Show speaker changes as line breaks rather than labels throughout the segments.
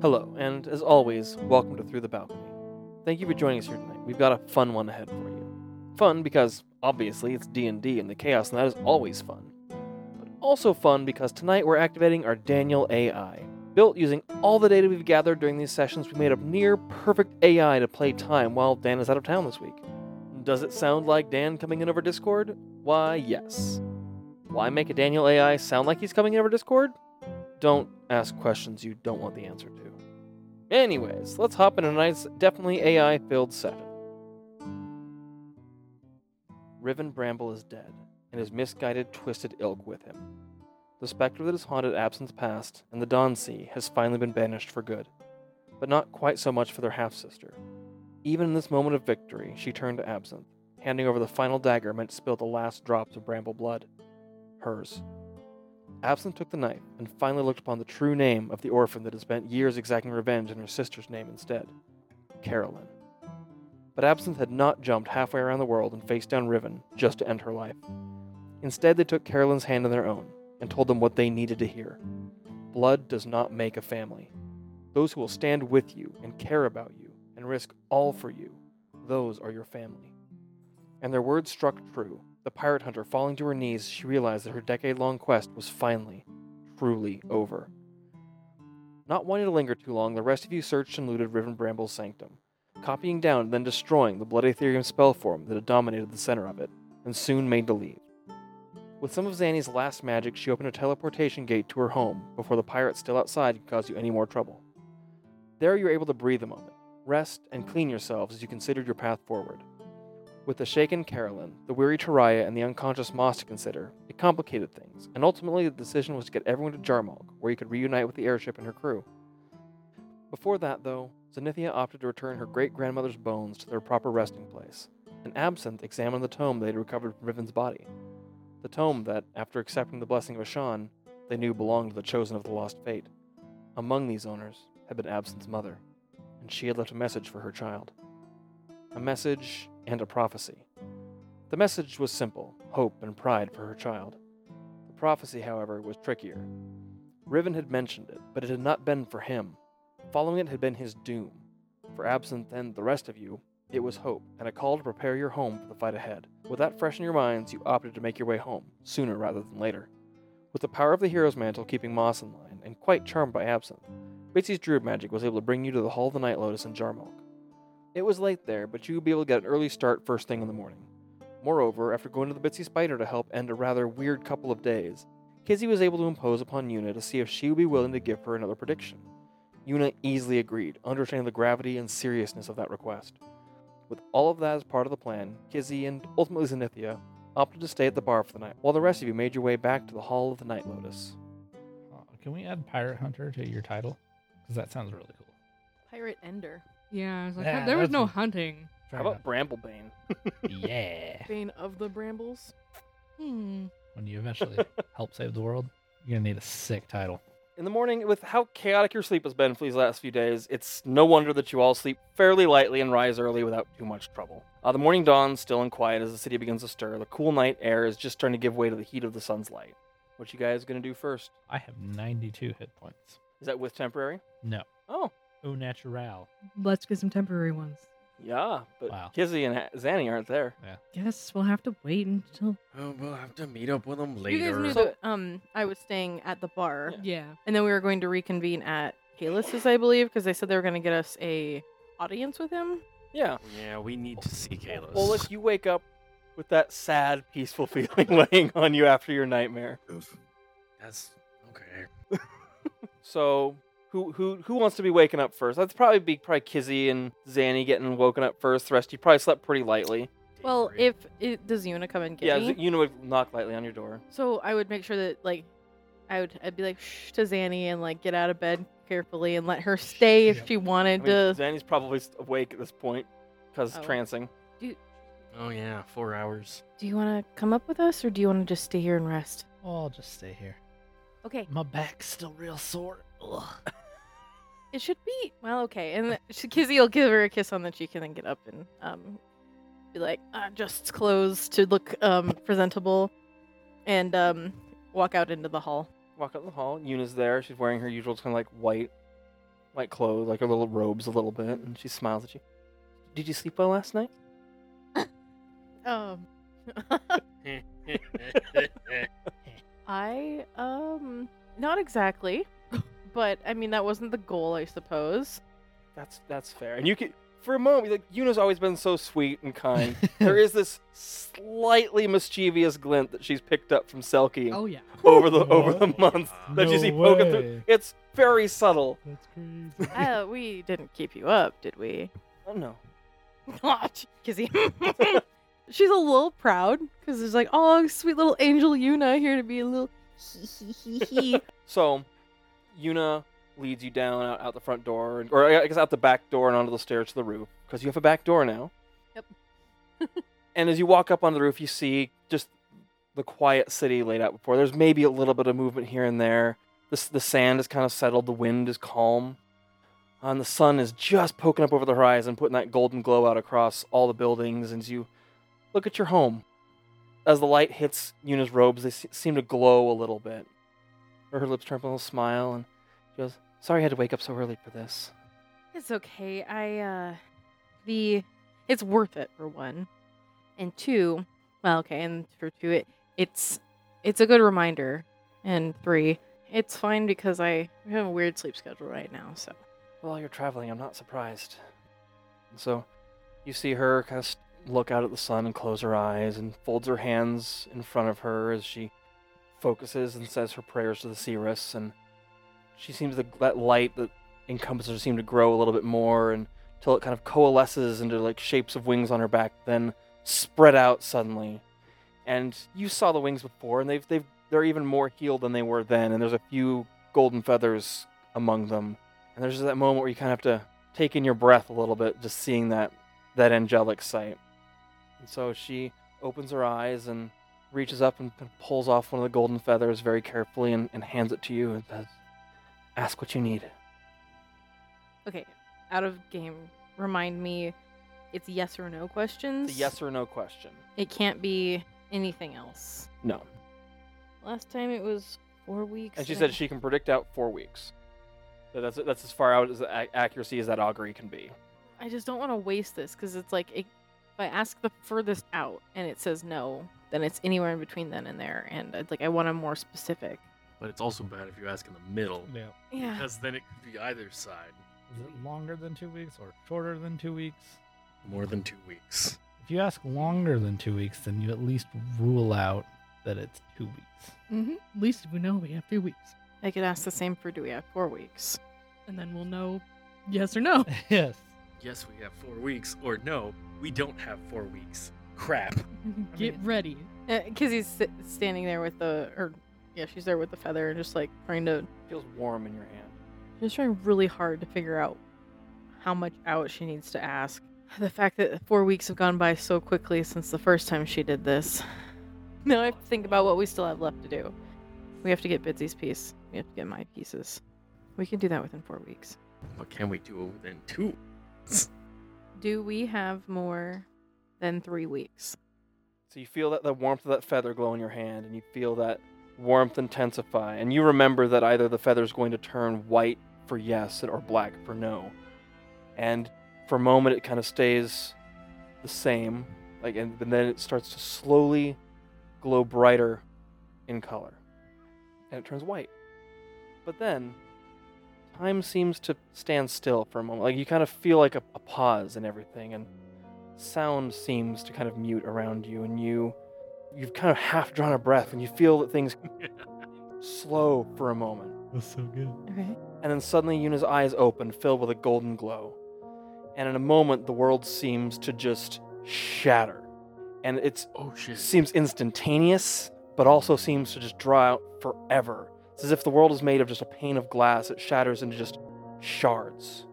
Hello, and as always, welcome to Through the Balcony. Thank you for joining us here tonight. We've got a fun one ahead for you. Fun because obviously it's D&D and the chaos and that is always fun. But also fun because tonight we're activating our Daniel AI. Built using all the data we've gathered during these sessions, we made a near perfect AI to play time while Dan is out of town this week. Does it sound like Dan coming in over Discord? Why, yes. Why make a Daniel AI sound like he's coming in over Discord? Don't ask questions you don't want the answer to. Anyways, let's hop into tonight's definitely AI filled session. Riven Bramble is dead, and his misguided, twisted ilk with him. The specter that has haunted Absinthe Past and the Dawn Sea has finally been banished for good, but not quite so much for their half sister. Even in this moment of victory, she turned to Absinthe, handing over the final dagger meant to spill the last drops of Bramble blood hers. Absinthe took the knife and finally looked upon the true name of the orphan that had spent years exacting revenge in her sister's name instead Carolyn. But Absinthe had not jumped halfway around the world and faced down Riven just to end her life. Instead, they took Carolyn's hand in their own and told them what they needed to hear Blood does not make a family. Those who will stand with you and care about you and risk all for you, those are your family and their words struck true. The pirate hunter falling to her knees, she realized that her decade long quest was finally, truly over. Not wanting to linger too long, the rest of you searched and looted Riven Bramble's sanctum, copying down and then destroying the Blood Aetherium spell form that had dominated the center of it, and soon made to leave. With some of Zanny's last magic, she opened a teleportation gate to her home before the pirates still outside could cause you any more trouble. There you were able to breathe a moment, rest, and clean yourselves as you considered your path forward. With the shaken Carolyn, the weary Taraya, and the unconscious Moss to consider, it complicated things, and ultimately the decision was to get everyone to Jarmalk, where he could reunite with the airship and her crew. Before that, though, Zenithia opted to return her great grandmother's bones to their proper resting place, and Absinthe examined the tome they had recovered from Riven's body. The tome that, after accepting the blessing of Ashan, they knew belonged to the chosen of the lost fate. Among these owners had been Absinthe's mother, and she had left a message for her child a message, and a prophecy. The message was simple hope and pride for her child. The prophecy, however, was trickier. Riven had mentioned it, but it had not been for him. Following it had been his doom. For Absinthe and the rest of you, it was hope and a call to prepare your home for the fight ahead. With that fresh in your minds, you opted to make your way home, sooner rather than later. With the power of the hero's mantle keeping Moss in line, and quite charmed by Absinthe, Bitsy's druid magic was able to bring you to the Hall of the Night Lotus in Jarmulk. It was late there, but you would be able to get an early start first thing in the morning. Moreover, after going to the Bitsy Spider to help end a rather weird couple of days, Kizzy was able to impose upon Yuna to see if she would be willing to give her another prediction. Yuna easily agreed, understanding the gravity and seriousness of that request. With all of that as part of the plan, Kizzy and ultimately Zenithia opted to stay at the bar for the night, while the rest of you made your way back to the Hall of the Night Lotus.
Uh, Can we add Pirate Hunter to your title? Because that sounds really cool.
Pirate Ender.
Yeah, I was like,
Yeah,
there was
that's
no
a-
hunting.
How about Bramblebane?
yeah?
Bane of the Brambles.
Hmm.
When you eventually help save the world, you're gonna need a sick title.
In the morning, with how chaotic your sleep has been for these last few days, it's no wonder that you all sleep fairly lightly and rise early without too much trouble. Uh, the morning dawns still and quiet as the city begins to stir. The cool night air is just starting to give way to the heat of the sun's light. What you guys gonna do first?
I have 92 hit points.
Is that with temporary?
No,
Oh,
au natural.
Let's get some temporary ones.
yeah, but
Wow.
Kizzy and Zanny aren't there.
Guess we'll have to wait until.
Oh, we'll have to meet up with them later.
You guys knew
So-
that um, I was staying at the bar,
Yeah.
Yeah.
and then we were going to reconvene at Kalis's, I believe, because they said they were going to get us a audience with him.
Yeah.
yeah, we need to see Kalos.
Well, if you wake up with that sad, peaceful feeling weighing on you after your nightmare.
That's okay.
So who who who wants to be waking up first? That'd probably be probably Kizzy and Zanny getting woken up first. The rest of you probably slept pretty lightly.
Well,
Great.
if it, does Yuna come and get
Yeah,
me?
Z- Una would knock lightly on your door.
so I would make sure that like I would I'd be like shh to Zanny and like get out of bed carefully and let her stay if
Yep.
she
I
wanted
mean,
to.
Zanny's probably s- awake at this point because
uh, Oh.
trancing.
oh yeah, four hours.
Do you want to come up with us, or do you want to just stay here and rest?
Oh, I'll just stay here.
Okay,
My back's still real sore. Ugh.
It should be well, okay. And she, Kizzy will give her a kiss on the cheek and then get up and um, be like, uh, just clothes to look um presentable, and um, walk out into the hall.
Walk out in the hall. Una's there. She's wearing her usual kind of like white like clothes, like her little robes a little bit, and she smiles at you. Did you sleep well last night?
Um, I um, not exactly, but I mean that wasn't the goal, I suppose.
That's that's fair. And you can for a moment like Yuna's always been so sweet and kind. there is this slightly mischievous glint that she's picked up from Selkie
Oh yeah.
over the over the
What?
months that you
No
see poking through.
way.
It's very subtle.
That's crazy.
Uh, we didn't keep you up, did we?
Oh no.
Not Kizzy. She's a little proud because there's like, oh, sweet little angel Yuna here to be a little.
So, Yuna leads you down out, out the front door, and- or I guess out the back door and onto the stairs to the roof, because you have a back door now.
Yep.
and as you walk up on the roof, you see just the quiet city laid out before. There's maybe a little bit of movement here and there. The, s- the sand is kind of settled, the wind is calm, and the sun is just poking up over the horizon, putting that golden glow out across all the buildings. And as you look at your home, as the light hits Yuna's robes, they se- seem to glow a little bit or her lips turn up a little smile, and she goes, "Sorry, I had to wake up so early for this."
It's okay. I uh the it's worth it for one. And two, well, okay, and for two it it's it's a good reminder. And three, it's fine because I have a weird sleep schedule right now, so
Well, you're traveling. I'm not surprised. And so, you see her kind of look out at the sun and close her eyes and folds her hands in front of her as she focuses and says her prayers to the seeress, and she seems to, that light that encompasses her seem to grow a little bit more and till it kind of coalesces into like shapes of wings on her back, then spread out suddenly. And you saw the wings before, and they've they've they're even more healed than they were then, and there's a few golden feathers among them. And there's that moment where you kind of have to take in your breath a little bit, just seeing that that angelic sight. And so she opens her eyes and reaches up and p- pulls off one of the golden feathers very carefully and, and hands it to you and says, "Ask what you need."
okay. Out of game, remind me it's yes or no questions.
It's a yes or no question.
It can't be anything else.
No.
Last time it was four weeks.
And she
I
said she can predict out four weeks. So that's that's as far out as the ac- accuracy as that augury can be.
I just don't want to waste this because it's like it, if I ask the furthest out and it says no, then it's anywhere in between then and there, and it's like I want a more specific.
but it's also bad if you ask in the middle,
yeah.
Yeah.
because then it could be either side.
Is it longer than two weeks or shorter than two weeks?
More than two weeks.
If you ask longer than two weeks, then you at least rule out that it's two weeks.
Mm-hmm. At least we know we have two weeks,
I could ask the same for do we have four weeks?
and then we'll know yes or no.
yes.
Yes, we have four weeks, or no, we don't have four weeks. Crap.
Get
mean-
ready.
Because Uh, he's sit- standing there with the, or yeah, she's there with the feather and just like trying to,
feels warm in your hand.
just trying really hard to figure out how much out she needs to ask. The fact that four weeks have gone by so quickly since the first time she did this. Now I have to think about what we still have left to do. We have to get Bitsy's piece. We have to get my pieces. We can do that within four weeks.
What can we do within two?
Do we have more than three weeks?
So you feel that the warmth of that feather glow in your hand, and you feel that warmth intensify, and you remember that either the feather is going to turn white for yes or black for no. And for a moment, it kind of stays the same, like, and, and then it starts to slowly glow brighter in color, and it turns white. But then, time seems to stand still for a moment. Like you kind of feel like a, a pause in everything, and sound seems to kind of mute around you and you you've kind of half drawn a breath and you feel that things slow for a moment
That's so good.
Okay.
and then suddenly Yuna's eyes open, filled with a golden glow. And in a moment, the world seems to just shatter. And it
Oh shit.
seems instantaneous, but also seems to just draw out forever. It's as if the world is made of just a pane of glass that shatters into just shards.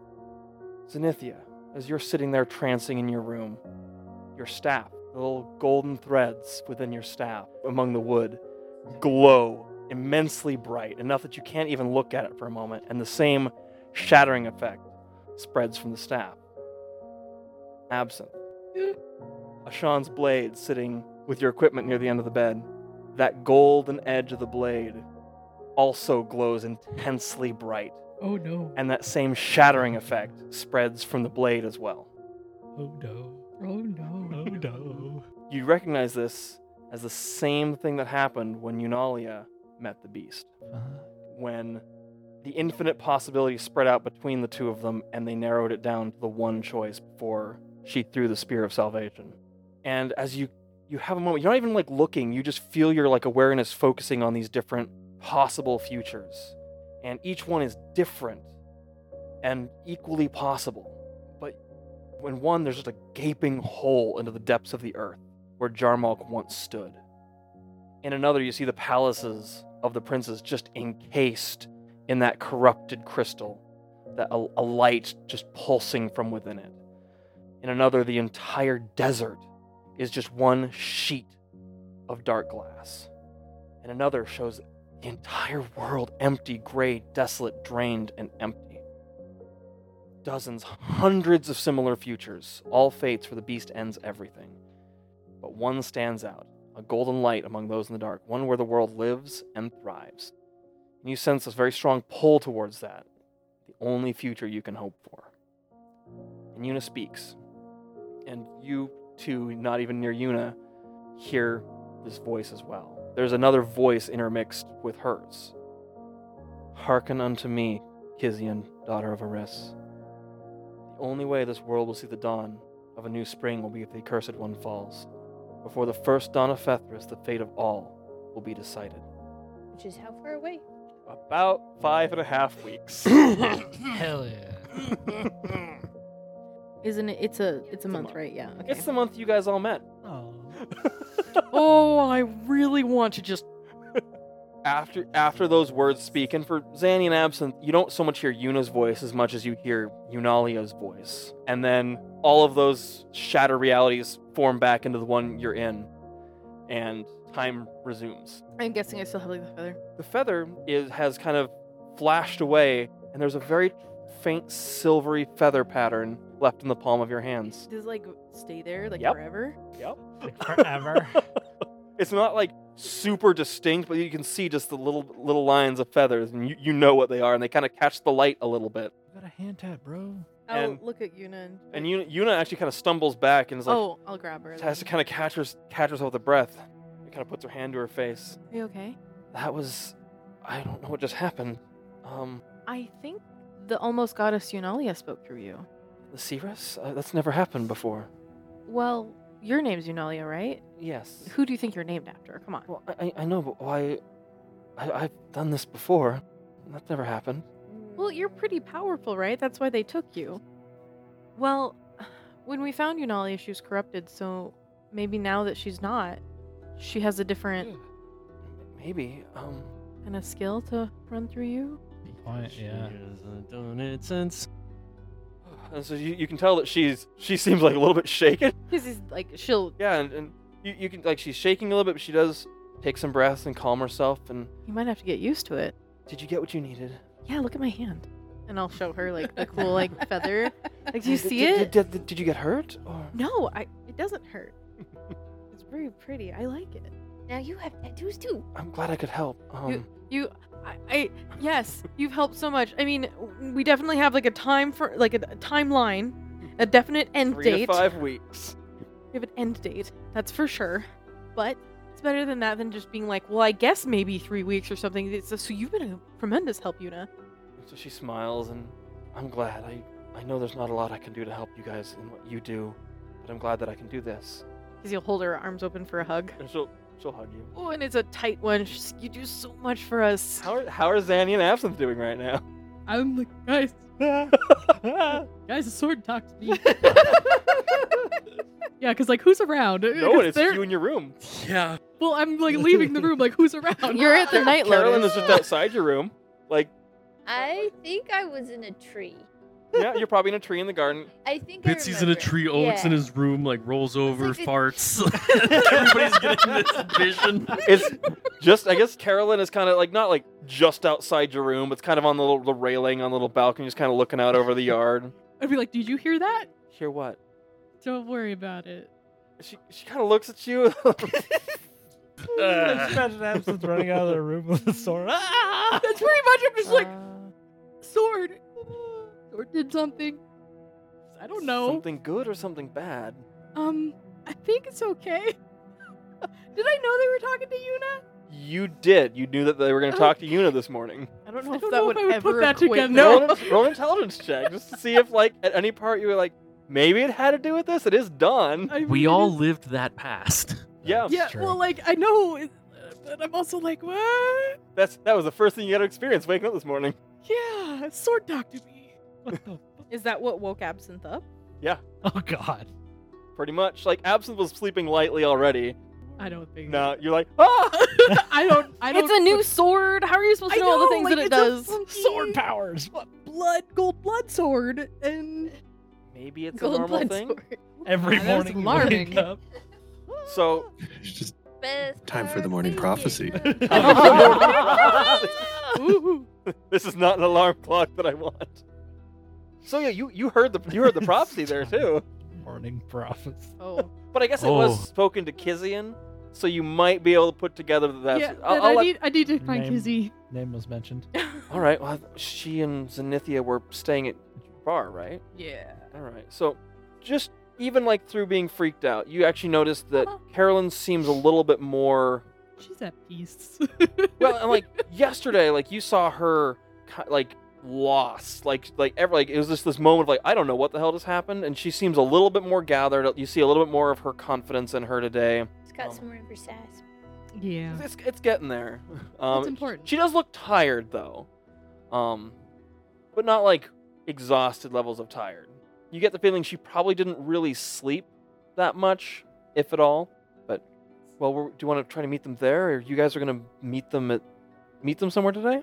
Zenithia, as you're sitting there trancing in your room, your staff, the little golden threads within your staff among the wood, glow immensely bright, enough that you can't even look at it for a moment, and the same shattering effect spreads from the staff. Absinthe. Ashan's blade sitting with your equipment near the end of the bed. That golden edge of the blade also glows intensely bright,
Oh no.
and that same shattering effect spreads from the blade as well.
Oh no.
Oh no.
Oh no.
You recognize this as the same thing that happened when Eunalia met the beast,
Uh-huh.
when the infinite possibilities spread out between the two of them and they narrowed it down to the one choice before she threw the spear of salvation. And as you you have a moment, you're not even like looking, you just feel your like awareness focusing on these different possible futures. And each one is different and equally possible. But when one there's just a gaping hole into the depths of the earth where Jarmalk once stood. In another, you see the palaces of the princes just encased in that corrupted crystal, that a, a light just pulsing from within it. In another, the entire desert is just one sheet of dark glass. And another shows the entire world empty, gray, desolate, drained, and empty. Dozens, hundreds of similar futures, all fates where the beast ends everything but one stands out a golden light among those in the dark, one where the world lives and thrives. And you sense this very strong pull towards that, the only future you can hope for. And Yuna speaks, and you too, not even near Yuna, hear this voice as well. There's another voice intermixed with hers. Hearken unto me, Kizian, daughter of Eris. The only way this world will see the dawn of a new spring will be if the accursed one falls. Before the first dawn of Fethris, the fate of all will be decided.
Which is how far away?
About five and a half weeks.
Hell yeah.
Isn't it? It's a it's a month,
month.
right? Yeah. Okay.
it's the month you guys all met.
oh, I really want to just.
after after those words speak, and for Zanny and Absinthe, you don't so much hear Yuna's voice as much as you hear Unalia's voice. And then all of those shatter realities form back into the one you're in, and time resumes.
I'm guessing I still have like the feather.
The feather is has kind of flashed away, and there's a very faint silvery feather pattern left in the palm of your hands.
Does it, like stay there like
Yep.
forever?
Like forever.
it's not like super distinct, but you can see just the little little lines of feathers, and you, you know what they are, and they kind of catch the light a little bit.
got a hand tap, bro.
I'll
And-
Oh, look at Yuna and.
And Yuna, Yuna actually kind of stumbles back and is like,
oh, I'll grab her.
has to
then.
kind of catch, her, catch herself with a breath. It kind of puts her hand to her face.
Are you okay?
That was, I don't know what just happened. Um,
I think the almost goddess Eunalia spoke through you.
the Cirrus? Uh, that's never happened before.
Well, your name's Eunalia, right?
Yes.
Who do you think you're named after? Come on.
Well, I, I- I know, but why? I, I've done this before. That never happened.
Well, you're pretty powerful, right? That's why they took you. Well, when we found Eunalia, she was corrupted, so maybe now that she's not, she has a different
Maybe. Um,
kind of skill to run through you. uh,
Point, yeah.
hasn't done it since.
and Uh, so you, you can tell that she's she seems like a little bit shaken.
Because he's like, she'll.
Yeah, and, and you, you can like she's shaking a little bit, but she does take some breaths and calm herself. And
You might have to get used to it.
did you get what you needed?
Yeah, look at my hand. And I'll show her like the cool like feather. Like, do you
Did-
see
did,
it?
Did, did, did you get hurt? Or
No, I. It doesn't hurt. It's very pretty. I like it.
Now you have tattoos too.
I'm glad I could help. Um,
You, I, I yes, you've helped so much. I mean, w- we definitely have like a time for like a, a timeline, a
Mm-hmm.
definite end
three
date.
to five weeks.
We have an end date, that's for sure. But it's better than that than just being like, well, I guess maybe three weeks or something. It's, so you've been a tremendous help, Yuna.
So she smiles, and I'm glad. I I know there's not a lot I can do to help you guys in what you do, but I'm glad that I can do this.
Because you'll hold her arms open for a hug.
And she'll she'll hug you.
Oh, and it's a tight one. She's, you do so much for us.
How are, how are Zanny and Absinthe doing right now?
I'm like, guys, guys, the sword talked to me. yeah, because like, who's around?
no one, it's
They're-
you in your room.
Yeah.
Well, I'm like leaving the room. Like, who's around?
You're at the night
Carolyn
lotus.
is just outside your room. Like,
I think I was in a tree.
yeah, you're probably in a tree in the garden.
I think I
Bitsy's in a
remember.
tree, Oak's in
Yeah.
his room, like rolls over,
like a-
farts. Everybody's getting this vision.
It's just, I guess Carolyn is kind of like, not like just outside your room, but it's kind of on the little the railing on the little balcony, just kind of looking out over the yard.
I'd be like, did you hear that?
Hear what?
Don't worry about it.
She, she kind of looks at you.
I just imagine Absinthe running out of the room with the sword. Ah!
That's pretty much. I'm just like,
Uh,
sword. Sword did something. I don't know.
Something good or something bad.
Um, I think it's okay. did I know they were talking to Yuna?
You did. You knew that they were going to talk to Yuna this morning.
I don't know
I
if
don't
that
know if
would
I would
ever
put that
equate
together.
with-
No.
Roll, an- roll an intelligence check just to see if, like, at any part you were like, maybe it had to do with this. It is done.
I mean,
We all
it's-
lived that past.
Yeah,
That's
Yeah.
true.
Well, like I know, it, uh, but I'm also like, what?
that's that was the first thing you got to experience waking up this morning.
Yeah, sword talk to me. What the?
Is that what woke Absinthe up?
Oh God.
Pretty much, like, Absinthe was sleeping lightly already.
I don't think.
Now you're like, ah,
I don't. I don't.
It's a new sword. How are you supposed
I
to know, all the things
like,
that it
it's a
does?
funky
Sword powers. What?
blood, gold blood sword, and
maybe it's a
Gold
normal
blood
thing.
sword.
Every
That's
morning you wake
alarming.
up.
So-
It's just
Best
Time for the
part
morning
of
prophecy.
thinking.
Ooh.
this is not an alarm clock that I want. So yeah, you you heard the you heard the prophecy there too.
Morning prophets.
Oh,
But I guess it
Oh.
was spoken to Kizian, so you might be able to put together that. That's,
yeah,
I'll-
then
I'll
I
let-
need I need to find
Name.
Kizzy.
Name was mentioned.
All right. Well, she and Zenithia were staying at bar, right?
yeah.
All right. So, just even like through being freaked out, you actually noticed
Uh-huh.
that Carolyn seems a little bit more
She's at peace.
well. And like yesterday, like you saw her ki- like lost, like like ever like it was just this moment of like I don't know what the hell just happened, and she seems a little bit more gathered. You see a little bit more of her confidence in her today.
It's
Um,
got some river sass.
yeah.
It's it's getting there. Um,
It's important.
She does look tired though, um, but not like exhausted levels of tired. You get the feeling she probably didn't really sleep that much, if at all. But well, we're, do you want to try to meet them there, or you guys are gonna meet them at meet them somewhere today?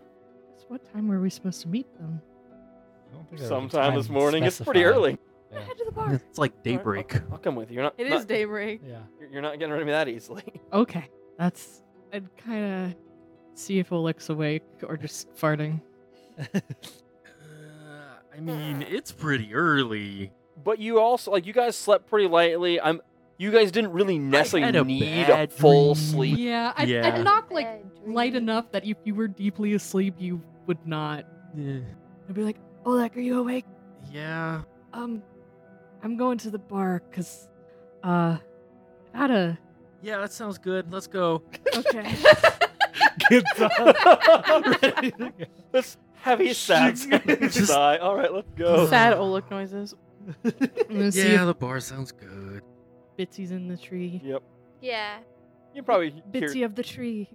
So what time were we supposed to meet them?
I don't think there was a
Sometime
time
this morning. It's pretty
specified.
early.
Yeah.
Head to the bar.
It's
All
like
right, I'll-
daybreak.
I'll, come with you. You're not.
It is
not-
daybreak.
Yeah.
You're you're not getting rid of me that easily.
Okay, that's. I'd kind of see if Oleg's awake or just farting.
Uh, I mean, it's pretty early.
But you also like you guys slept pretty lightly. I'm. You guys didn't really necessarily
had a
need a
bad
full
dream.
sleep.
Yeah, I'd,
Yeah.
I'd knock like
Bad dream.
light enough that if you were deeply asleep, you would not.
Yeah.
I'd be like, Oleg, are you awake?
Yeah.
Um, I'm going to the bar because, uh, gotta.
Yeah, that sounds good. Let's go.
Okay.
Gets up. Ready to go.
This heavy sad
Just-
sigh. All right, let's
Oh.
go.
Sad Oluk noises.
I'm gonna see
Yeah,
if
the bar sounds good.
Bitsy's in the tree.
Yep.
Yeah.
You probably hear.
Bitsy of the tree.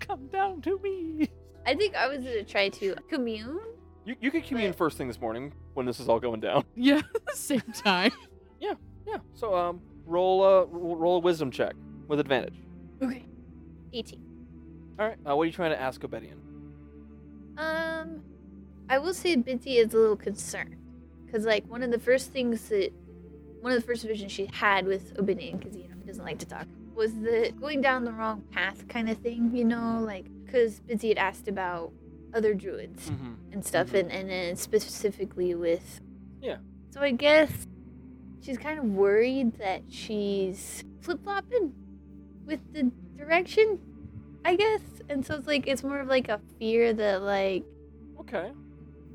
Come down to me.
I think I was gonna try to commune.
You, you could commune
Wait.
first thing this morning when this is all going down.
Yeah, at the same time.
Yeah. So um, roll a roll a wisdom check with advantage.
Okay. 18.
All right. Uh, what are you trying to ask Obedian?
Um, I will say Binti is a little concerned. Because, like, one of the first things that. One of the first visions she had with Obinian, because, you know, he doesn't like to talk, was the going down the wrong path kind of thing, you know? Like, because Binti had asked about other druids.
Mm-hmm.
and stuff,
Mhm.
and, and then specifically with.
Yeah.
So I guess she's kind of worried that she's flip flopping with the direction, I guess. And so it's like, it's more of like a fear that, like,
Okay.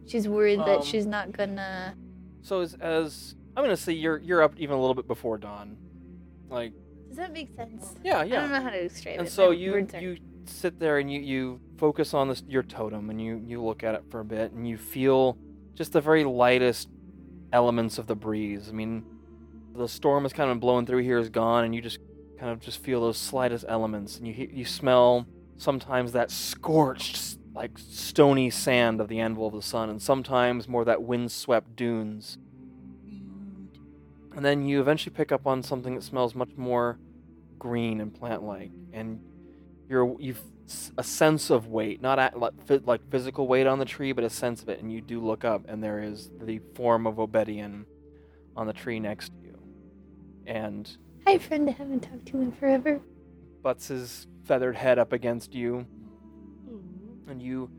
she's worried
Um,
that she's not gonna.
So as, as I'm gonna say, you're you're up even a little bit before dawn. Like
Does that make sense?
yeah,
I don't
yeah.
know how to describe
And
it.
so
My
you
words aren't-
you sit there and you you focus on this your totem and you you look at it for a bit and you feel just the very lightest elements of the breeze. I mean, the storm is kind of blowing through here is gone, and you just kind of just feel those slightest elements, and you he- you smell sometimes that scorched like stony sand of the anvil of the sun, and sometimes more that windswept dunes. And then you eventually pick up on something that smells much more green and plant-like, and you're you've s- a sense of weight, not at, like, phy- like physical weight on the tree, but a sense of it. And you do look up, and there is the form of Obedian on the tree next to you, and
Hi, friend, I haven't talked to in forever.
butts his feathered head up against you, and you,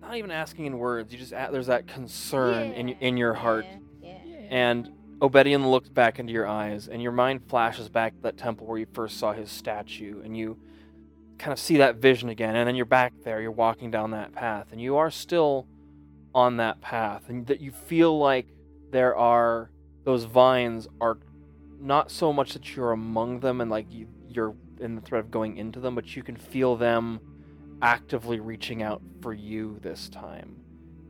not even asking in words, you just a- there's that concern in
Yeah,
in your heart,
Yeah. yeah.
and Obedian looks back into your eyes, and your mind flashes back to that temple where you first saw his statue, and you kind of see that vision again, and then you're back there, you're walking down that path, and you are still on that path and that you feel like there are those vines are not so much that you're among them and like you, you're in the threat of going into them but you can feel them actively reaching out for you this time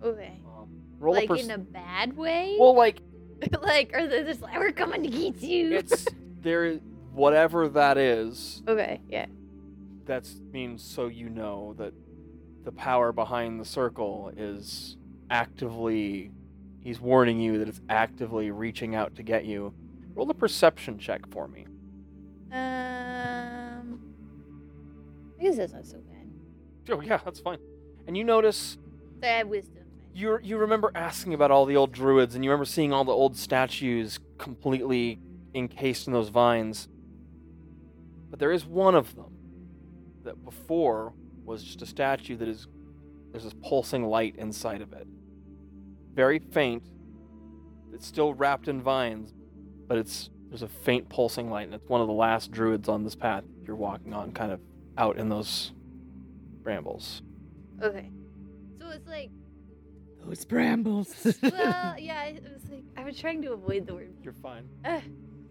Okay.
um, roll
like
a perce-
in a bad way?
well like
like, are they just like, we're coming to get you?
it's there whatever that is
okay, yeah.
that means so you know that the power behind the circle is actively he's warning you that it's actively reaching out to get you roll a perception check for me
Um, I guess that's not so bad.
oh yeah that's fine and you notice
So I have wisdom.
you you remember asking about all the old druids and you remember seeing all the old statues completely encased in those vines but there is one of them that before was just a statue that is there's this pulsing light inside of it very faint it's still wrapped in vines but it's there's a faint pulsing light and it's one of the last druids on this path you're walking on kind of out in those brambles
Okay. So it's like,
Those brambles.
well, yeah, I it was like, I was trying to avoid the word,
you're fine
uh,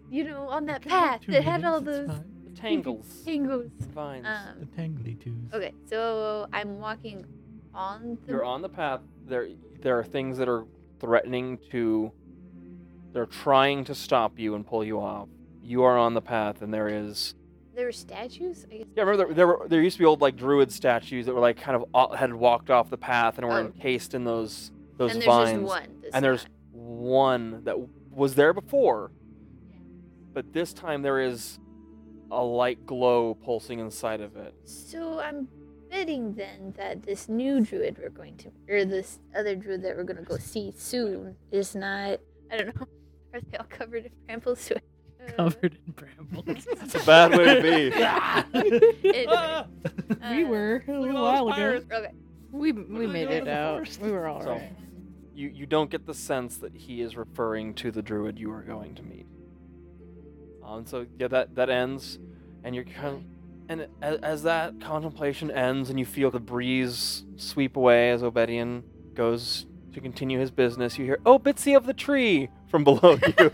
you know, on that path that had all those
the tangles
tangles.
vines
The
Um,
tangly twos.
okay, so I'm walking on the.
you're on the path there there are things that are threatening to they're trying to stop you and pull you off you are on the path and there is
There were statues? I guess.
yeah remember there, there were there used to be old like druid statues that were like kind of all, had walked off the path and were
Oh.
encased in those those
and there's
vines
just one. this
and there's
time.
one that was there before but this time there is a light glow pulsing inside of it
So I'm betting then that this new druid we're going to, or this other druid that we're going to go see soon, is not. I don't know. Are they all covered in brambles? So, uh,
Covered in brambles.
it's a bad way to be
anyway,
we
uh,
were a little while ago.
Okay.
We we made
doing in
it
the
out.
forest?
We were all
So-
right.
You you don't get the sense that he is referring to the druid you are going to meet. Um, so yeah, that that ends, and you're kind of, and as, as that contemplation ends, and you feel the breeze sweep away as Obedian goes to continue his business, you hear "Oh, Bitsy of the tree" from below you.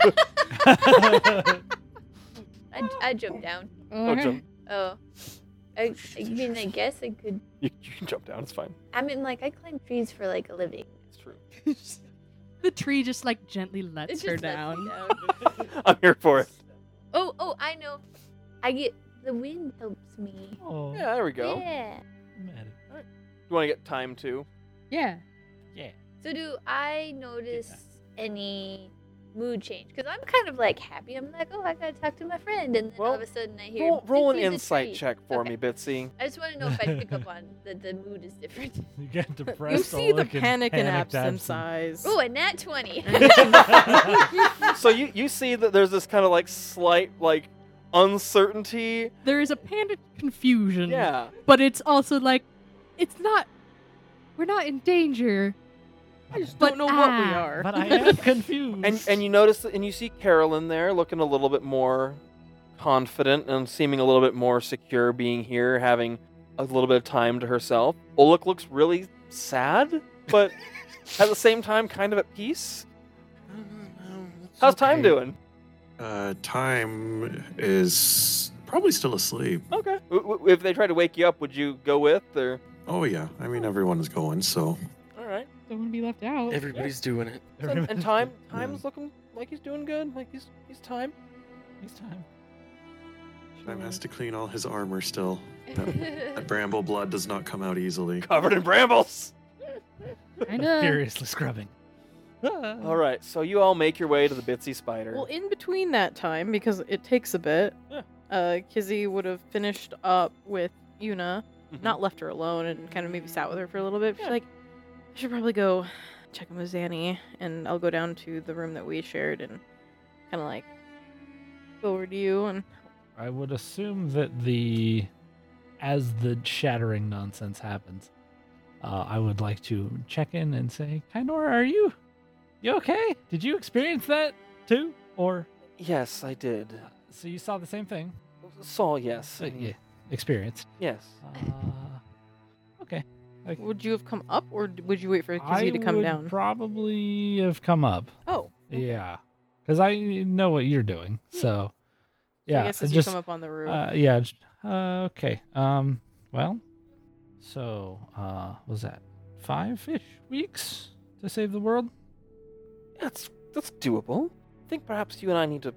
I, I jumped down.
oh, jump,
Oh. I, I mean, I guess I could.
you, you can jump down. It's fine.
I mean, like, I climb trees for like a living.
It's true.
the tree just like gently
It
lets
just
her
lets me
down.
down.
I'm here for it.
Oh, oh, I know. I get. The wind helps me.
oh,
Yeah, there we go.
Yeah.
Maddie.
You want to get time too?
Yeah.
Yeah.
So do I notice any mood change? Because I'm kind of like happy. I'm like, oh, I gotta talk to my friend, and then all of
Well,
a sudden I hear.
Roll, roll an
"This is a
insight
tree."
check for
Okay.
me, Bitsy.
I just want to know if I pick up on that the mood is different.
You get depressed.
You see
all
the
looking
panic and
panicked
absence eyes.
Oh, a nat twenty.
so you you see that there's this kind of like slight like uncertainty.
There is a panic confusion.
Yeah.
But it's also like, it's not. We're not in danger.
I just don't
But
know what we
ah,
are.
But I am confused.
And and you notice that, and you see Carolyn there looking a little bit more confident and seeming a little bit more secure being here, having a little bit of time to herself. Oluk looks really sad, but at the same time kind of at peace. How's time doing?
Uh, time is probably still asleep.
Okay. W- w- if they tried to wake you up, would you go with or?
Oh yeah, I mean everyone is going, so
All right.
Don't want to be left out.
Everybody's doing it.
So- and time time's
Yeah.
looking like he's doing good. Like he's he's time.
Next time.
time has to clean all his armor still. That bramble blood does not come out easily.
Covered in brambles.
I know.
Furiously scrubbing.
Ah.
All right, so you all make your way to the Bitsy Spider.
Well, in between that time, because it takes a bit,
Yeah.
uh, Kizzy would have finished up with Una,
Mm-hmm.
Mhm.
not left her alone, and kind of maybe sat with her for a little bit. She's
Yeah.
like, I should probably go check on with Zanny, and I'll go down to the room that we shared and kind of like go over to you. And
I would assume that the as the shattering nonsense happens, uh, I would like to check in and say, Kindor, are you you okay? Did you experience that too? Or uh,
yes, I did.
so you saw the same thing?
Saul, yes.
So,
I mean,
yeah, experienced.
Yes.
Uh, okay, Like,
Would you have come up, or d- would you wait for
I
Kizzy to come
would
down?
Probably have come up.
oh, okay. Hmm.
Yeah, because I know what you're doing. So,
So
yeah,
I guess as
just
you come up on the roof.
uh, yeah. j- Uh, okay. Um. Well, so uh, was that five-ish weeks to save the world?
That's that's doable. I think perhaps you and I need to,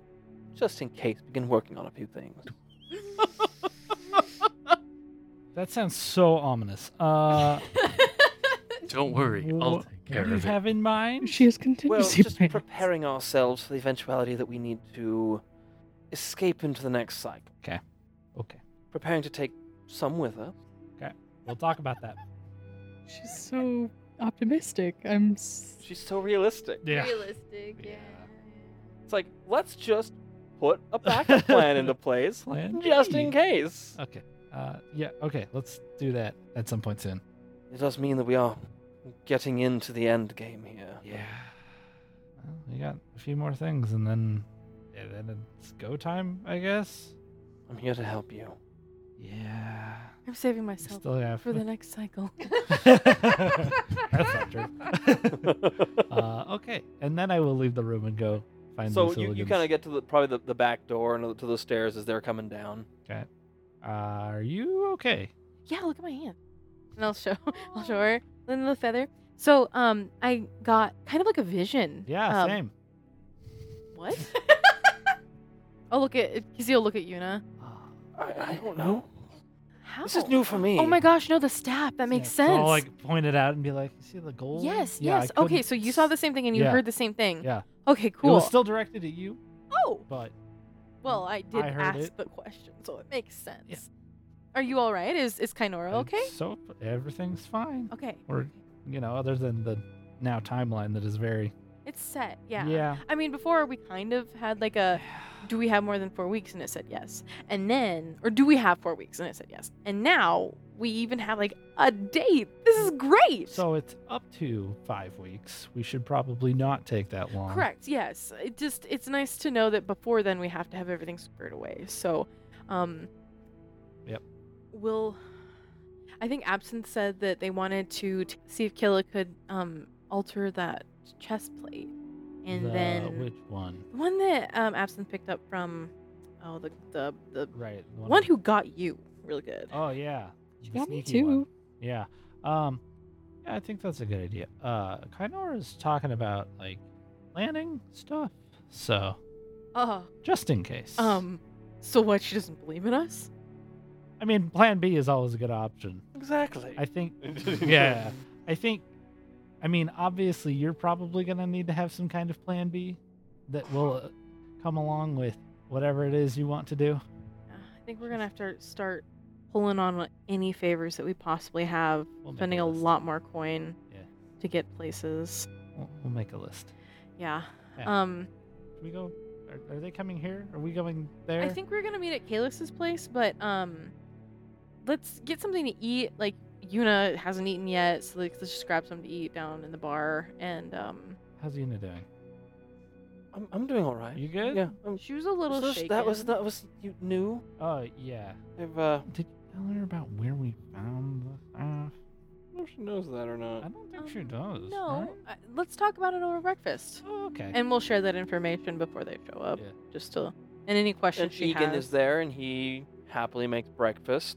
just in case, begin working on a few things.
That sounds so ominous. Uh,
Don't worry, I'll
what
take
do
care
you
of it.
have in mind?
She has
Well,
contingency
just
plans.
preparing ourselves for the eventuality that we need to escape into the next cycle.
Okay,
Preparing to take some with us.
we'll talk about that.
She's so optimistic. I'm. s-
She's so realistic.
Realistic, yeah.
Yeah.
It's like, let's just put a backup plan into place
Plan
just in
B.
case.
Okay. Uh, yeah. Okay. Let's do that at some point soon.
It does mean that we are getting into the end game here.
Yeah. Well, we got a few more things, and then, and then it's go time, I guess.
I'm here to help you.
Yeah.
I'm saving
we
myself
Still have.
for the next cycle.
That's not true. uh, okay, and then I will leave the room and go find.
so you,
the
you
Sylligans.
kind of get to the probably the, the back door and to the stairs as they're coming down.
Are you okay?
yeah, look at my hand. And I'll show I'll show her then the feather. So um I got kind of like a vision.
Yeah.
Um,
same.
What? I'll look at Kizzy will look at Yuna.
I, I don't know.
How
This is new for me.
Oh my gosh, no, the staff. That makes
Yeah,
sense.
I'll like point it out and be like, "You see the gold?"
yes,
Yeah, I
yes. Okay,
couldn't
so you saw
s-
the same thing and you
Yeah.
heard the same thing.
Yeah.
Okay,
It
cool.
was still directed at you,
oh.
but
Well, I did
heard
ask
it.
the question, so it makes sense. Are you all right? Is is Kainora okay?
So everything's fine.
Okay.
Or you know, other than the now timeline that is very
It's set. Yeah. Uh,
yeah.
I mean, before we kind of had like a do we have more than 4 weeks and it said yes. And then or do we have 4 weeks and it said yes. And now we even have like a date. This is great.
So it's up to five weeks. We should probably not take that long.
Correct. Yes. It just it's nice to know that before then we have to have everything squared away. So, um
Yep.
Will I think Absinthe said that they wanted to t- see if Killa could um alter that chest plate. And
The-
then
which one?
the one that um Absinthe picked up from oh the the the
Right. the
one,
I-
who got you really good.
Oh yeah.
She
the
got me
sneaky one.
too.
Yeah. Um yeah, I think that's a good idea. Uh Kainor is talking about like planning stuff. So
Uh,
just in case.
um so what she doesn't believe in us?
I mean plan B is always a good option.
Exactly.
I think Yeah. I think I mean obviously you're probably going to need to have some kind of plan B that will uh, come along with whatever it is you want to do.
Uh, I think we're going to have to start pulling on any favors that we possibly have
We'll make
spending a
list.
lot more coin
Yeah.
to get places.
We'll, we'll make a list.
Yeah.
Yeah.
Um,
Should we go are, are they coming here? Are we going there?
I think we're gonna meet at Calix's place, but um, let's get something to eat. Like Yuna hasn't eaten yet, so like, let's just grab something to eat down in the bar. And um,
How's Yuna doing?
I'm, I'm doing all right.
You good?
Yeah. I'm,
she was a little
so
shaken.
that was that was you knew.
Oh, yeah.
If uh,
Did you tell her about where we found the stuff?
I don't know if she knows that or
I
not.
don't think
Um,
she does.
No,
right?
uh, let's talk about it over breakfast,
Oh, okay.
and we'll share that information before they show up,
Yeah.
just to and any questions
And
she
Egan
has.
is there, and he happily makes breakfast.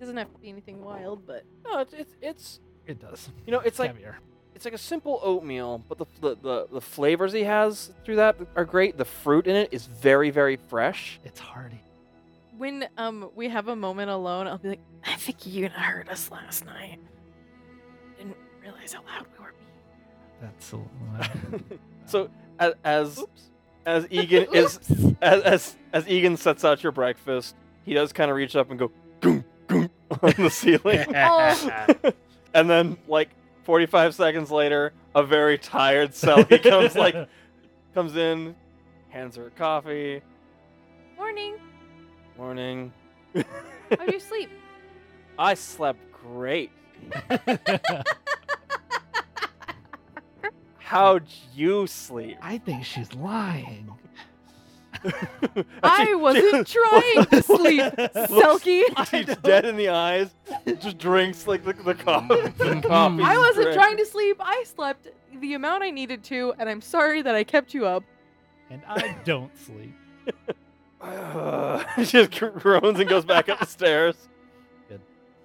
Doesn't have to be anything wild, but
No, it's it's, it's
it does.
you know it's like
Caviar.
it's like a simple oatmeal, but the, the the the flavors he has through that are great. The fruit in it is very very fresh.
It's hearty.
when um we have a moment alone, I'll be like, I think Yuna heard us last night. Didn't realize how loud we were being.
That's a little-
So as as, as Egan is as, as as Egan sets out your breakfast, he does kind of reach up and go goom goom on the ceiling. and then like 45 seconds later, a very tired Sally comes like comes in, hands her coffee.
Morning.
Morning.
How'd you sleep?
I slept great. How'd you sleep?
I think she's lying.
I wasn't trying to sleep, Selkie.
She's dead in the eyes. Just drinks like the, the coffee. the coffee
I wasn't
drink.
trying to sleep. I slept the amount I needed to, and I'm sorry that I kept you up.
and I don't sleep.
Uh, she just groans and goes back up the stairs.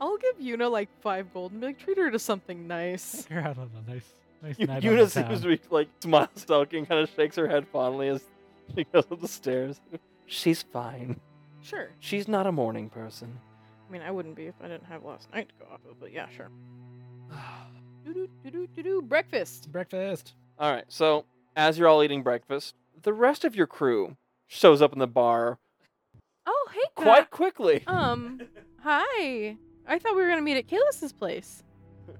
I'll give Yuna like five gold and be like, treat her to something nice.
Take her out on a nice, nice
Y-
night.
Yuna seems to be like smile stalking, kind of shakes her head fondly as she goes up the stairs. She's fine.
Sure.
She's not a morning person.
I mean, I wouldn't be if I didn't have last night to go off of, but yeah, sure. Do do do do do breakfast.
breakfast.
All right, so as you're all eating breakfast, the rest of your crew shows up in the bar
Oh hey,
quite quickly.
Kat. Um, hi. I thought we were gonna meet at Kalis's place.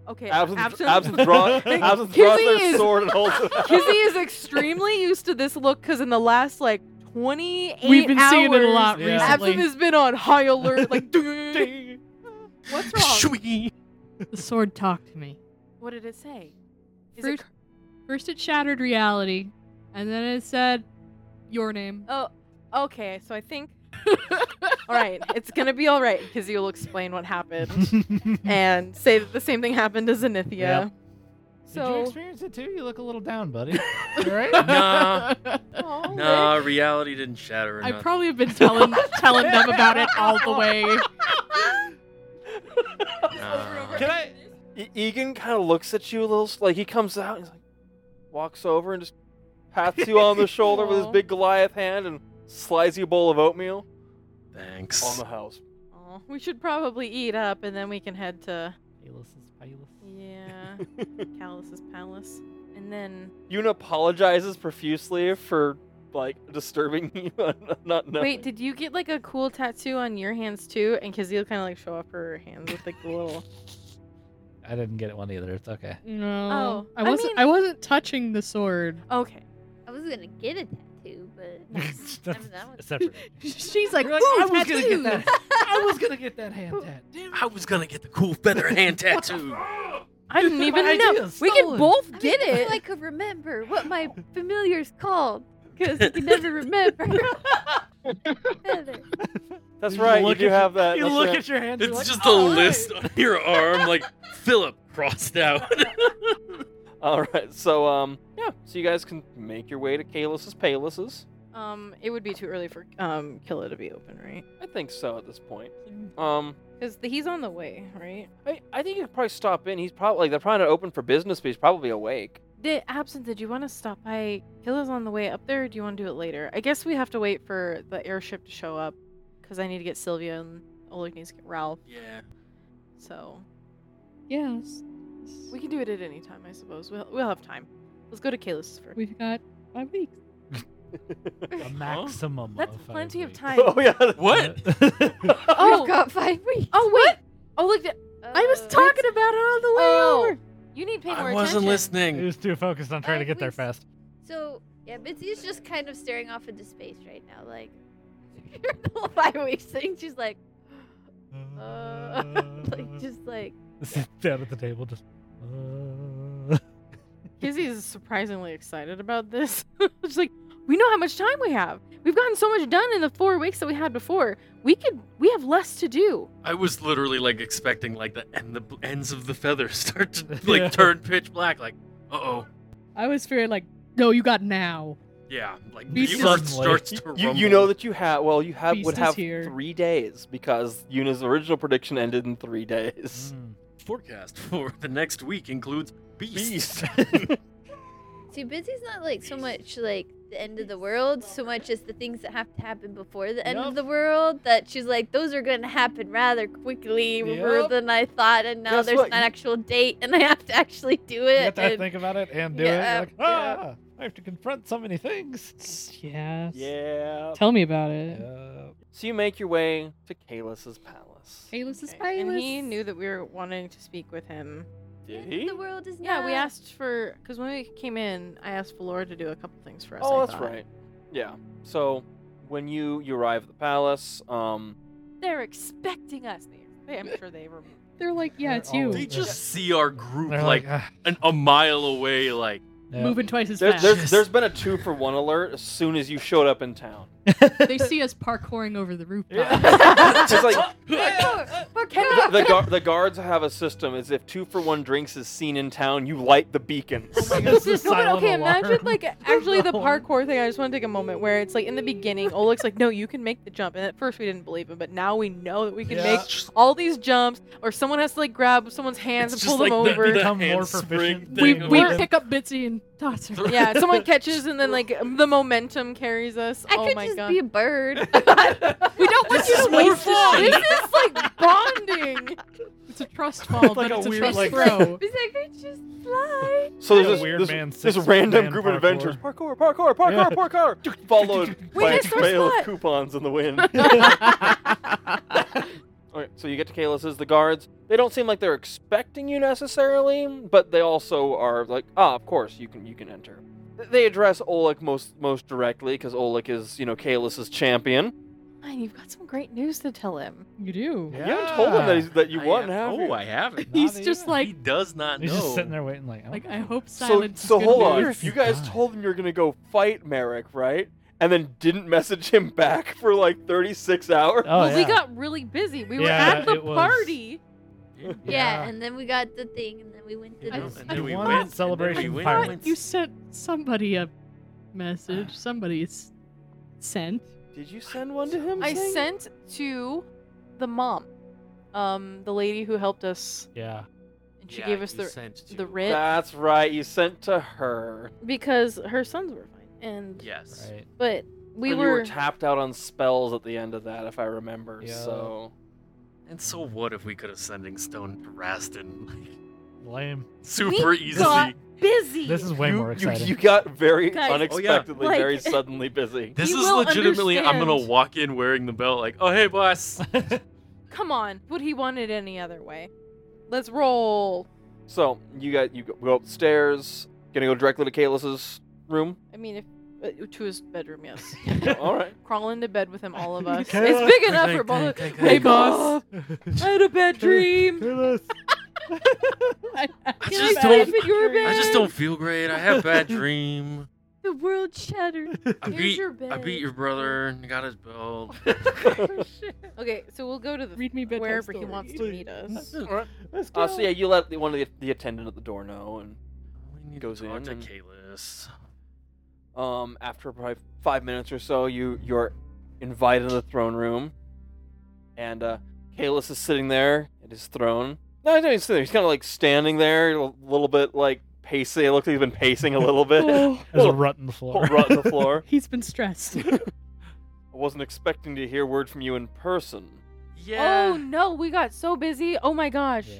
Okay,
Absinthe,
absinthe.
absinthe. draws, absinthe draws
Kizzy
their
is
sword and holds it.
Kizzy is extremely used to this look because in the last like 28
We've been seeing it a
hours,
lot
Yeah.
Absinthe
recently.
has been on high alert. Like, what's wrong?
Shwee.
The sword talked to me.
What did it say? Is it
First, first it shattered reality, and then it said your name.
Oh, okay. So I think. all right, it's gonna be all right because you'll explain what happened and say that the same thing happened to Zenithia.
Yep. Did you
So,
experience it too? You look a little down, buddy. You all right?
Nah,
Aw,
Nah, reality didn't shatter
I
enough.
probably have been telling telling them about it all the way.
Can I? E- Egan kind of looks at you a little, s- like he comes out and he's like, walks over and just pats you on the shoulder with his
Aw.
big Goliath hand and slides you a bowl of oatmeal on
Thanks.
the house.
Aw, we should probably eat up and then we can head to
Payless is payless.
yeah, Callus's palace, and then
Yuna apologizes profusely for like disturbing you, on not knowing.
wait. Did you get like a cool tattoo on your hands too? And Kazeel kind of like show off her hands with like the little.
I didn't get one either. It's okay.
No,
Oh,
I
I
wasn't. I,
mean-
wasn't touching the sword.
Okay.
I was gonna get a tattoo, but
That's
I mean, that was-
separate.
She's like, "Oh,
You're like, I was
"Ooh,
gonna
tattoo!"
get that. I was gonna get that hand tat. Damn
I was gonna get the cool feather hand tattoo.
I didn't
My
even know.
idea's
We can
stolen.
both
I
get
mean,
it.
I could remember what my familiar's called because you can never remember. Feather.
That's
You
right. You
look
do
at your-
have that.
You
that's
look
right.
at your hand. you're
It's
like, "Oh,
just a
"All right."
list on your arm, like Philip crossed out.
All right. So um, yeah. So you guys can make your way to Kalus's Palus's.
Um, it would be too early for um Killa to be open, right?
I think so at this point. Um,
Because he's on the way, right?
I, I think you could probably stop in. He's probably like they're probably not open for business, but he's probably awake.
The absent. Did you want to stop by? Killa's on the way up there. Or do you want to do it later? I guess we have to wait for the airship to show up, because I need to get Sylvia and Oleg needs to get Ralph.
Yeah.
So
Yes.
we can do it at any time, I suppose. We'll we'll have time. Let's go to Kalis first.
We've got five weeks.
A maximum. of
That's
five
plenty of
weeks.
time.
oh yeah.
What?
We've
Oh,
got five weeks.
oh wait. Oh look, I was
Uh,
talking about it on the way
Oh.
over. You need to pay more
I
attention.
wasn't
He
listening.
was too focused on trying to get there
Always-
fast.
So yeah, Mitzi's just kind of staring off into space right now, like you're the whole five weeks thing. She's like, uh,
Mm-hmm.
like just like
Sit down at the table, just. Uh,
Kizzy is surprisingly excited about this. She's like, we know how much time we have. We've gotten so much done in the four weeks that we had before. We could, we have less to do.
I was literally like expecting like the end the b- ends of the feathers start to like
Yeah.
turn pitch black. Like, uh oh.
I was fearing like, no, you got now.
Yeah. Like
Be
the earth
suddenly.
starts to
You,
rumble.
you know that you have well you have would
Beast is
have
here.
three days because Yuna's original prediction ended in three days.
mm.
forecast for the next week includes beast.
Mm. Beast.
see, Mitzi's not like so much like the end of the world, so much as the things that have to happen before the end
Yup.
of the world. That she's like, those are going to happen rather quickly, more
Yup.
than I thought, and now
Guess
there's
what?
an actual date, and I have to actually do it.
You have to
and-
think about it and do
Yeah,
it. You're like,
yeah.
ah, I have to confront so many things.
Yes.
yeah.
Tell me about it.
Yeah.
So you make your way to Kalus's palace.
Kalis is
And he
Kalis.
knew that we were wanting to speak with him.
Did
The end of
he?
The world is
Yeah, we
now.
asked for, because when we came in, I asked Valora to do a couple things for us.
Oh,
I
that's
thought.
right. Yeah. So when you you arrive at the palace, um,
They're expecting us. They, they, I'm sure they remember.
They're like, yeah,
They're
it's you.
always-
They just see our group
They're
like
"Ah,
an, a mile away. Like
Yeah.
Moving twice as
There's,
fast.
there's, there's been a two for one alert as soon as you showed up in town.
They see us parkouring over the rooftop.
it's like the,
Parkour!
the, guard, the guards have a system as if two for one drinks is seen in town, you light the beacons.
It's the
No, but
silent
okay, imagine
alarm.
like actually the
Alarm.
parkour thing. I just want to take a moment where it's like in the beginning, Oleg's like, "No, you can make the jump," and at first we didn't believe him, but now we know that we can
Yeah.
make all these jumps. Or someone has to like grab someone's hands
It's
and pull
just
them
like the-
over.
the
Become more
hand spring
proficient.
we
thing
we
of it.
pick up Bitsy and toss her.
yeah, someone catches and then like the momentum carries us.
I
oh
could
my
just
god,
be a bird.
we don't want
This
you
is
to
more
waste this.
fun.
This is like bonding.
It's a trust fall,
like
but
a
it's a,
weird,
trust
like-
throw.
Because I could just fly.
So there's
Yeah,
this,
Weird
this,
Man
this
six
random
man
group
parkour.
of adventures. Parkour, parkour, parkour,
Yeah.
parkour. Followed
Wait,
by
it's
a
our
trail of
spot.
coupons in the wind. Alright, so you get to Kaelus's. The guards, they don't seem like they're expecting you necessarily, but they also are like, ah, of course, you can you can enter. Th- They address Oleg most most directly because Oleg is, you know, Kaelus's champion.
Man, you've got some great news to tell him.
You do.
You haven't told him that,
Yeah.
he's, that you
I
won,
am-
have you?
Oh, I haven't.
Not
He's
even.
just like,
he does not
He's
know.
just sitting there waiting, like, oh,
like I hope
So,
silence.
so
is
hold
good
on.
news.
You guys
God.
told him you were gonna go fight Merrick, right? And then didn't message him back for like 36 hours.
Oh,
well, we
yeah.
got really busy. We were
Yeah,
at the
it was-
party.
Yeah.
Yeah, and then we got the thing, and then we went to
You
the.
know,
I-
and then we
I
went,
want
and then
celebration
we went.
fire.
But you sent somebody a message. Somebody's sent.
Did you send one to him?
I
saying-
sent to the mom, um, the lady who helped us,
yeah.
and she gave us the the writ
That's right. You sent to her.
because her sons were fine, and
Yes.
Right.
but we
and
were,
you were tapped out on spells at the end of that, if I remember.
Yeah.
So
And so what if we could have sending stone harassed and like,
Lame.
super
We
easily?
got busy.
This is way
you,
more
you-
exciting.
you got very
Guys, oh, yeah.
unexpectedly,
Like-
very suddenly busy.
This
You
is
will
legitimately. I'm gonna
understand.
walk in wearing the belt, like, oh hey boss.
Come on, would he want it any other way? Let's roll.
So you got you go- go upstairs. Gonna go directly to Kalis's room.
I mean, if uh, to his bedroom, yes.
All right.
Crawl into bed with him, all of us.
Okay.
It's big enough
Like,
for both. of-
like, like,
Wake
like,
up. I had a bad dream.
I
Can
just
I
don't.
sleep in your bed?
I just don't feel great. I have a bad dream.
The world shattered.
I
Here's
beat.
your bed.
I beat your brother and got his belt.
Okay, so we'll go to the
Read me bedtime
wherever he
stories.
wants to meet us.
Uh, so yeah, you let the- one of the, the attendant at the door know, and
We need
Goes
to talk
in
to
and-
Kalis.
um, after probably five minutes or so, you you're invited to the throne room, and uh, Kalis is sitting there at his throne. No, no, he's sitting there. He's kind of like standing there, a little bit like pacing. It looks like he's been pacing a little bit.
There's a
Little-
rut in the floor.
rut on the floor.
He's been stressed.
I wasn't expecting to hear word from you in person.
Oh no, we got so busy. Oh my gosh.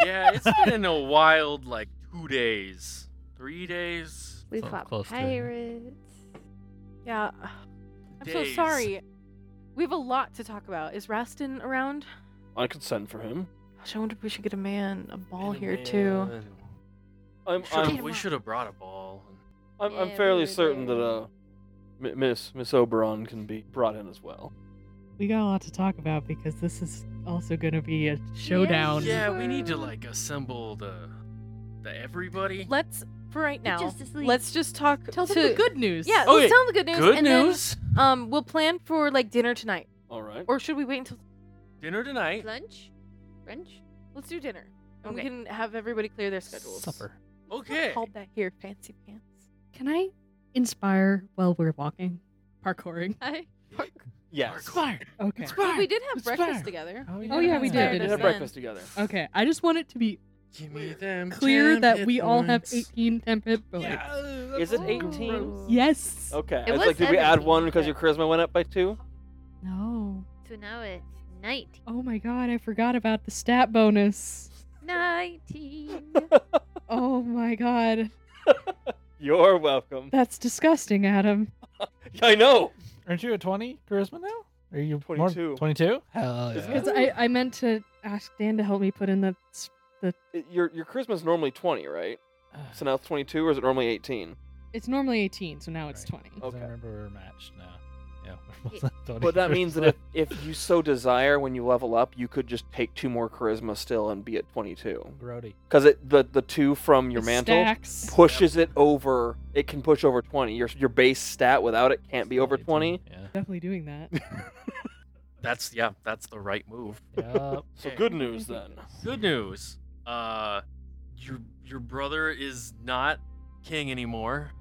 Yeah.
yeah, it's been a wild like two days, three days.
We
So
fought
close to it.
pirates.
Yeah. I'm so
Days.
sorry. We have a lot to talk about. Is Rastin around?
I could send for him.
Gosh, I wonder if we should get a man, a ball
Been a
here too.
man.
I'm
We
I'm,
should've- we should have brought a ball.
I'm,
Yeah,
I'm
we
fairly
were
certain
there.
that uh, M- Miss Miss Oberon can be brought in as well.
we got a lot to talk about because this is also going to be a showdown.
Yeah, we need to like assemble the the everybody.
Let's for right now.
Justice League.
Let's just talk
Tell them
to
the good news.
Yeah,
Okay,
let's tell them the good news
Good
and
news.
then um we'll plan for like dinner tonight.
All right.
Or should we wait until
Dinner tonight.
Lunch? Brunch?
let's do dinner. And
Okay.
we can have everybody clear their schedules.
Supper.
Okay.
Called that here, fancy pants.
Can I inspire while we're walking? Parkouring.
I.
Yes.
Okay.
Well, we did have
It's
breakfast
fair.
together.
Oh,
Oh, yeah,
We
we did. It
had
is
Inspired us
breakfast together.
Okay. I just want it to be
Give me them.
clear
jam
that
hit
we all have
points.
18 temp hit points.
Yeah,
Is it
that's gross.
18?
Yes.
Okay.
It
it's
was
like, did we add
17,
one because your
but-
charisma went up by two?
No.
So now it's 19.
Oh my god, I forgot about the stat bonus.
19.
Oh my god.
You're welcome.
That's disgusting, Adam.
I know.
Aren't you at 20 charisma now? Are you
22.
22? Hell
Isn't
yeah.
it-
Because I, I meant to ask Dan to help me put in the. s-
It- Your your charisma's normally 20, right? So now it's 22, or is it normally 18?
It's normally 18, so now it's 20.
Because
Okay.
I remember we were matched now. Yeah.
Yeah.
But that means that if, if you so desire when you level up, you could just take two more charisma still and be at 22.
Grody.
Because it the, the two from your
It
mantle
Stacks.
pushes it over. It can push over 20. Your, your base stat without it can't be over 20.
Yeah.
Definitely doing that.
That's yeah, that's the right move.
Yup.
So
Okay.
good news then.
Good news. Uh your your brother is not king anymore.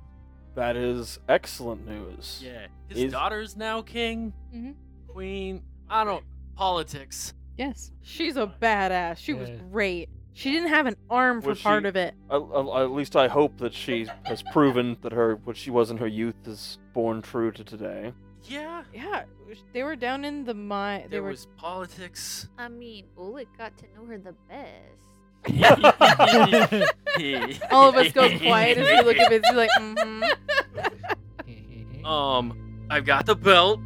That is excellent news.
Yeah. His
Is-
daughter's now king.
Mm-hmm.
Mhm.
Queen. I don't politics.
yes.
She's a badass. She was
Yeah.
great. She didn't have an arm for
Was
part
she-
of it.
At, at- at least I hope that she has proven that her what she was in her youth is born true to today.
Yeah.
Yeah, they were down in the mine. They
There
were
was politics.
I mean, Oleg got to know her the best.
all of us go quiet as we look at Vince. Like, mm-hmm.
Um, I've got the belt.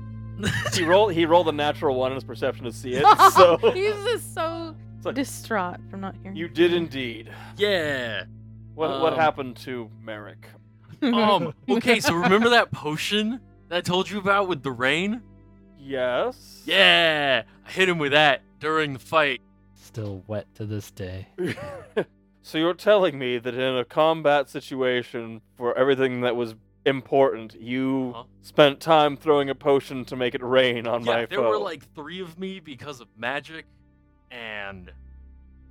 He rolled he rolled a natural one in his perception to see it. So
he's just so
It's like-
distraught from not hearing.
you did indeed.
yeah.
What what
Um,
happened to Merrick?
Um. Okay. So remember that potion that I told you about with the rain?
Yes.
Yeah. I hit him with that during the fight.
Still wet to this day.
so you're telling me that in a combat situation for everything that was important, you
Huh?
spent time throwing a potion to make it rain on
Uh-huh. yeah.
my
there
foe.
were like three of me because of magic, and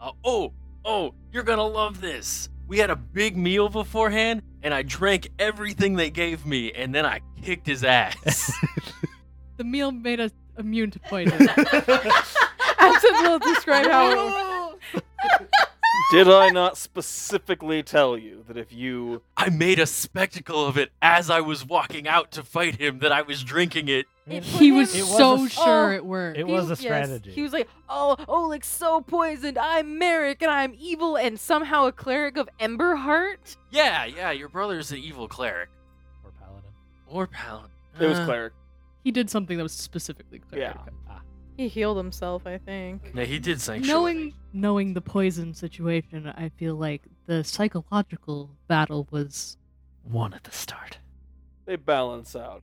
uh, oh, oh, you're gonna love this. We had a big meal beforehand, and I drank everything they gave me, and then I kicked his ass.
The meal made us immune to poison.
Absinthe will describe how.
Did I not specifically tell you that if you
I made a spectacle of it as I was walking out to fight him that I was drinking it.
It
he was
It was
so
a-
sure
Oh.
it worked.
It was a
He- yes,
strategy.
He was like, "Oh, Oleg's so poisoned. I'm Merrick, and I'm evil, and somehow a cleric of Emberheart."
Yeah, yeah, your brother's an evil cleric.
Or paladin.
Or paladin.
it was
Uh,
cleric.
he did something that was specifically clear.
Yeah.
Ah,
He healed himself, I think.
No, he did sanctuary.
Knowing knowing the poison situation, I feel like the psychological battle was
One at the start.
They balance out.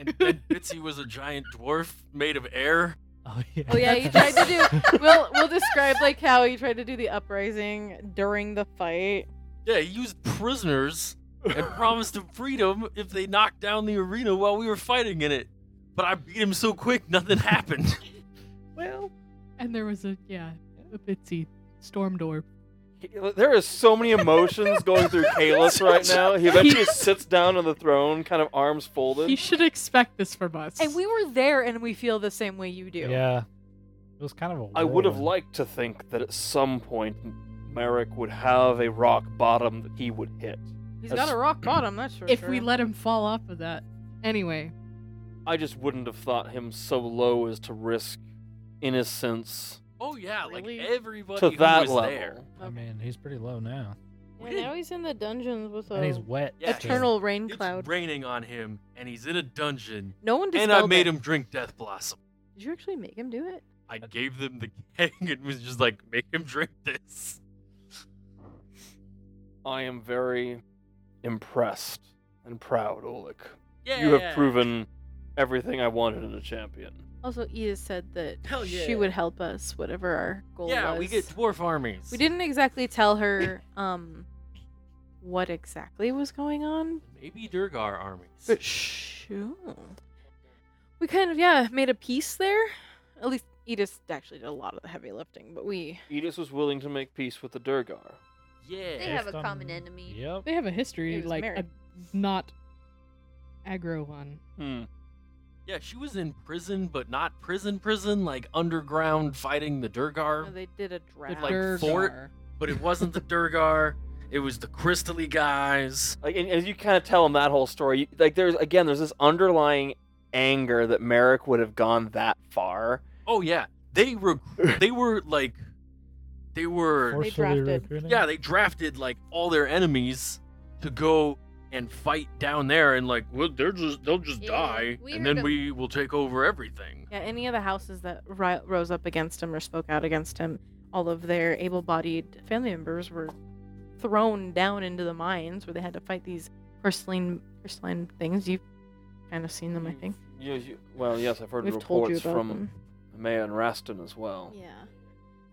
And, and Bitsy was a giant dwarf made of air.
Oh yeah.
Oh, yeah, he tried to we'll we'll describe like how he tried to do the uprising during the fight.
Yeah, he used prisoners and promised them freedom if they knocked down the arena while we were fighting in it. But I beat him so quick, nothing happened.
well,
and there was a yeah, a bitsy storm door.
There is so many emotions going through Kalis right now. He eventually sits down on the throne, kind of arms folded.
You should expect this from us.
And we were there, and we feel the same way you do.
yeah. It was kind of a
I would have
whirlwind.
liked to think that at some point Merrick would have a rock bottom that he would hit.
He's
That's-
got a rock bottom, that's for
if
sure.
we let him fall off of that. Anyway,
I just wouldn't have thought him so low as to risk innocence
Oh yeah,
Really?
like everybody
to
who
that
was
level.
there.
I mean, he's pretty low now.
Yeah, now he's in the dungeons with
and
a
he's wet.
Yeah, he's-
eternal rain
It's
cloud.
raining on him, and he's in a dungeon.
no one
And
dispelled
I made
it.
him drink Death Blossom.
Did you actually make him do it?
I gave them the keg and was just like, make him drink this.
I am very impressed and proud, Oleg.
Yeah.
You have proven everything I wanted in a champion.
Also, Edith said that
Hell yeah.
she would help us, whatever our goal
Yeah,
was.
we get dwarf armies.
We didn't exactly tell her um what exactly was going on,
Maybe Durgar armies.
but shoo. We kind of yeah made a piece there. At least Edith actually did a lot of the heavy lifting, but we
Edis was willing to make peace with the Durgar.
yeah.
They have a
Based on-
common enemy.
Yep.
they have a history
He was
like a
married.
not aggro one.
Hmm.
Yeah, she was in prison, but not prison prison, like underground fighting the Durgar.
they did a
The
draft.
like fort. But it wasn't the Durgar. It was the Crystally guys.
Like, and as you kind of tell him that whole story, you, like there's again, there's this underlying anger that Merrick would have gone that far.
Oh yeah, they were they were like they were
Forcefully
drafted.
recruiting.
yeah they drafted like all their enemies to go and fight down there and like well they're just they'll just
Yeah,
die
we
and
were
then
go-
we will take over everything.
Yeah, any of the houses that ri- rose up against him or spoke out against him, all of their able bodied family members were thrown down into the
Mm.
mines where they had to fight these porcelain porcelain things. You've kind of seen them, I think.
You, you, well, yes, I've heard
We've told you
reports
about
from
them.
Maya and Raston as well.
Yeah.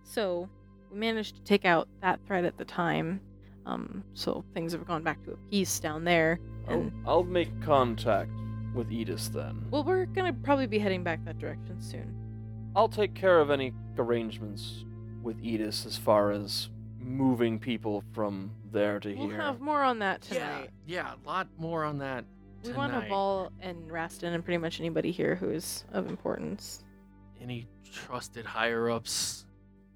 So we managed to take out that threat at the time. Um, so things have gone back to a peace down there.
I'll,
And
I'll make contact with Edis then.
well, we're gonna probably be heading back that direction soon.
I'll take care of any arrangements with Edis as far as moving people from there to
We'll
here.
have more on that
Yeah,
tonight.
yeah, a lot more on that.
We want
tonight.
to ball and Raston and pretty much anybody here who is of importance.
Any trusted higher ups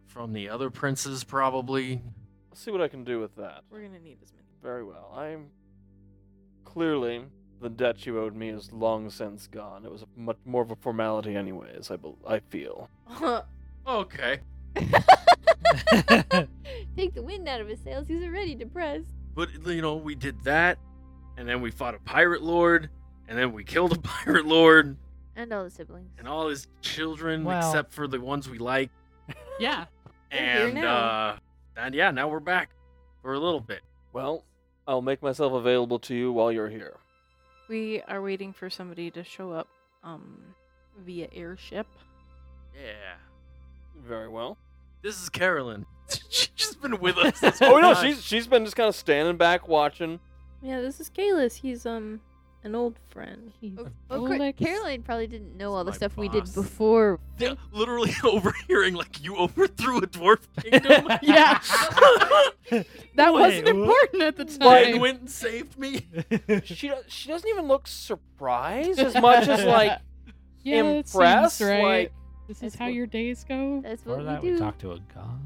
from the other princes, probably.
I'll see what I can do with that.
We're gonna need as many.
Very well. I'm clearly the debt you owed me is long since gone. It was much more of a formality, anyways. I bel I feel.
Okay.
Take the wind out of his sails. He's already depressed.
But, you know, we did that, and then we fought a pirate lord, and then we killed a pirate lord,
And all the siblings.
and all his children,
Wow.
except for the ones we like.
Yeah.
They're here
And,
now.
uh, and yeah, now we're back for a little bit.
Well, I'll make myself available to you while you're here.
we are waiting for somebody to show up um, via airship.
Yeah.
Very well.
This is Carolyn. She's just been with us this
Oh
whole
no,
time.
she's she's been just kind of standing back watching.
Yeah, this is Kalis. He's um an old friend.
Of,
Oh,
of course,
like-
Caroline probably didn't know all the
my
stuff we did
boss.
before.
Yeah, literally overhearing like you overthrew a dwarf kingdom.
Yeah. That
Wait,
wasn't
what?
important at the
and
time.
went and saved me.
She do- she doesn't even look surprised as much as like
yeah, that seems
impressed.
right.
Like
this is
That's
how
what-
your days go.
That's
Before
what
that,
we
we
do.
talked to a god.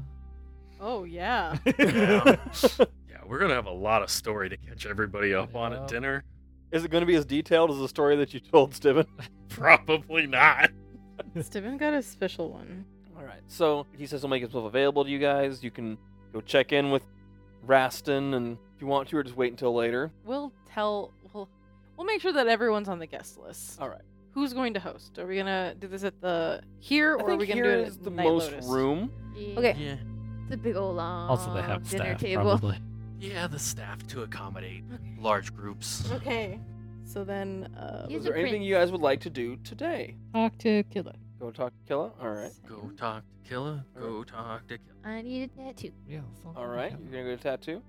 Oh yeah.
Yeah, we're gonna have a lot of story to catch everybody up on
Yeah.
at dinner.
is it going to be as detailed as the story that you told Steven?
Probably not.
Steven got a special one.
All right. So he says he'll make himself available to you guys. You can go check in with Raston, and if you want to, or just wait until later.
We'll tell. We'll we'll make sure that everyone's on the guest list.
All right.
Who's going to host? Are we gonna do this at the here,
I
or are
think
we gonna
here
do it
is
at
the
Night
most
Lotus?
room.
Okay.
Yeah,
It's a big old long
Also, they have
dinner
staff
table.
probably.
yeah, the staff to accommodate
Okay.
large groups.
Okay. So then, uh,
He's
is
a
there anything
prince.
you guys would like to do today?
Talk to Killa.
Go talk to Killa. All right.
Go talk to Killa. Go talk to Killa.
I need a tattoo.
Yeah, it's
All right. You're gonna go to tattoo.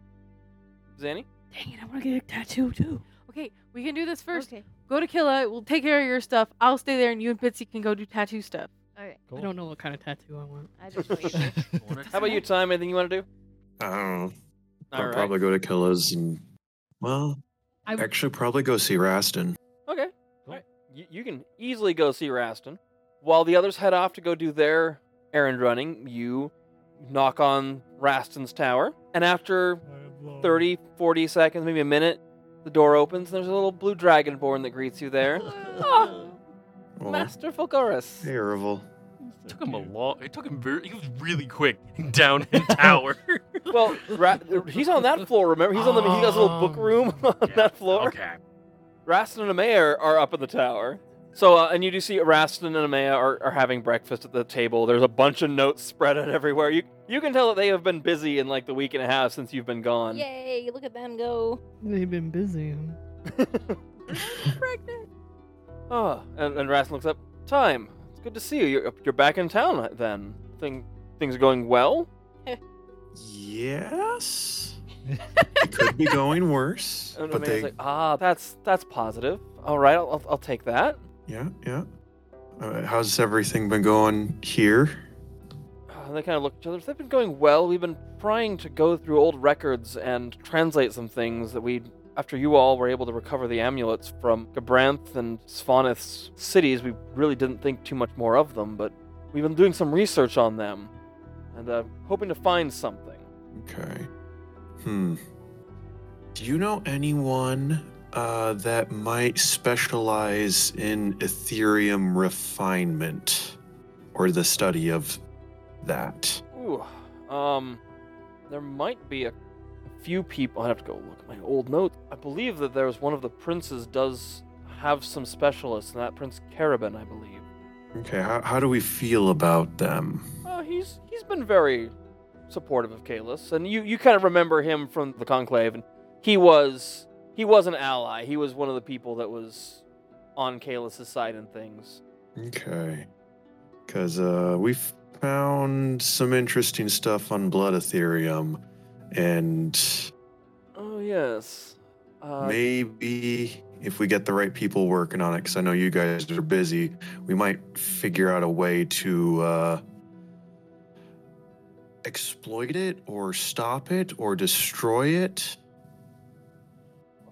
Zanny.
Dang it, I want to get a tattoo too.
okay, we can do this first.
Okay.
Go to Killa. We'll take care of your stuff. I'll stay there, and you and Bitsy can go do tattoo stuff.
All right.
I don't know what kind of tattoo I want.
I just want you.
Wanna
How about you, Time? Anything you want to do?
I don't know.
All
I'll
right.
probably go to Killa's and well,
I w-
actually probably go see Raston.
Okay.
Cool.
Alright. You, you can easily go see Raston. While the others head off to go do their errand running, you knock on Raston's tower. And after 30, 40 seconds, maybe a minute, the door opens and there's a little blue dragonborn that greets you there. Ah,
Oh,
Master Fulgurus.
terrible.
It took him a long. It took him very. He was really quick down in tower.
Well, Ra- he's on that floor, remember? He's on the he has a little book
Oh.
room on
Yeah,
that floor.
Okay.
Raston and Amaya are up in the tower. So, uh, and you do see Raston and Amaya are, are having breakfast at the table. There's a bunch of notes spread out everywhere. You you can tell that they have been busy in like the week and a half since you've been gone.
Yay! Look at them go.
They've been busy.
Pregnant.
Oh, and, and Raston looks up. Time. It's good to see you. You're, you're back in town then. Thing, things are going well.
Yes. it could be going worse,
And
but
Amaya's
they
like, ah, that's that's positive. All right, I'll, I'll, I'll take that.
yeah, yeah. Uh, how's everything been going here?
Uh, they kind of look at each other. They've been going well. We've been trying to go through old records and translate some things that we, after you all were able to recover the amulets from Gabranth and Svanith's cities, we really didn't think too much more of them, but we've been doing some research on them and uh, hoping to find something.
Okay. Hmm. Do you know anyone uh, that might specialize in Ethereum refinement or the study of that?
Ooh, um, there might be a, a few people. I'd have to go look at my old notes. I believe that there's one of the princes does have some specialists, and that Prince Caravan, I believe.
Okay, how, how do we feel about them?
Uh, he's he's been very supportive of Kalis, and you, you kind of remember him from the conclave, and he was he was an ally. He was one of the people that was on Kalis' side and things.
Okay. Because uh, we found some interesting stuff on Blood Ethereum, and
Oh yes. Uh,
maybe if we get the right people working on it, because I know you guys are busy, we might figure out a way to uh, exploit it, or stop it, or destroy it.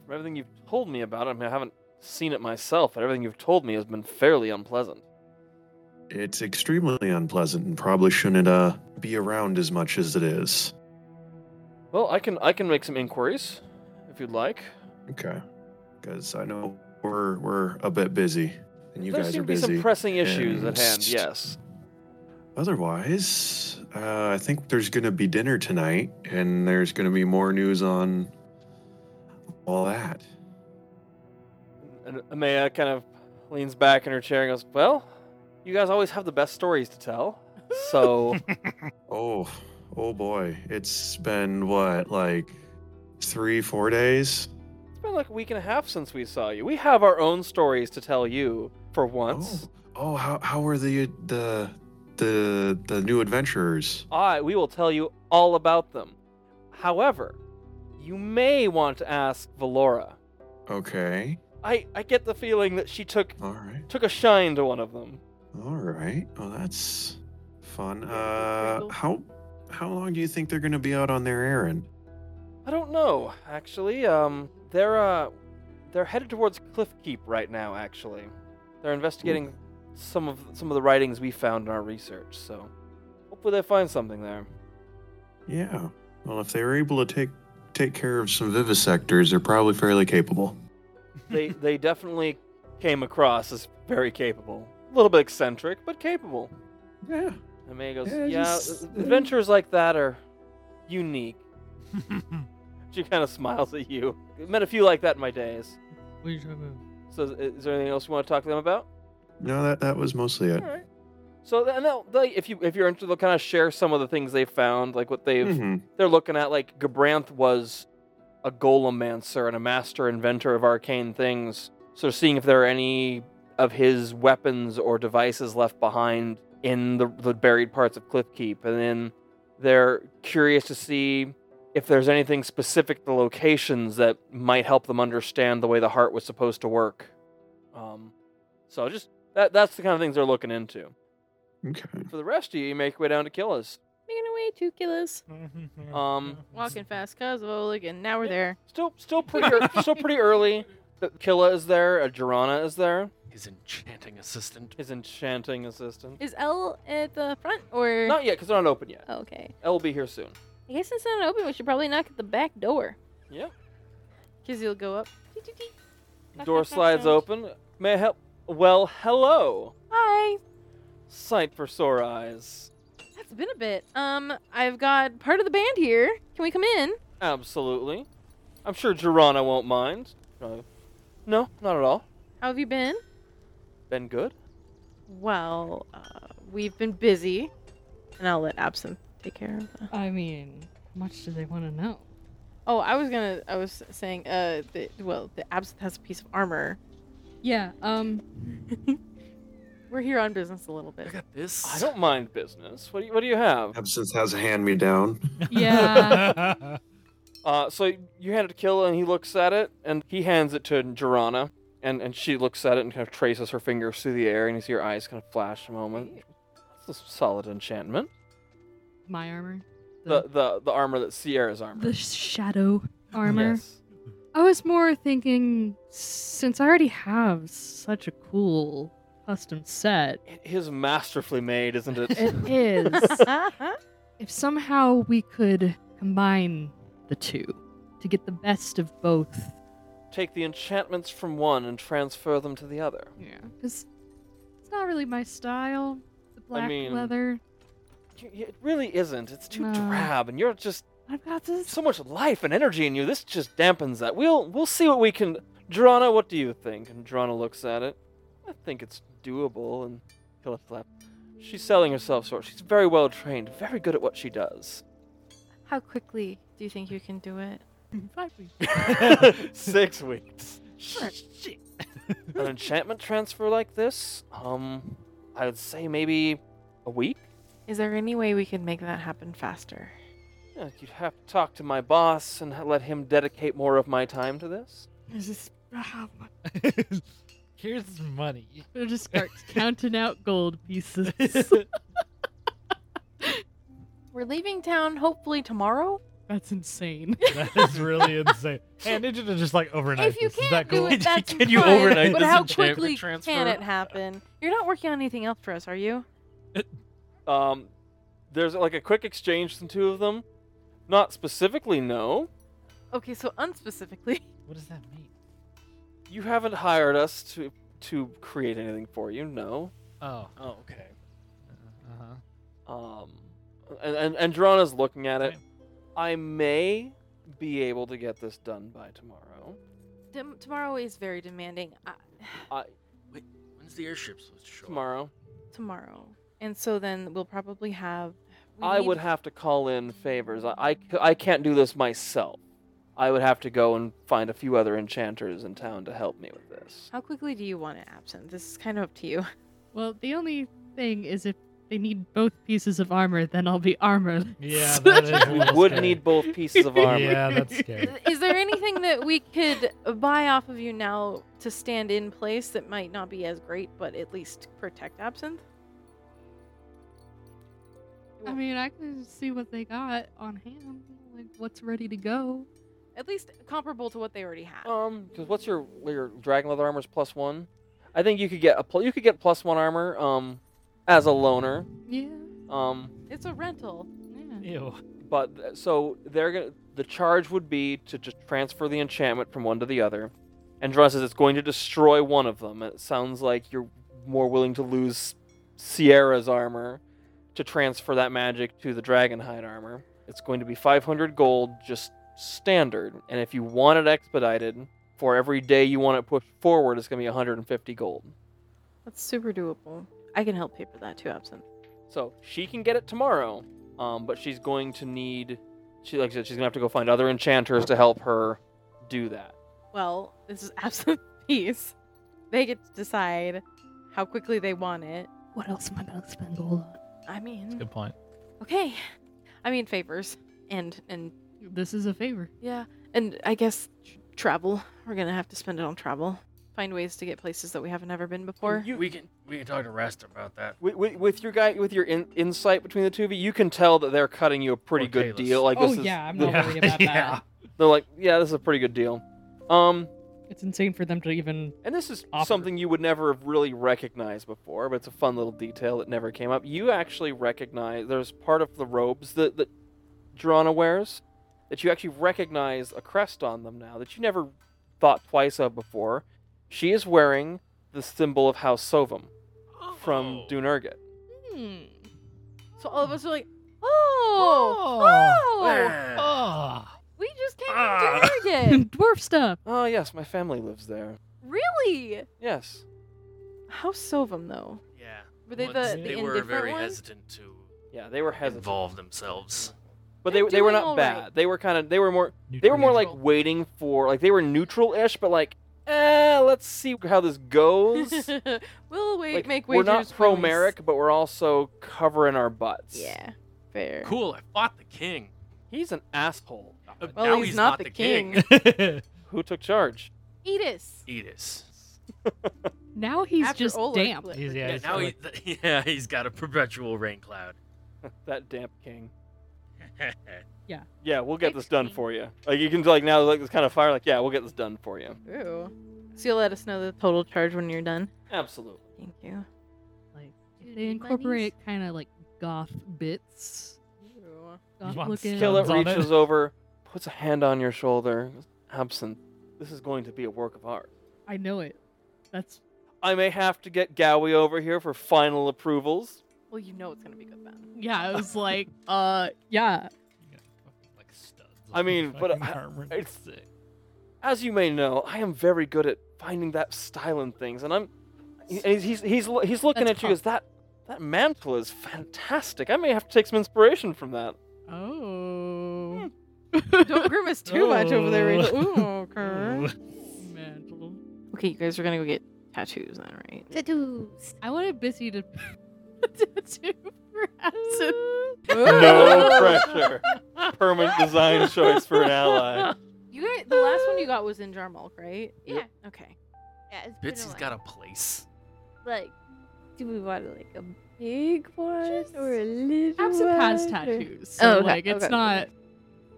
From everything you've told me about it, I mean, I haven't seen it myself, but everything you've told me has been fairly unpleasant.
It's extremely unpleasant and probably shouldn't uh, be around as much as it is.
Well, I can I can make some inquiries, if you'd like.
Okay. Because I know we're we're a bit busy, and you
there
guys
seem
are
to be
busy.
some pressing issues at hand.
and-
Yes.
Otherwise, uh, I think there's going to be dinner tonight, and there's going to be more news on all that.
And Amaya kind of leans back in her chair and goes, "Well, you guys always have the best stories to tell, so
Oh, oh boy, it's been what like three, four days.
it's been like a week and a half since we saw you. We have our own stories to tell you for once.
Oh, oh how how were the the the the new adventurers?
I we will tell you all about them. However, you may want to ask Valora.
Okay,
I I get the feeling that she took
all right,
took a shine to one of them.
all right. Well, that's fun.
Wrinkle,
Uh,
wrinkle.
how how long do you think they're going to be out on their errand?
I don't know, actually. Um, they're uh, they're headed towards Cliffkeep right now. Actually, they're investigating some of some of the writings we found in our research. So, hopefully, they find something there.
Yeah. Well, if they were able to take take care of some vivisectors, they're probably fairly capable.
They they definitely came across as very capable. A little bit eccentric, but capable.
Yeah.
And May goes,
Yeah,
yeah, uh,
just-
adventures like that are unique. She kind of smiles at you. Met a few like that in my days.
What are you talking about?
So, is, is there anything else you want to talk to them about?
No, that that was mostly it.
All right. So th- and they'll, they if you if you're interested, they'll kind of share some of the things they found, like what they've
Mhm.
they're looking at. Like Gabranth was a golemancer and a master inventor of arcane things. So seeing if there are any of his weapons or devices left behind in the, the buried parts of Cliffkeep, and then they're curious to see if there's anything specific to locations that might help them understand the way the heart was supposed to work. Um, so just that that's the kind of things they're looking into.
Okay.
For the rest of you, you make your way down to Killis.
Making away two kilos.
Um,
Walking fast, cause of Oligan. Now we're there.
Still, still pretty, ear- still pretty early. But Killa is there. uh, Jirana is there.
His enchanting assistant.
His enchanting assistant.
Is L at the front or?
Not yet, because they're not open yet.
Oh, okay.
L will be here soon.
I guess since it's not open, we should probably knock at the back door.
Yeah.
Kizzy will go up. Teet, teet, teet. Knock,
Door
knock, knock,
slides
knock.
open. May I help? Well, hello.
Hi.
Sight for sore eyes.
That's been a bit. Um, I've got part of the band here. Can we come in?
Absolutely. I'm sure Jirana won't mind. Uh, no, not at all.
How have you been?
Been good.
Well, uh, we've been busy, and I'll let Absinthe take care of that.
I mean, much do they want to know?
Oh, I was gonna. I was saying. Uh, the, well, the Absinthe has a piece of armor.
Yeah. Um.
We're here on business a little
I
bit.
got this.
I don't mind business. What do you, what do you have?
Absinthe has a hand me down.
Yeah.
Uh, so you hand it to Kill, and he looks at it, and he hands it to Jirana, and, and she looks at it and kind of traces her fingers through the air, and you see her eyes kind of flash a moment. That's a solid enchantment.
My armor.
The the, the armor that Sierra's armor.
The shadow armor.
Yes.
I was more thinking since I already have such a cool custom set.
It is masterfully made, isn't it?
It is. if somehow we could combine the two to get the best of both.
Take the enchantments from one and transfer them to the other.
Yeah. Because it's not really my style. The black
mean-
leather.
Y- y- It really isn't. It's too
No.
drab, and you're just
I've got this.
so much life and energy in you. This just dampens that. We'll we'll see what we can. Drana, what do you think? And Drana looks at it. I think it's doable. And Philip left. She's selling herself short. She's very well trained, very good at what she does.
How quickly do you think you can do it?
Six weeks. an enchantment transfer like this, um, I'd say maybe a week.
Is there any way we can make that happen faster?
Yeah, you'd have to talk to my boss and h- let him dedicate more of my time to this.
There's this. ah, my-
Here's money.
It just starts counting out gold pieces.
We're leaving town hopefully tomorrow.
That's insane.
That is really insane. Hey, Ninja just like overnight.
if you
this. Is that
can't
cool?
do it, that's
Can you
fine,
overnight
But
this
how
enchantment
quickly can
transfer?
it happen? You're not working on anything else for us, are you?
Um, there's like a quick exchange from two of them. Not specifically, no.
Okay, so unspecifically.
What does that mean?
You haven't hired us to to create anything for you, no.
Oh.
Oh, okay.
Uh-huh.
Um, and and, and Drana's looking at it.
Fine.
I may be able to get this done by tomorrow.
Dem- tomorrow is very demanding. Uh,
When's the airship supposed to show up?
Tomorrow,
tomorrow. And so then we'll probably have. we
I
need-
would have to call in favors. I, I c- I can't do this myself. I would have to go and find a few other enchanters in town to help me with this.
How quickly do you want it absent? This is kind of up to you.
Well, the only thing is if they need both pieces of armor, then I'll be armored.
Yeah, that is a
We
little
would
scary.
need both pieces of armor.
Yeah, that's scary.
is there anything that we could buy off of you now to stand in place that might not be as great, but at least protect absinthe?
I mean, I can see what they got on hand, like what's ready to go.
At least comparable to what they already have.
Um, 'cause what's your your dragon leather armor's plus one? I think you could get a pl- you could get plus one armor. Um, as a loner.
Yeah,
Um,
It's a rental.
yeah.
Ew.
but th- so they're gonna the charge would be to just transfer the enchantment from one to the other and Drun says it's going to destroy one of them it sounds like you're more willing to lose sierra's armor to transfer that magic to the dragonhide armor it's going to be 500 gold just standard and if you want it expedited for every day you want it pushed forward it's going to be 150 gold
That's super doable. I can help pay for that too, absinthe.
So she can get it tomorrow, um, but she's going to need. She like I said, she's gonna have to go find other enchanters to help her do that.
Well, this is absinthe piece. They get to decide how quickly they want it.
What else am I gonna spend gold on?
I mean,
Good point.
okay. I mean favors and and
This is a favor.
Yeah, and I guess tr- travel. We're gonna have to spend it on travel. Find ways to get places that we haven't ever been before.
we can we can talk to Rest about that.
With, with, with your guy, with your in, insight between the two of you, you can tell that they're cutting you a pretty
Or
good
Kalis.
deal. Like this is, the-
not worried about Yeah. that.
they're like, yeah, this is a pretty good deal. Um,
It's insane for them to even.
and this is
Offer.
something you would never have really recognized before, but it's a fun little detail that never came up. You actually recognize there's part of the robes that that Drana wears that you actually recognize a crest on them now that you never thought twice of before. She is wearing the symbol of House Sovum from
Oh.
Dunurget.
Hmm. So all of us are like, oh, oh,
Ah.
Oh.
we just came
Ah.
to Target.
Dwarf stuff.
Oh yes, my family lives there.
really?
Yes.
How Sovum though?
Yeah.
Were they
Once
the, the
they were
indifferent
very
ones?
hesitant to
Yeah, they were hesitant.
involve themselves.
But they,
They're
they were
doing
not
all
bad.
right.
They were kind of they were more They were more like
Neutral.
waiting for like they were neutral-ish, but like, eh, let's see how this goes.
we'll wait.
Like,
make
we're
wagers.
not
for
pro
release.
Merrick, but we're also covering our butts.
Yeah, fair.
Cool, I fought the king.
he's an asshole.
Uh,
Well,
now
he's not the king.
Who took charge?
Edis.
Edis.
Now he's
After
just
Olaf
damp.
left.
He's- yeah,
Yeah,
he's
now
kinda
he, th- yeah, he's got a perpetual rain cloud.
that damp king.
Yeah.
Yeah, we'll get this
Thanks,
done
king.
for you. Like you can like now like this kind of fire. Like yeah, we'll get this done for you.
Ooh. So you'll let us know the total charge when you're done.
Absolutely.
Thank you.
Like they incorporate kind of like goth bits. Goth
want Kill
looking.
Skillet
Hands on it.
reaches over, puts a hand on your shoulder. Absinthe, this is going to be a work of art.
I know it. That's
I may have to get Gowie over here for final approvals.
Well, you know it's gonna be good then.
yeah. It was like uh yeah.
Like studs
I
on
mean,
the
but
fucking
I-
armor.
it's-
Sick.
as you may know, I am very good at finding that style in things, and I'm and he's he's he's, lo- he's looking
That's
at you as that that mantle is fantastic. I may have to take some inspiration from that.
Oh.
Don't grimace Oh. too much over there. Rachel. Ooh, okay.
Ooh.
Mantle.
Okay, you guys are gonna go get tattoos, then, right?
Tattoos.
I wanted Busy to tattoo for Absinthe.
No pressure. Permanent design choice for an ally.
You guys, the last one you got was in Jarmulk, right?
Yeah.
Okay.
Yeah, it's been
Bitsy's
while.
got a place.
like. Do we want like a big one
Just-
or a little
Absinthe
one?
has
or-
tattoos. So,
Oh, okay,
like, it's
okay.
not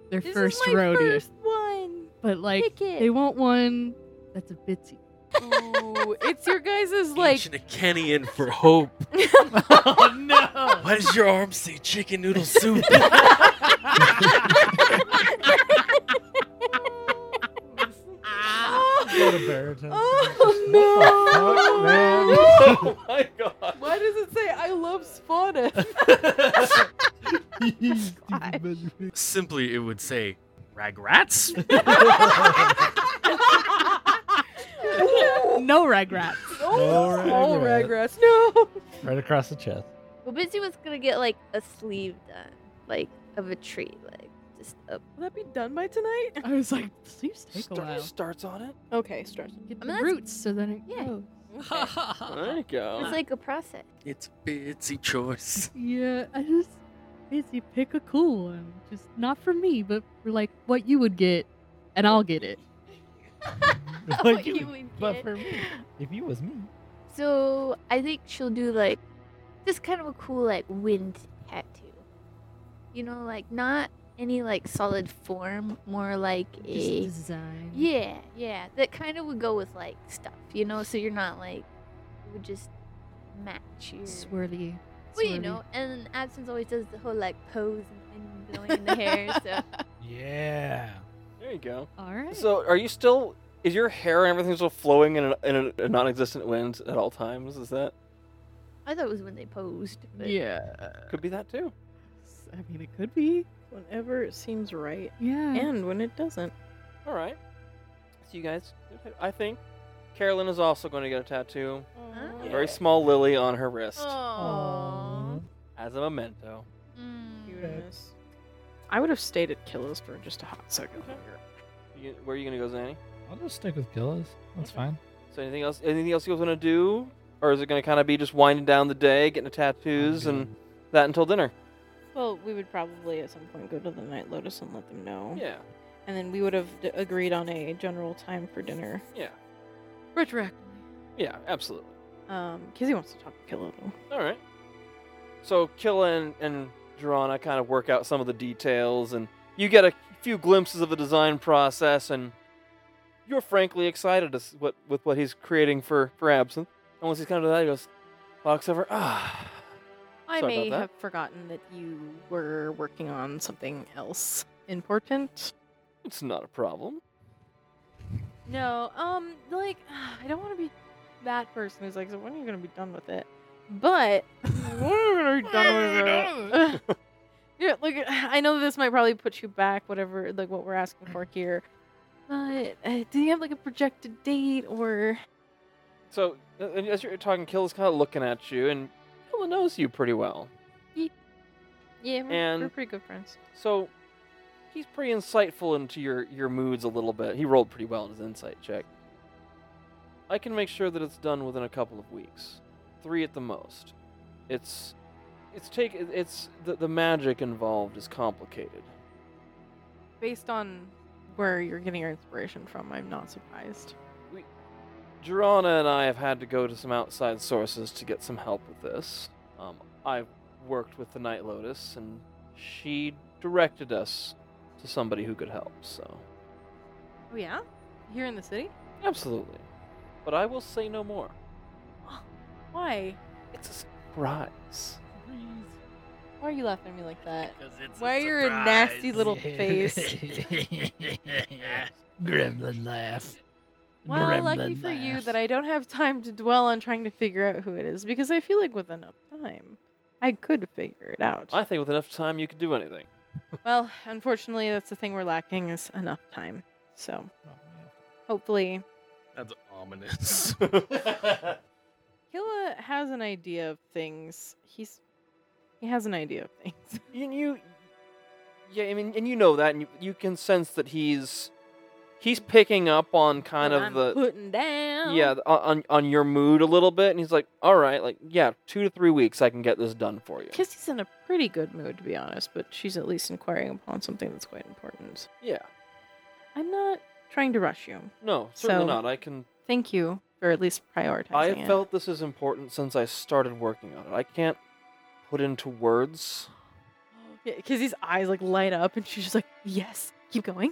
their
This
first
is my
rodeo.
first one.
But, like,
Pick it.
they want one that's a Bitsy.
Ooh, Oh, it's your guys' like.
Ancient Akenian for hope.
oh no!
Why does your arm say chicken noodle soup?
What a baritone. What
Oh
the fuck, man?
Oh my god.
Why does it say I love Spawn?
Simply, it would say ragrats.
No Rugrats.
No
all
Rugrats.
regrets. No.
right across the chest.
Well, Bitsy was gonna get like a sleeve done, like of a tree, like just a.
Will that be done by tonight?
I was like, sleeves take a
Star-
while.
starts on it.
Okay, stretch.
Get
I
the
mean, that's-
roots so then it
Yeah.
grows. Uh-huh.
There you
Oh.
go.
It's like a process.
it's Bitsy choice.
Yeah, I just busy pick a cool one. Just not for me, but for like what you would get, and I'll get it.
Like,
you would
but
get.
for me, if you was me,
So I think she'll do like just kind of a cool like wind tattoo. You know, like not any like solid form, more like
Just
a
design.
yeah, yeah. That kind of would go with like stuff, you know. So you're not like it would just match your.
Swirly.
Well, you
swirly.
know, and Absence always does the whole like pose and blowing in the hair. So
yeah.
There you go.
All right.
So, are you still? Is your hair and everything still flowing in a, in a, a non-existent wind at all times? Is that?
I thought it was when they posed. But
yeah.
Could be that too.
I mean, it could be.
Whenever it seems right,
Yeah.
Mm.
and when it doesn't.
All right. So you guys, I think Carolyn is also going to get a tattoo, a very small lily on her wrist
Oh.
Aww.
as a memento.
Mm.
Cuteness. I would have stayed at Killis for just a hot second.
You, where are you going to go, Zanny?
I'll just stick with Gillis. That's fine.
So anything else? Anything else you guys want to do, or is it going to kind of be just winding down the day, getting the tattoos, and that until dinner?
Well, we would probably at some point go to the Night Lotus and let them know.
Yeah,
And then we would have d- agreed on a general time for dinner.
yeah,
Retroactively.
yeah, absolutely.
Um, Kizzy wants to talk to Killa. though.
All right. So Killa and, and Jirana kind of work out some of the details, and you get a few glimpses of the design process, and you're frankly excited as what, with what he's creating for, for Absinthe. And once he's come to that, he goes, box over, ah.
I
Sorry
may
about that.
have forgotten that you were working on something else important.
It's not a problem.
No, um, like I don't want to be that person who's like, so when are you gonna be done with it? But when are you gonna be done with it? yeah, like I know this might probably put you back, whatever, like what we're asking for here. But uh, do you have like a projected date or?
So uh, and as you're talking, Killa's kind of looking at you, and Killa knows you pretty well.
Yeah, we're, we're
And-
pretty good friends.
So he's pretty insightful into your, your moods a little bit. He rolled pretty well in his insight check. I can make sure that it's done within a couple of weeks, three at the most. It's it's take it's the, the magic involved is complicated.
Based on where you're getting your inspiration from, I'm not surprised.
Jirana and I have had to go to some outside sources to get some help with this. Um, I've worked with the Night Lotus, and she directed us to somebody who could help. So
Oh yeah, here in the city?
absolutely, but I will say no more.
Why?
It's a surprise.
Why are you laughing at me like that?
it's
Why you're a nasty little face?
Gremlin laugh.
Well, lucky for you that I don't have time to dwell on trying to figure out who it is because I feel like with enough time, I could figure it out.
I think with enough time, you could do anything.
Well, unfortunately, that's the thing we're lacking is enough time. So
Oh,
hopefully,
That's ominous.
Killa has an idea of things. He's he has an idea of things.
You, you yeah, I mean, and you know that, and you, you can sense that he's he's picking up on kind
What
of
I'm
the
putting down.
yeah the- on on your mood a little bit, and he's like, "All right, like yeah, two to three weeks, I can get this done for you."
Kissy's in a pretty good mood, to be honest, but she's at least inquiring upon something that's quite important.
Yeah,
I'm not trying to rush you.
no, certainly
So-
not. I can.
Thank you for at least prioritizing
I
it.
have felt this is important since I started working on it. I can't put into words.
Kissy's eyes like light up, and she's just like, "Yes, keep going."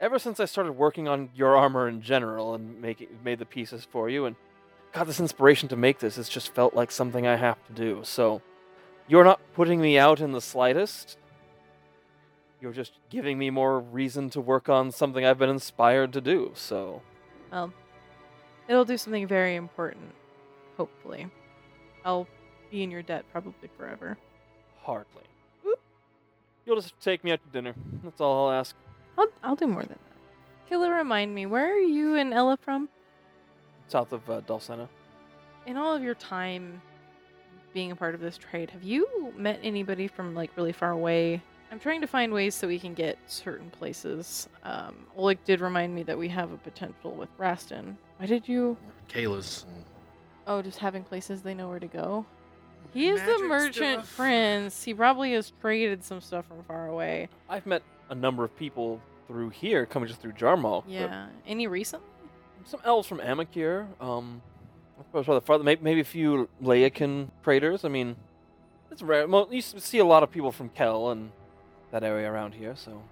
Ever since I started working on your armor in general and making made the pieces for you, and got this inspiration to make this, it's just felt like something I have to do. So, you're not putting me out in the slightest. You're just giving me more reason to work on something I've been inspired to do. So,
Well, Um, it'll do something very important, hopefully. I'll be in your debt probably forever.
hardly. Oop. You'll just take me out to dinner. That's all I'll ask.
I'll I'll do more than that. Killer, remind me, where are you and Ella from?
South of uh, Dulcena.
In all of your time being a part of this trade, have you met anybody from like really far away? I'm trying to find ways so we can get certain places. Um, Oleg did remind me that we have a potential with Raston. Why did you?
Kayla's.
Oh, just having places they know where to go. He is the
Magic
merchant
stuff.
prince. He probably has traded some stuff from far away.
I've met a number of people through here, coming just through Jarmal. but
Yeah. Any recent?
some elves from Amakir. Um, I suppose rather farther, maybe, maybe a few Laocan traders. I mean, it's rare. Mo- you s- see a lot of people from Kel and that area around here, so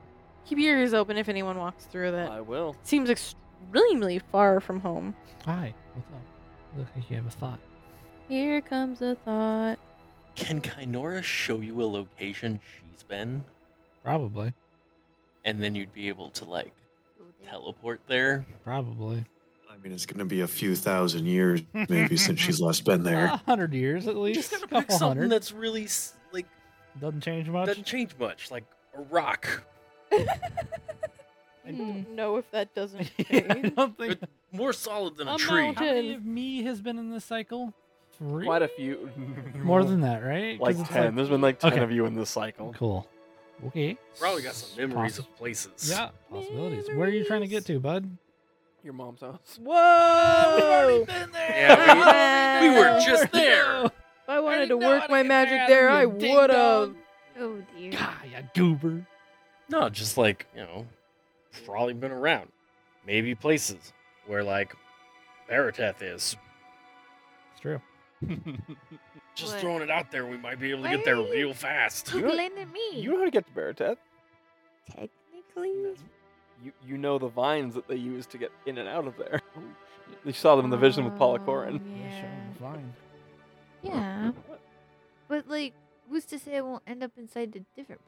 Keep your ears open if anyone walks through that.
I will.
Seems extremely far from home.
Hi, what's up? Look like you have a thought.
Here comes a thought.
Can Kynora show you a location she's been?
Probably.
And then you'd be able to, like,
Oh,
teleport there?
Probably.
I mean, it's going to be a few thousand years maybe since she's last been
A
there.
hundred years at
You
least.
just gotta
A
pick
couple
something
hundred.
that's really, s- like,
Doesn't change much.
doesn't change much. Like a rock.
I
Hmm.
don't-
know if that doesn't
Yeah, I don't think.
It- More solid than a
A
tree.
How many
Mountain.
of me has been in this cycle? Three.
Quite a few.
More than that, right? 'Cause
like
it's
ten. There's been like ten
Okay.
of you in this cycle.
Cool. Okay.
Probably got some memories of places.
Yeah. Possibilities. Where are you trying to get to, bud?
Your mom's house.
Oh,
Whoa!
Yeah, we, we were just there.
If I wanted to
didn't know how
work
to
my
get there,
magic
Adam,
there,
you
I
ding
would have.
dong.
Oh dear.
Gah, ya goober.
No, just like, you know, probably been around. Maybe places where like Barateth is.
It's true.
Just
What?
throwing it out there, we might be able to
Why
get there
are you-
real fast.
Who blaming me?
You know how to get to Baratet.
Technically,
You you know the vines that they use to get in and out of there. You saw them in the vision with Polycorin.
Yeah, sure.
Yeah.
Fine.
yeah, but like, who's to say I won't end up inside a different?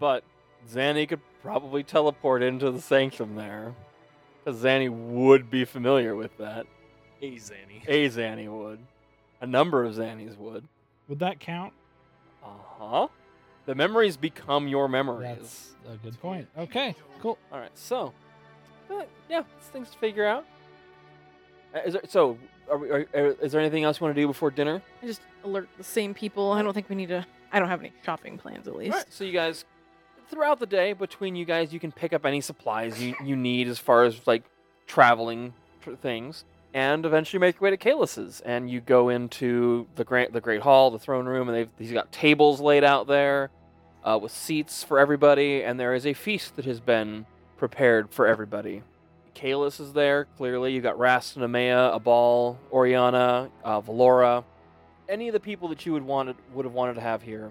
But Zanny could probably teleport into the sanctum there. Because Zanny would be familiar with that.
Hey, Zanny.
A Zanny would. A number of Zannies would.
Would that count?
Uh huh. The memories become your memories.
That's a good point. Okay. Cool.
All right, so. uh, yeah, it's things to figure out. Uh, Is there, so, are we, are, are- is there anything else you want to do before dinner?
I just alert the same people. I don't think we need to. I don't have any shopping plans, at least.
All right, so you guys, throughout the day between you guys, you can pick up any supplies you, you need as far as like traveling tr- things, and eventually make your way to Kalis's. And you go into the great the great hall, the throne room, and they've he's got tables laid out there uh, with seats for everybody, and there is a feast that has been prepared for everybody. Kalis is there, clearly. You've got Rastin, Amea, Abal, Oriana, uh, Valora. Any of the people that you would wanted would have wanted to have here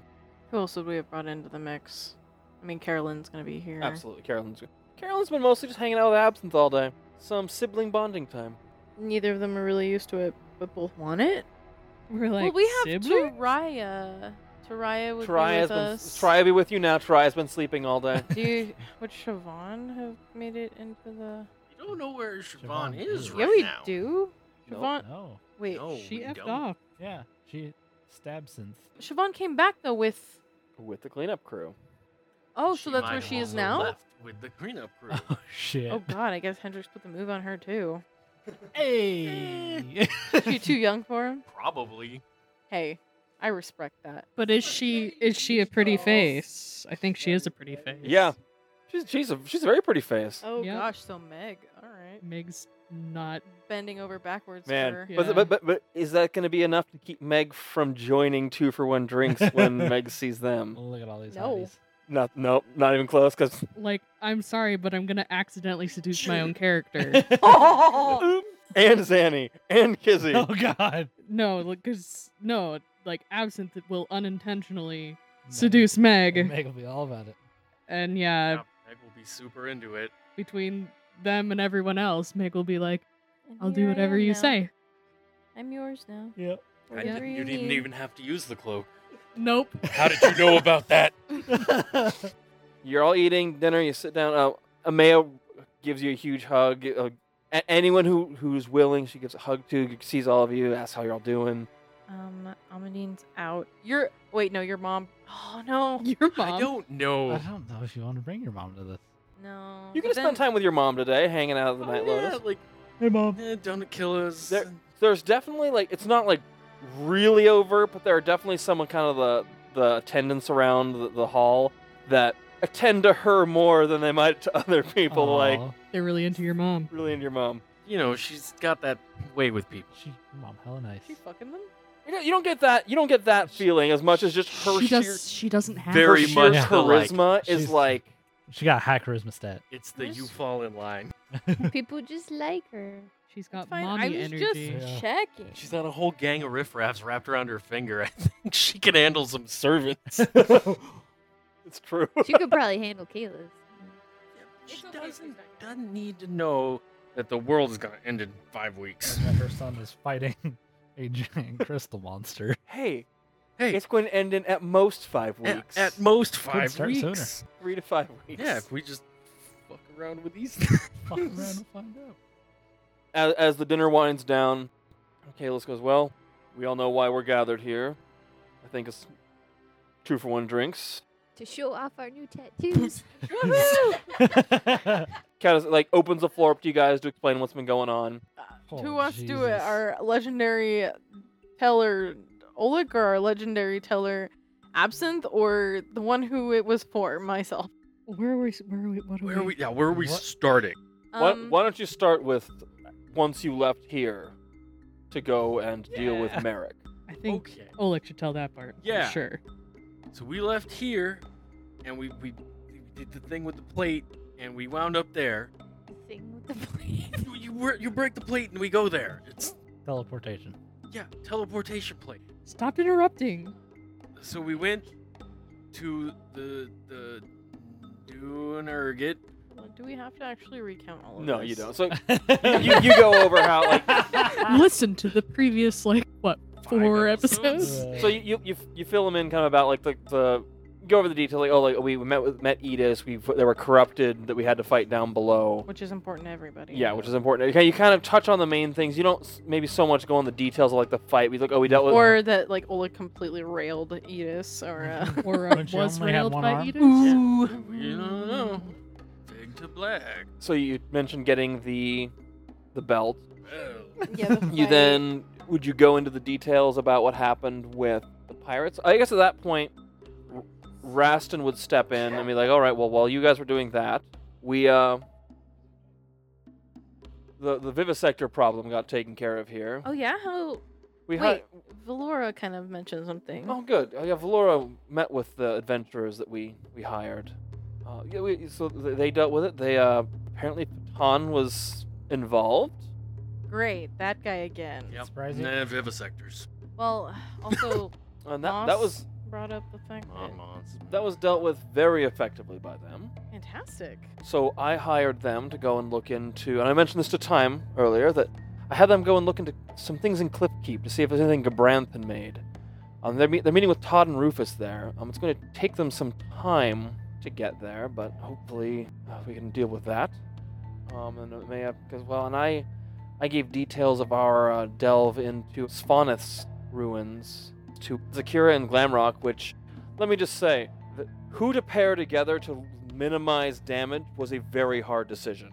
Who else would we have brought into the mix? I mean, Carolyn's gonna be here.
Absolutely, Carolyn's good. Carolyn's been mostly just hanging out with Absinthe all day. Some sibling bonding time.
Neither of them are really used to it, but both want it.
We're
well,
like,
we have
siblings?
Taraya. Taraya would be
Taria's
with
been
us.
Tariah be with you now. Taria's been sleeping all day.
Do you, would Siobhan have made it into the?
You don't know where Siobhan,
Siobhan
is
is.
right
Yeah, we
now.
do.
Nope.
Siobhan,
No.
wait.
No,
She
we
effed
don't.
off.
Uh, Yeah. She stab synth.
Siobhan came back though with.
with the cleanup crew.
Oh, so that's
might
where
have
she is
also
now.
Left with the cleanup crew.
Oh shit.
Oh God, I guess Hendrix put the move on her too.
Hey.
She too young for him.
Probably.
Hey, I respect that.
But is she is she a pretty face? I think she is a pretty face.
Yeah. She's she's a she's a very pretty face.
Oh
Yeah.
gosh, so Meg. All right.
Meg's not.
Mm. Bending over backwards.
Man,
For...
Yeah.
but, but but but is that going to be enough to keep Meg from joining two for one drinks when Meg sees them?
Look at all these
No.
hotties.
Not nope, not even close. Because
Like, I'm sorry, but I'm gonna accidentally seduce my own character.
and Zanny and Kizzy.
Oh God.
no, because no, like Absinthe will unintentionally
No.
seduce Meg,
Meg will be all about it.
and yeah,
Yeah, Meg will be super into it.
between them and everyone else, Meg will be like,
And
"I'll do
here I
whatever
am
you
now.
say."
I'm yours now.
Yep.
I
Yeah.
didn't, you didn't even have to use the cloak.
Nope.
How did you know about that?
You're all eating dinner. You sit down. Uh, Amaya gives you a huge hug. Uh, a- anyone who who's willing, she gives a hug to. Sees all of you. Asks how you're all doing.
Um, Amadine's out. Your wait, no, your mom. Oh no,
Your mom.
I don't
I
know.
Uh-huh.
don't know if you want to bring your mom to this.
no.
You're
but
gonna spend
then-
time with your mom today, hanging out at the
Oh,
Night
yeah,
Lotus.
like
Hey, mom.
eh, don't kill us.
There- there's definitely like it's not like really overt, but there are definitely some of kind of the the attendants around the, the hall that attend to her more than they might to other people. Like
They're really into your mom.
really into your mom.
You know, she's got that way with people.
she, mom, hella nice.
She fucking them.
You don't, you don't get that. You don't get that feeling as much as just her
she
sheer,
does. She doesn't have.
her
Very
sheer
much the, like,
charisma is
she's-
like
She got a high charisma stat.
It's the you
Yes.
fall in line.
People just like her.
She's got
Fine,
mommy
I was
energy.
just
Yeah.
checking.
She's got a whole gang of riffraffs wrapped around her finger. I think she can handle some servants.
it's true.
She could probably handle Kayla's.
she doesn't doesn't need to know that the world is gonna end in five weeks.
And her son is fighting a giant crystal monster.
hey,
Hey,
it's going to end in at most five
at-
weeks.
At, most five
start
weeks.
sooner.
three to five weeks.
Yeah, if we just fuck around with these.
Fuck around and find out.
as, as the dinner winds down, Kalis goes, Well, we all know why we're gathered here. I think it's two for one drinks.
To show off our new tattoos.
Kalis, like, opens the floor up to you guys to explain what's been going on.
Uh,
Oh,
who wants to do it?
Jesus.
Our legendary teller, Oleg, or our legendary teller, Absinthe, or the one who it was for, myself.
Where are we? Where are we? What are
where are we? Yeah, where are we
What?
starting?
why,
Um,
why don't you start with once you left here to go and deal with
Yeah.
Merrick?
I think
Okay.
Oleg should tell that part. for
Yeah.
Sure.
So we left here, and we we, we did the thing with the plate, and we wound up there.
Thing with the plane.
You, you wor- you break the plate, and we go there. It's
Teleportation.
yeah, teleportation plate.
Stop interrupting.
So we went to the the Dunurgit.
Um, do we have to actually recount
Oh,
all of
No,
this?
you don't. So you, you go over how, like,
Ah,
Listen to the previous like what four episodes.
Uh,
So you you, you, you fill them in kind of about like the, the go over the detail like oh like we met with met Edis we they were corrupted that we had to fight down below
Which is important to everybody.
yeah which is important okay you kind of touch on the main things you don't s- maybe so much go on the details of like the fight we like oh we dealt with
Or that like Oleg completely railed Edis, or uh,
Or uh,
When she
was
only had
railed
one
by
arm?
Edith.
We don't know. Big to black.
so you mentioned getting the the belt
Well,
yeah, the
you
fight.
then would you go into the details about what happened with the pirates I guess at that point R- Raston would step in and be like all right well while you guys were doing that we uh the the vivisector problem got taken care of here
Oh yeah, how
We
Wait.
had
Valora kind of mentioned something.
oh good. Uh, Yeah, Valora met with the adventurers that we we hired. Uh, yeah, we, so th- they dealt with it. They uh, apparently Patan was involved.
Great, that guy again.
Yep.
Surprising.
Nah, vivisectors.
Well, also
And that, that was
Moss brought up the fact that
Uh-huh.
Mon-mons.
that was dealt with very effectively by them.
fantastic.
So I hired them to go and look into, and I mentioned this to Time earlier that I had them go and look into some things in Cliffkeep to see if there's anything Gabranthan made. Um, they're, meet, they're meeting with Todd and Rufus there. Um, it's going to take them some time to get there, but hopefully uh, we can deal with that. Um, and it may have, because well, and I, I gave details of our uh, delve into Svaneth's ruins to Zakira and Glamrock, which, let me just say, th- who to pair together to minimize damage was a very hard decision.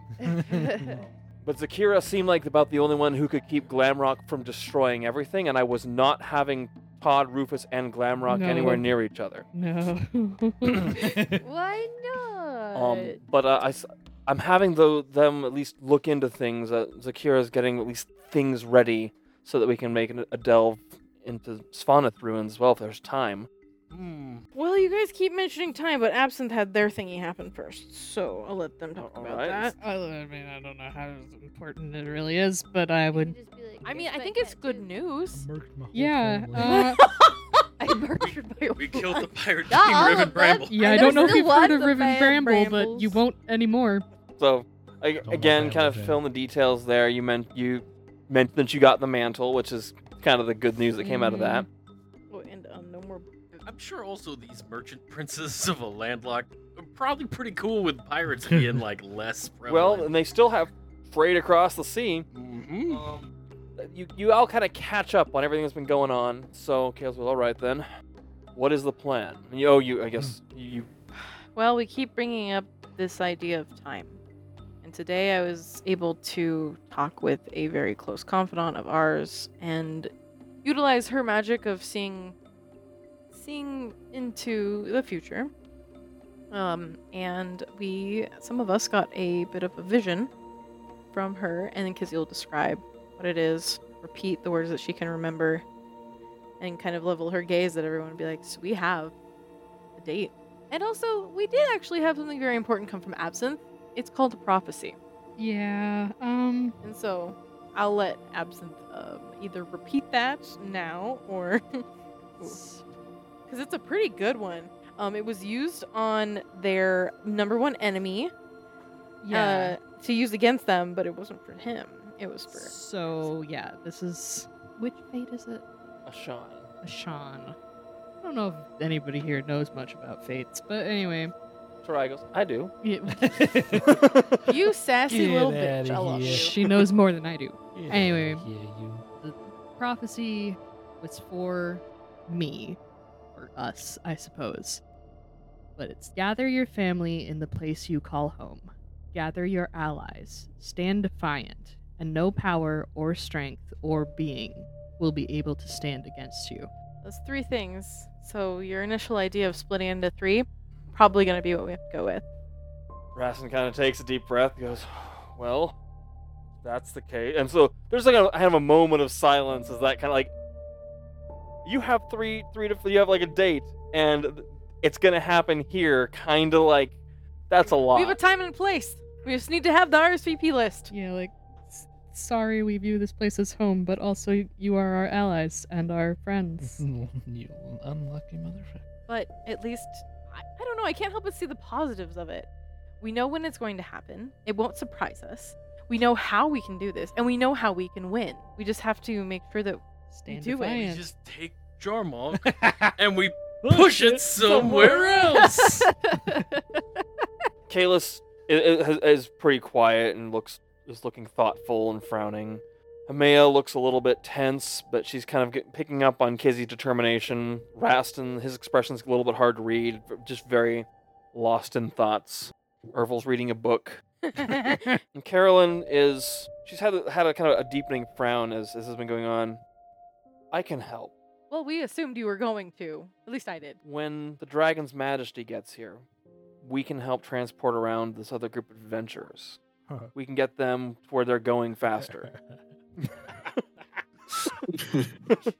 But Zakira seemed like about the only one who could keep Glamrock from destroying everything, and I was not having Todd, Rufus, and Glamrock
No.
anywhere near each other.
No.
Why not?
Um, but uh, I, am having though them at least look into things. Uh, Zakira's getting at least things ready so that we can make an, a delve into Svanath ruins as well if there's time.
Hmm.
Well, you guys keep mentioning time, but Absinthe had their thingy happen first, so I'll let them talk
All
about
right.
that.
I mean, I don't know how important it really is, but I would.
I mean, I think it's good news.
Murked my whole
Yeah.
family.
Uh,
I murdered my
We
whole
killed the pirate
Yeah,
team,
all
Raven
of them.
Bramble.
yeah, I
There's
don't know if
still
you've heard
lots
of
of
Riven
bad
Bramble, but you
brambles.
won't anymore.
So I,
Don't know
again,
about
kind of
that.
fill in the details there. You meant you mentioned that you got the mantle, which is kind of the good news that came out of that.
Oh, and um, no more.
I'm sure also these merchant princes of a landlocked are probably pretty cool with pirates being like less
Well,
prevalent.
and they still have freight across the sea.
Mhm.
You you all kind of catch up on everything that's been going on. So Kale's well, all right then. What is the plan? And you, oh, you I guess you
Well, we keep bringing up this idea of time, and today I was able to talk with a very close confidant of ours and utilize her magic of seeing, seeing into the future. Um, and we, some of us, got a bit of a vision from her, and then Kizzy will describe what it is, repeat the words that she can remember, and kind of level her gaze at everyone and be like, "So we have a date." And also, we did actually have something very important come from Absinthe. It's called a prophecy.
Yeah. Um.
And so I'll let Absinthe um, either repeat that now or. Because it's a pretty good one. Um, it was used on their number one enemy
Yeah.
uh, to use against them, but it wasn't for him. It was for.
Uh, so yeah, this is which fate is it?
a shine.
Ashan. I don't know if anybody here knows much about fates, but anyway.
Tarai goes, I do. uh,
You sassy
Get
little
outta
bitch. I love
here.
you.
she knows more than I do.
Yeah,
Anyway.
yeah, you.
prophecy was for me or us, I suppose. But it's gather your family in the place you call home. Gather your allies. Stand defiant, and no power or strength or being will be able to stand against you.
Those three things. So your initial idea of splitting into three, probably going to be what we have to go with.
Rastin kind of takes a deep breath and goes, Well, that's the case. And so there's like a kind of a moment of silence as that kind of like you have three three to you have like a date and it's gonna happen here, kind of like that's a lot.
We have a time and place. We just need to have the RSVP list.
Yeah, like, sorry we view this place as home, but also you are our allies and our friends.
you unlucky motherfucker.
But at least, I, I don't know, I can't help but see the positives of it. We know when it's going to happen, it won't surprise us. We know how we can do this, and we know how we can win. We just have to make sure that.
Stand
do it.
defiant.
We just take Jarmog and we push it somewhere else.
Kalis is, is pretty quiet and looks is looking thoughtful and frowning. Amaya looks a little bit tense, but she's kind of get, picking up on Kizzy's determination. Rastin, his expression's a little bit hard to read, v- just very lost in thoughts. Ervil's reading a book. And Carolyn is she's had a- had a kind of a deepening frown as, as has been going on. I can help.
well, we assumed you were going to. At least I did.
When the Dragon's Majesty gets here, we can help transport around this other group of adventurers. We can get them to where they're going faster.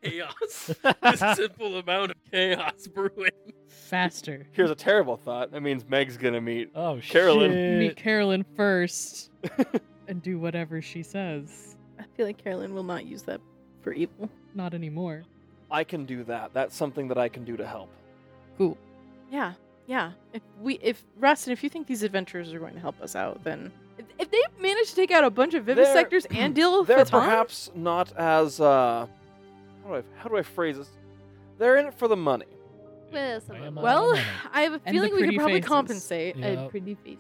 chaos. This simple amount of chaos brewing.
Faster.
Here's a terrible thought. That means Meg's gonna meet.
oh,
Carolyn.
Meet
shit.
Carolyn first and do whatever she says.
I feel like Carolyn will not use that for evil.
Not anymore.
I can do that. That's something that I can do to help.
Cool.
Yeah, yeah. If we, if Rastin, if you think these adventurers are going to help us out, then if, if they manage to take out a bunch of
They're-
vivisectors and deal with
They're
Fatan,
perhaps not as uh, how do I how do I phrase this? They're in it for the money.
Well,
am
someone-
I-
well,
Money.
I have a
the
feeling we
pretty
could probably
faces.
compensate.
Yeah.
and pretty faces.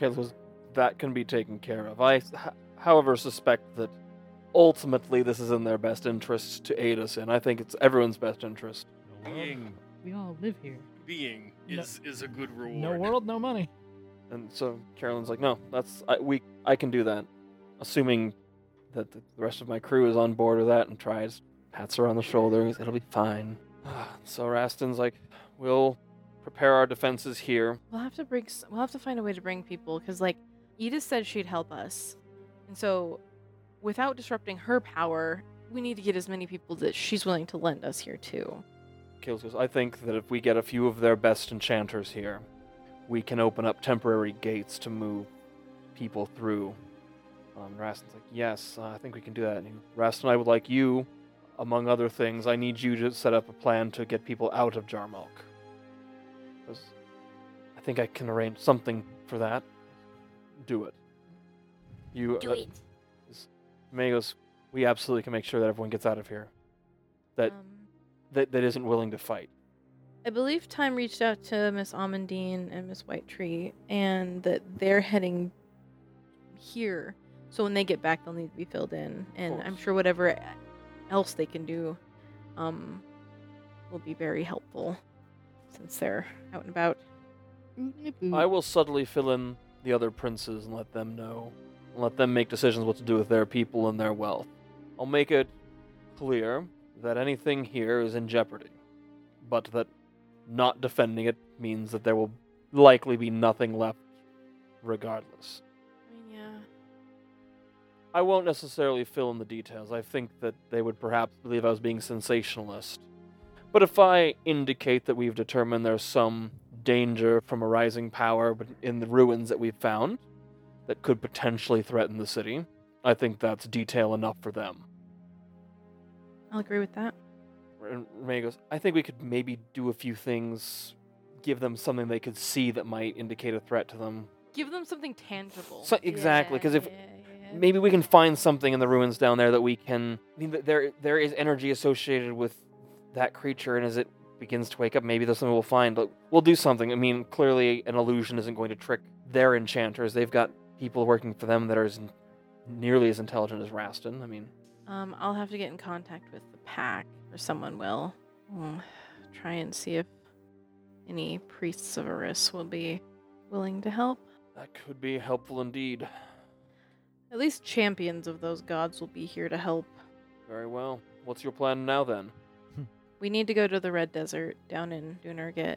Kayla was that can be taken care of. I, h- however, suspect that ultimately this is in their best interest to aid us in. I think it's everyone's best interest.
Being,
We all live here.
being
No-
is is a good reward.
No world, no money.
And so Carolyn's like, no, that's I, we. I can do that, assuming that the the rest of my crew is on board with that and tries. Pats her on the shoulder. It'll be fine. So Rastin's like, we'll prepare our defenses here.
We'll have to bring. s- We'll have to find a way to bring people because, like, Edith said she'd help us, and so, without disrupting her power, we need to get as many people that she's willing to lend us here too.
Kales goes, I think that if we get a few of their best enchanters here, we can open up temporary gates to move people through. Um, Rastin's like, Yes, uh, I think we can do that. And he- Rastin, I would like you, among other things, I need you to set up a plan to get people out of Jarmalk. Goes, I think I can arrange something for that. Do it. You
Do
uh,
it.
May goes, We absolutely can make sure that everyone gets out of here That-
Um,
that, that isn't willing to fight.
I believe Time reached out to Miss Amandine and Miss Whitetree, and that they're heading here. So when they get back, they'll need to be filled in, and I'm
course.
sure whatever else they can do, um, will be very helpful since they're out and about.
I will subtly fill in the other princes and let them know, and let them make decisions what to do with their people and their wealth. I'll make it clear that anything here is in jeopardy, but that not defending it means that there will likely be nothing left regardless.
I mean, yeah.
I won't necessarily fill in the details. I think that they would perhaps believe I was being sensationalist. But if I indicate that we've determined there's some danger from a rising power but in the ruins that we've found that could potentially threaten the city, I think that's detail enough for them.
I'll agree with that.
And Renee goes, I think we could maybe do a few things, give them something they could see that might indicate a threat to them.
Give them something tangible.
So, exactly, because if
Yeah, yeah.
maybe we can find something in the ruins down there that we can i mean th- there there is energy associated with that creature and as it begins to wake up maybe there's something we'll find but we'll do something i mean clearly an illusion isn't going to trick their enchanters they've got people working for them that are as, nearly as intelligent as rastin i mean
Um, I'll have to get in contact with the pack, or someone will. Mm, try and see if any priests of Eris will be willing to help.
that could be helpful indeed
At least champions of those gods will be here to help.
very well what's your plan now then
We need to go to the Red Desert down in Dunurgit.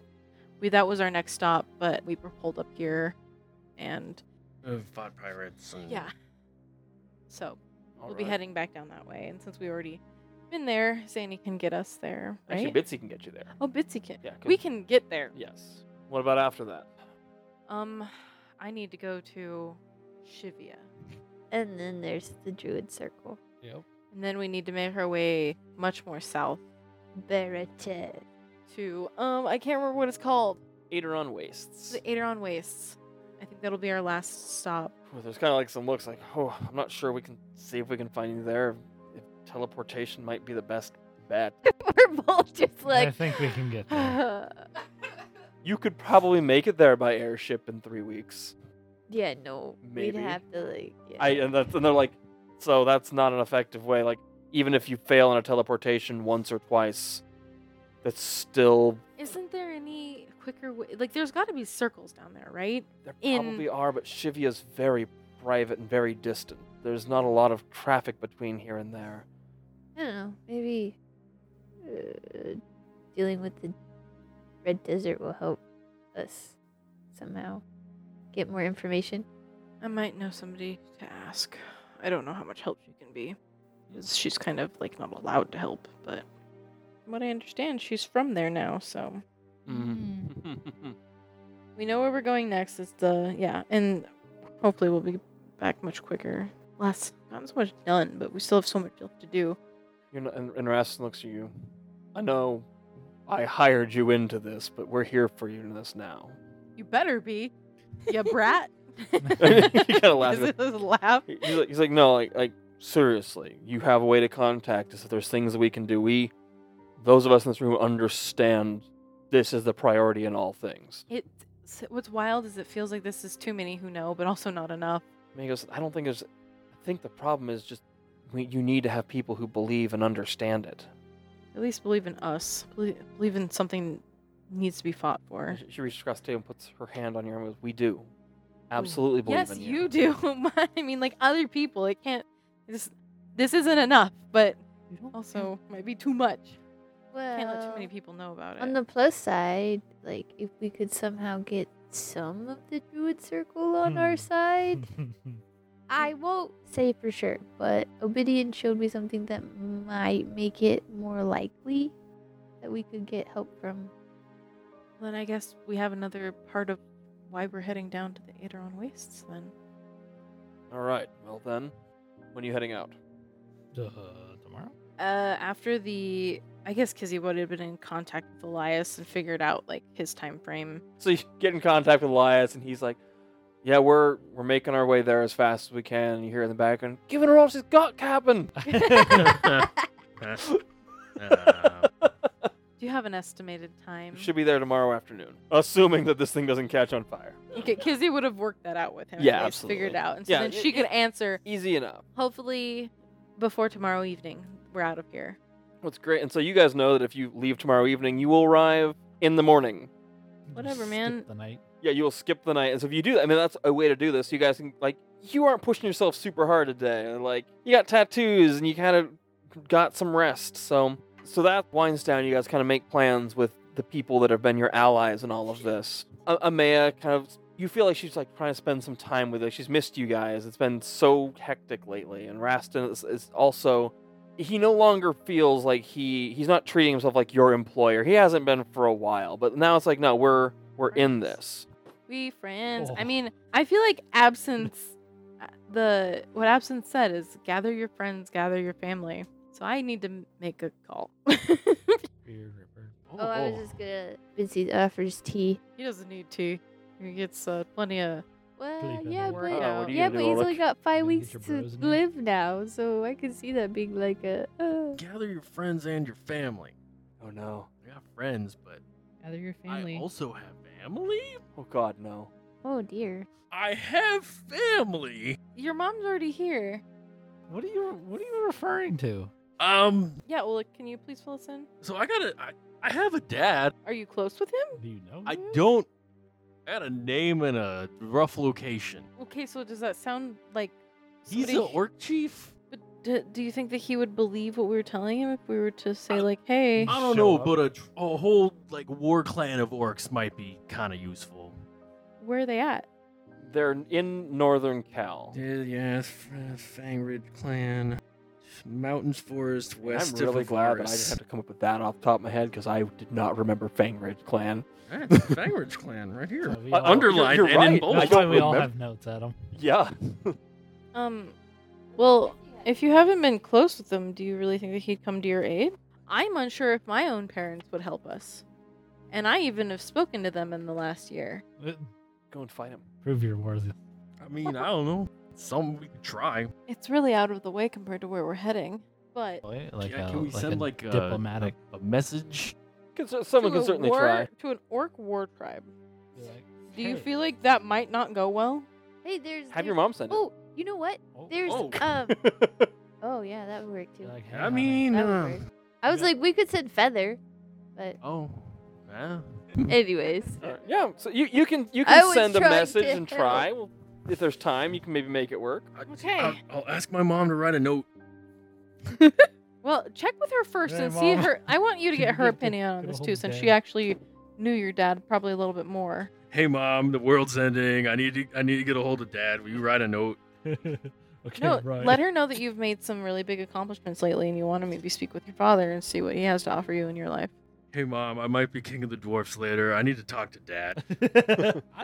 We that was our next stop, but we were pulled up here, and
Uh, fought pirates. And
yeah. So
All
we'll be
right.
heading back down that way, and since we already been there, Zany can get us there, right?
actually bitsy can get you there
oh, Bitsy can.
yeah 'cause-
We can get there.
yes what about after that
Um, I need to go to Shivia,
And then there's the druid circle.
Yep.
and then we need to make our way much more south
Berete.
to um I can't remember what it's called.
Aderon wastes
The Aderon Wastes. I think that'll be our last stop.
Well, there's kind of like some looks like, oh, I'm not sure we can see if we can find you there. If teleportation might be the best bet.
We're both just
I
like.
think we can get there.
yeah,
you could probably make it there by airship in three weeks.
no.
Maybe.
We'd have to like. Yeah.
I and that's and they're like, so that's not an effective way. Like even if you fail on a teleportation once or twice, that's still
Isn't there any quicker way? Like, there's got to be circles down there, right?
there
In-
probably are, but Shivia's very private and very distant. There's not a lot of traffic between here and there.
I don't know. Maybe uh, dealing with the red desert will help us somehow get more information.
I might know somebody to ask. I don't know how much help she can be, 'cause she's kind of like not allowed to help. But from what I understand, she's from there now, so.
Mm.
We know where we're going next. It's the yeah, and hopefully we'll be back much quicker. Last not as much done, but we still have so much left to do.
You're not, and, and Rastin looks at you. I know I hired you into this, but we're here for you in this now.
You better be, you brat.
You gotta laugh.
Is it this laugh?
He- He's like, he's like no, like, like seriously, you have a way to contact us. If there's things that we can do, we, those of us in this room, understand this is the priority in all things.
It. What's wild is it feels like this is too many who know, but also not enough.
And he goes, I don't think there's, I think the problem is just we, you need to have people who believe and understand it.
At least believe in us. Believe, believe in something needs to be fought for.
And She, she reaches across the table and puts her hand on your arm and goes, we do. Absolutely believe
yes,
in
you do. I mean, like other people, it can't. This this isn't enough, but also might be too much. Uh,
Well,
Can't let too many people know about it.
On the plus side, like if we could somehow get some of the druid circle on
Hmm.
our side, I won't say for sure, but Obsidian showed me something that might make it more likely that we could get help from.
Then I guess we have another part of why we're heading down to the Aderon Wastes then.
All right. Well then, when are you heading out?
Uh, tomorrow?
Uh, after the, I guess Kizzy would have been in contact with Elias and figured out like his time frame.
So you get in contact with Elias, and he's like, "Yeah, we're we're making our way there as fast as we can." And you hear in the background, "Giving her all she's got, Captain."
Do you have an estimated time?
Should be there tomorrow afternoon, assuming that this thing doesn't catch on fire.
Okay, Kizzy would have worked that out with him. at
Yeah,
least, Figured
absolutely.
out, and so
Yeah,
then
it-
she could
it-
answer.
Easy enough.
Hopefully, before tomorrow evening, we're out of here.
That's great. And so you guys know that if you leave tomorrow evening, you will arrive in the morning.
Whatever,
Skip
man.
The night.
Yeah, you'll skip the night. And so if you do, I mean, that's a way to do this. You guys can like, you aren't pushing yourself super hard today. and, Like, you got tattoos and you kind of got some rest. So, so that winds down. You guys kind of make plans with the people that have been your allies in all of this. A- Amaya kind of, you feel like she's like trying to spend some time with us. She's missed you guys. It's been so hectic lately. And Rastin is, is also. He no longer feels like he he's not treating himself like your employer. He hasn't been for a while, but now it's like no, we're we're in
Friends.
this.
We friends. I
Oh.
mean, I feel like absence. uh, the what absence said is gather your friends, gather your family. So I need to m- make a call. he
Beard Ripper.
Oh, I was just gonna. Busy offers uh, tea.
doesn't need to. He gets uh, plenty of.
Well,
Sleep in
yeah,
the
but
morning.
Oh, what are you
yeah,
gonna
but
do,
he's only
Alec?
got
Gonna
five
get
weeks
your
to
bros in there?
live now, so I can see that being like a. Uh,
Gather your friends and your family.
Oh no.
I got friends, but
Gather your family.
I also have family.
Oh god, no.
oh dear.
I have family.
Your mom's already here.
What are you? What are you referring to?
Um,
Yeah. Well, can you please fill us in?
so I got a. I, I have a dad.
Are you close with him?
Do you know?
I
him?
don't. I got a name and a rough location.
Okay. So does that sound like?
He's
somebody-
an orc chief.
But do, do you think that he would believe what we were telling him if we were to say like, hey?
I don't
Show
know,
up.
but a, tr- a whole like war clan of orcs might be kind of useful.
Where are they at?
They're in northern Cal.
Yeah, Fang Ridge clan, mountains, forest,
And I'm really glad that I just had to come up with that off the top of my head because I did not remember Fang Ridge Clan.
Fang Ridge clan right here.
So we
Uh,
all-
under-
Underlined
you're
and in
right.
bold.
I
That's
don't
why we all
remember.
have notes at them.
Yeah.
Um. Well, If you haven't been close with them, do you really think that he'd come to your aid? I'm unsure if my own parents would help us. And I even have spoken to them in the last year.
Go and fight him.
Uh, Prove you're worthy.
I mean, I don't know. Some we could try.
It's really out of the way compared to where we're heading. But
Like, like
Yeah,
a,
can we
like
send
a
like uh, a
diplomatic?
a, a message?
Can cer- someone
to
can
a
certainly
war-
try.
To an orc war tribe.
like,
Do you
"Hey,
feel like that might not go well?
Hey, there's.
Have
there's-
your mom send
Oh, you know what?
oh,
There's
oh.
um.
it.
Oh yeah, that would work too.
you're like, "Hey,
I
Mama."
mean,
That would
uh,
work. I was
yeah.
like, we could send feather, but
oh, yeah.
anyways.
Alright, Yeah. So you, you can you
I
can
was
send a
trying
message
to
and
help.
try. Well, if there's time, you can maybe make it work.
I-
Okay.
I'll, I'll ask my mom to write a note.
Well, check with her first
Hey,
and see
Mom.
her. I want you to
Can
get
you
her
give-
opinion on
give a
this
hold
too,
of
since
Dad?
she actually knew your dad probably a little bit more.
Hey, mom, the world's ending. I need to. I need to get a hold of dad. Will you write a note?
okay,
No,
right.
let her know that you've made some really big accomplishments lately and you want to maybe speak with your father and see what he has to offer you in your life.
Hey, mom, I might be king of the dwarfs later. I need to talk to dad.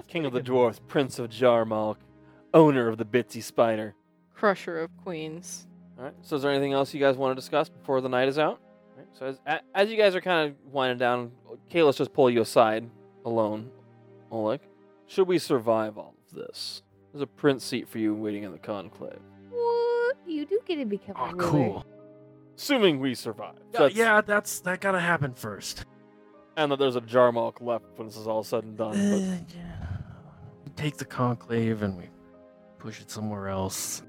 King of the Dwarves, Prince of Jarmalk, owner of the Bitsy Spider.
Crusher of Queens.
All right. So, is there anything else you guys want to discuss before the night is out? All right. So, as, a- as you guys are kind of winding down, Kayla's just pull you aside alone. Oleg, should we survive all of this? There's a print seat for you waiting in the conclave.
Ooh, you do get to become
Oh,
a ruler.
cool.
Assuming we survive.
Yeah,
That's-
Uh, yeah, that's that gotta happen first.
And that there's a Jarmalk left when this is all said and
Uh,
done.
yeah. We take the conclave and we push it somewhere else.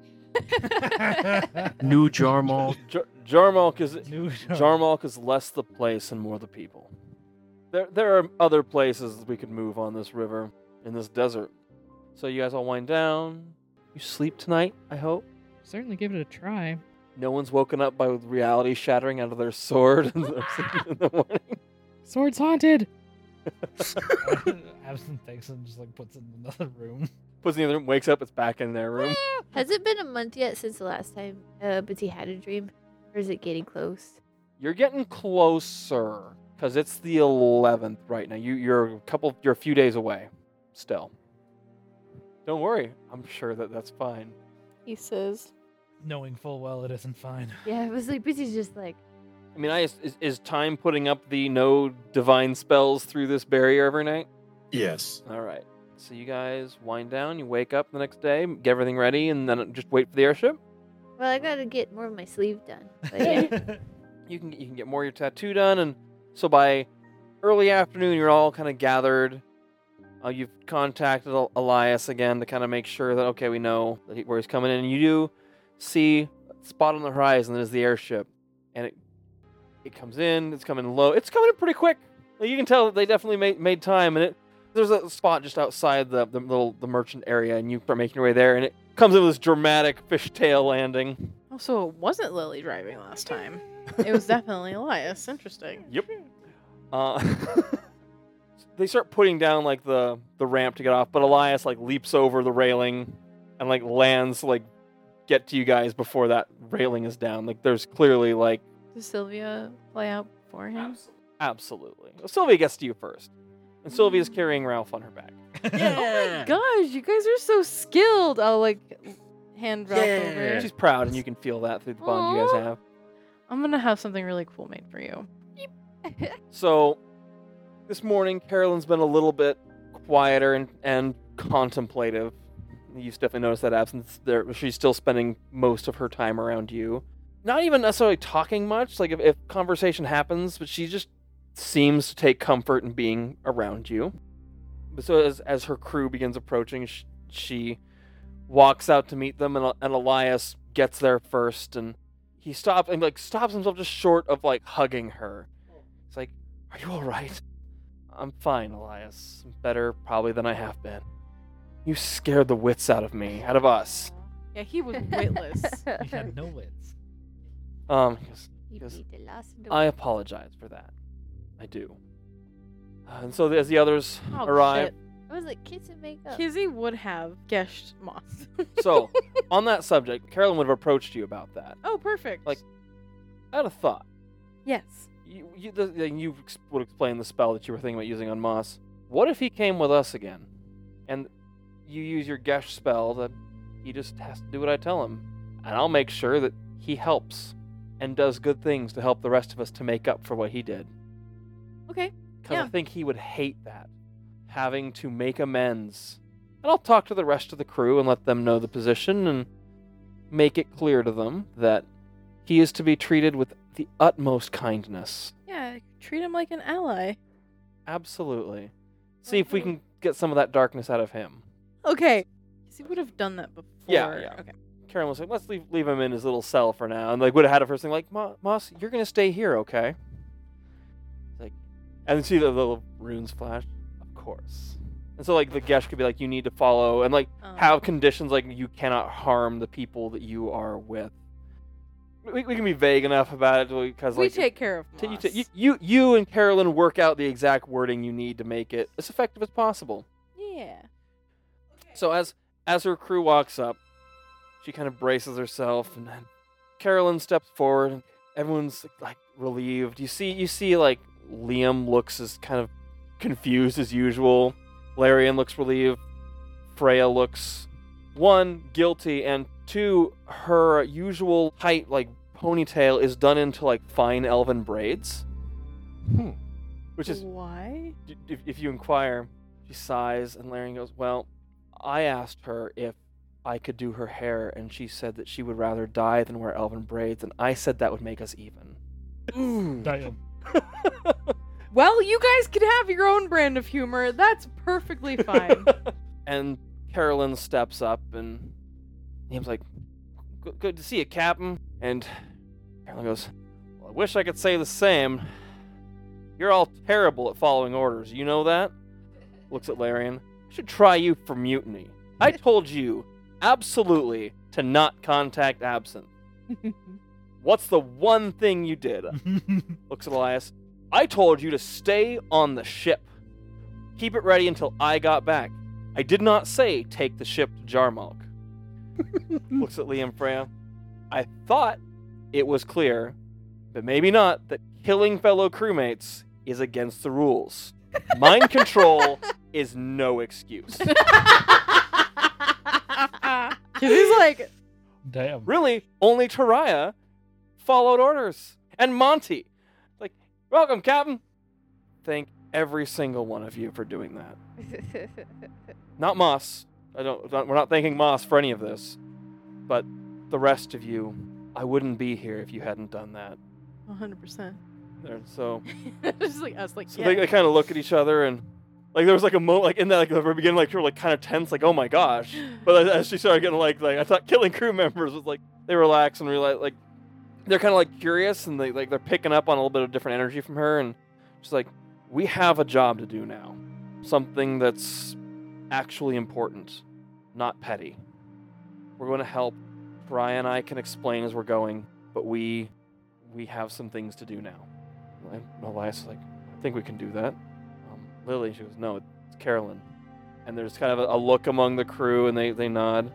New Jarmal.
But Jar- Jarmalk is
New
Jarmalk is less the place and more the people. There, there are other places we could move on this river, in this desert. So you guys all wind down. You sleep tonight, I hope.
Certainly give it a try.
No one's woken up by reality shattering out of their sword in the in the morning.
Swords haunted.
Absinthe takes and just like puts it in another room.
Puts it in the room, wakes up, it's back in their room.
Has it been a month yet since the last time uh, Bitsy had a dream? Or is it getting close?
You're getting closer because it's the 11th right now. You you're a couple you're a few days away still. Don't worry. I'm sure that that's fine.
He says,
Knowing full well it isn't fine.
Yeah, it was like Bitsy's just like,
I mean, I is, is, is time putting up the no divine spells through this barrier every night?
Yes.
All right. So you guys wind down, you wake up the next day, get everything ready and then just wait for the airship.
well, I gotta get more of my sleeve done. But yeah.
That's
you can you can get more of your tattoo done and so by early afternoon you're all kind of gathered uh, you've contacted El- elias again to kind of make sure that okay we know that he, where he's coming in and you do see a spot on the horizon that is the airship and it it comes in it's coming low it's coming in pretty quick Like, you can tell that they definitely made, made time and it there's a spot just outside the, the little the merchant area and you start making your way there and it comes in with this dramatic fishtail landing
Also, it wasn't Lily driving last time. It was definitely Elias. Interesting.
Yep. Uh, they start putting down like the the ramp to get off, but Elias like leaps over the railing and like lands to, like get to you guys before that railing is down. Like there's clearly like
Does Sylvia play out for him?
absolutely. Sylvia gets to you first, and Sylvia's carrying Ralph on her back.
Oh my gosh, you guys are so skilled. I'll like hand Ralph
Yeah.
over.
She's proud, and you can feel that through the bond you guys
Aw.
have.
I'm gonna have something really cool made for you.
So this morning, Carolyn's been a little bit quieter and, and contemplative. You've definitely noticed that absence there. She's still spending most of her time around you. Not even necessarily talking much, like if, if conversation happens, but she just seems to take comfort in being around you. But so as, as her crew begins approaching, she, she walks out to meet them, and, and Elias gets there first, and he stops and like stops himself just short of like hugging her. It's like, are you all right? I'm fine, Elias. I'm better probably than I have been. You scared the wits out of me, out of us.
Yeah, he was witless.
You had no wits.
Um, he goes,
You
Yes.
beat the last
I apologize for that. I do. Uh, And so as the others
Oh,
arrive,
I was like, kiss and make
shit.
up.
Kizzy would have guessed Moss.
so on that subject, Carolyn would have approached you about that.
oh, perfect.
Like- I had a thought.
yes.
You, you, the, then you ex- would explain the spell that you were thinking about using on Moss. What if he came with us again, and you use your Gesh spell that he just has to do what I tell him, and I'll make sure that he helps and does good things to help the rest of us to make up for what he did.
Okay.
Because I
Yeah.
think he would hate that, having to make amends. And I'll talk to the rest of the crew and let them know the position and make it clear to them that he is to be treated with the utmost kindness.
Yeah, treat him like an ally.
Absolutely. See if we can get some of that darkness out of him.
Okay. Kizzy would have done that before.
Yeah, yeah.
Okay.
Karen was like, let's leave, leave him in his little cell for now. And like would have had it first thing like, "Ma- Moss, you're gonna stay here, okay? Like and then see the little runes flash. Of course. And so like the Gesh could be like, you need to follow and like
Um,
have conditions like you cannot harm the people that you are with. We, we can be vague enough about it because
we
like
take care of Moss.
t- you, t- you, you you and Carolyn work out the exact wording you need to make it as effective as possible.
yeah.
So as as her crew walks up, she kind of braces herself, and then Carolyn steps forward, and everyone's like relieved. You see, you see, like Liam looks as kind of confused as usual. Larian looks relieved. Freya looks one guilty, and two her usual height, like ponytail, is done into like fine elven braids,
Hmm.
which is
why?
d- if, if you inquire, she sighs, and Larian goes, Well, I asked her if I could do her hair, and she said that she would rather die than wear elven braids, and I said that would make us even.
Damn.
Well, you guys can have your own brand of humor. That's perfectly fine.
and Carolyn steps up, and Liam's like, "Good- Good to see you, Captain. And Carolyn goes, Well, I wish I could say the same. You're all terrible at following orders. You know that? Looks at Larian. I should try you for mutiny. I told you, absolutely, to not contact Absinthe. What's the one thing you did? Looks at Elias. I told you to stay on the ship. Keep it ready until I got back. I did not say take the ship to Jarmalk. Looks at Liam Freya. I thought it was clear, but maybe not, that killing fellow crewmates is against the rules. Mind control is no excuse.
Kizzy's Uh, like,
Damn.
Really, only Taraya followed orders. And Monty. Like, welcome, Captain. Thank every single one of you for doing that. Not Moss. I don't, not- we're not thanking Moss for any of this. But the rest of you, I wouldn't be here if you hadn't done that.
100%.
And so
Just like us, like,
so
yeah.
they, they kind of look at each other and like there was like a moment like in that like the very beginning like they were like kind of tense like oh my gosh but as- as she started getting like like I thought killing crew members was like they relax and realize like they're kind of like curious and they like they're picking up on a little bit of different energy from her and she's like we have a job to do now something that's actually important not petty we're going to help Brian and I can explain as we're going but we we have some things to do now and Elias is like I think we can do that. Um, Lily, she goes, no, it's Carolyn. And there's kind of a, a look among the crew, and they, they nod.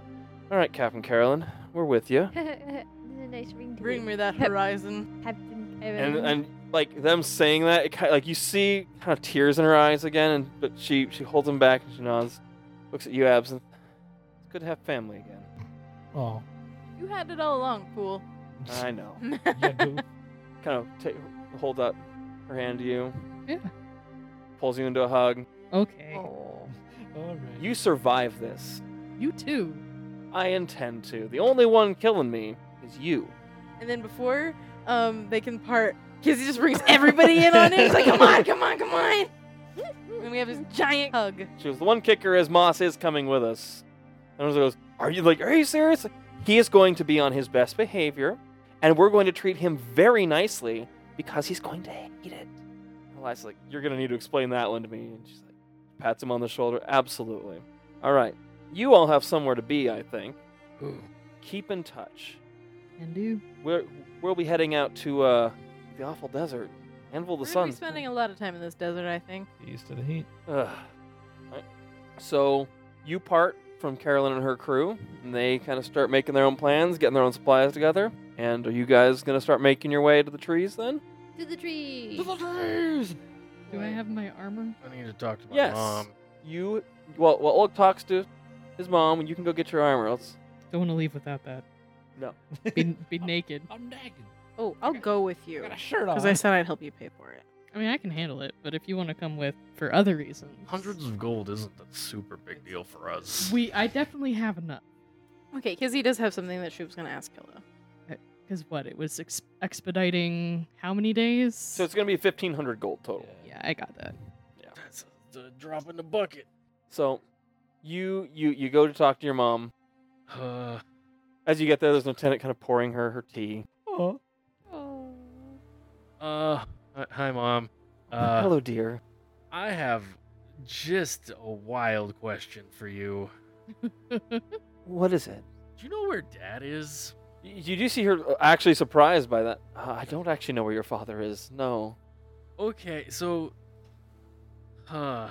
All right, Captain Carolyn, we're with you.
a nice ring to
Bring
it.
me that horizon.
Captain
And
Evan.
and like them saying that, it kind like you see kind of tears in her eyes again, and but she she holds them back and she nods, looks at you, Absinthe. It's good to have family again.
Oh.
You had it all along, fool.
I know.
Yeah, goof.
kind of take, holds out her hand to you.
Yeah.
Pulls you into a hug.
Okay.
Oh,
All right.
You survive this.
You too.
I intend to. The only one killing me is you.
And then before um they can part, Kizzy just brings everybody in on it. He's like, come on, come on, come on. And we have this giant hug.
She goes, the one kicker is Moss is coming with us. And Rosa goes, Are you like, are you serious? He is going to be on his best behavior, and we're going to treat him very nicely because he's going to hate it. Eliza's like, You're gonna need to explain that one to me. And she's like, pats him on the shoulder. Absolutely. Alright. You all have somewhere to be, I think. Keep in touch.
And do.
We're we'll be heading out to uh the awful desert. Anvil the
We're
Sun.
gonna be spending a lot of time in this desert, I think.
Get used to the heat.
Ugh. Right. So you part from Carolyn and her crew, and they kind of start making their own plans, getting their own supplies together. And are you guys gonna start making your way to the trees then?
to the tree.
Do I have my armor?
I need to talk to my
Yes.
mom.
You well, well, Ulk talks to his mom, and you can go get your armor. Else,
Don't want to leave without that.
No.
Be, be naked.
I'm nagging.
Oh, I'll go with you.
I got a shirt on.
Because I said I'd help you pay for it.
I mean, I can handle it, but if you want to come with for other reasons,
Hundreds of gold isn't a super big deal for us.
We, I definitely have enough.
Okay, Kizzy does have something that she was gonna ask Hilda.
Because what? It was ex- expediting how many days?
so it's gonna be fifteen hundred gold total.
yeah, I got that.
That's a, a drop in the bucket.
So you you you go to talk to your mom.
Uh,
As you get there, there's an lieutenant kind of pouring her her tea.
Oh.
uh, hi- hi, mom. Uh,
Hello, dear.
I have just a wild question for you.
What is it?
Do you know where dad is?
You, you do see her uh, actually surprised by that. Uh, I don't actually know where your father is. No.
Okay, so, huh?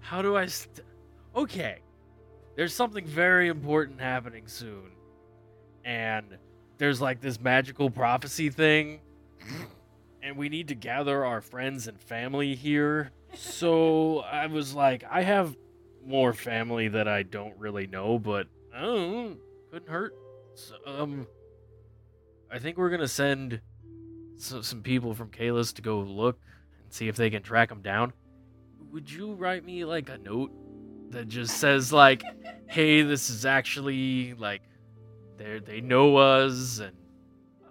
How do I? St- okay, there's something very important happening soon, and there's like this magical prophecy thing, and we need to gather our friends and family here. So I was like, I have more family that I don't really know, but oh, couldn't hurt. So, um, I think we're gonna send so, some people from Kayla's to go look and see if they can track them down. Would you write me like a note that just says like, "Hey, this is actually like, they they know us and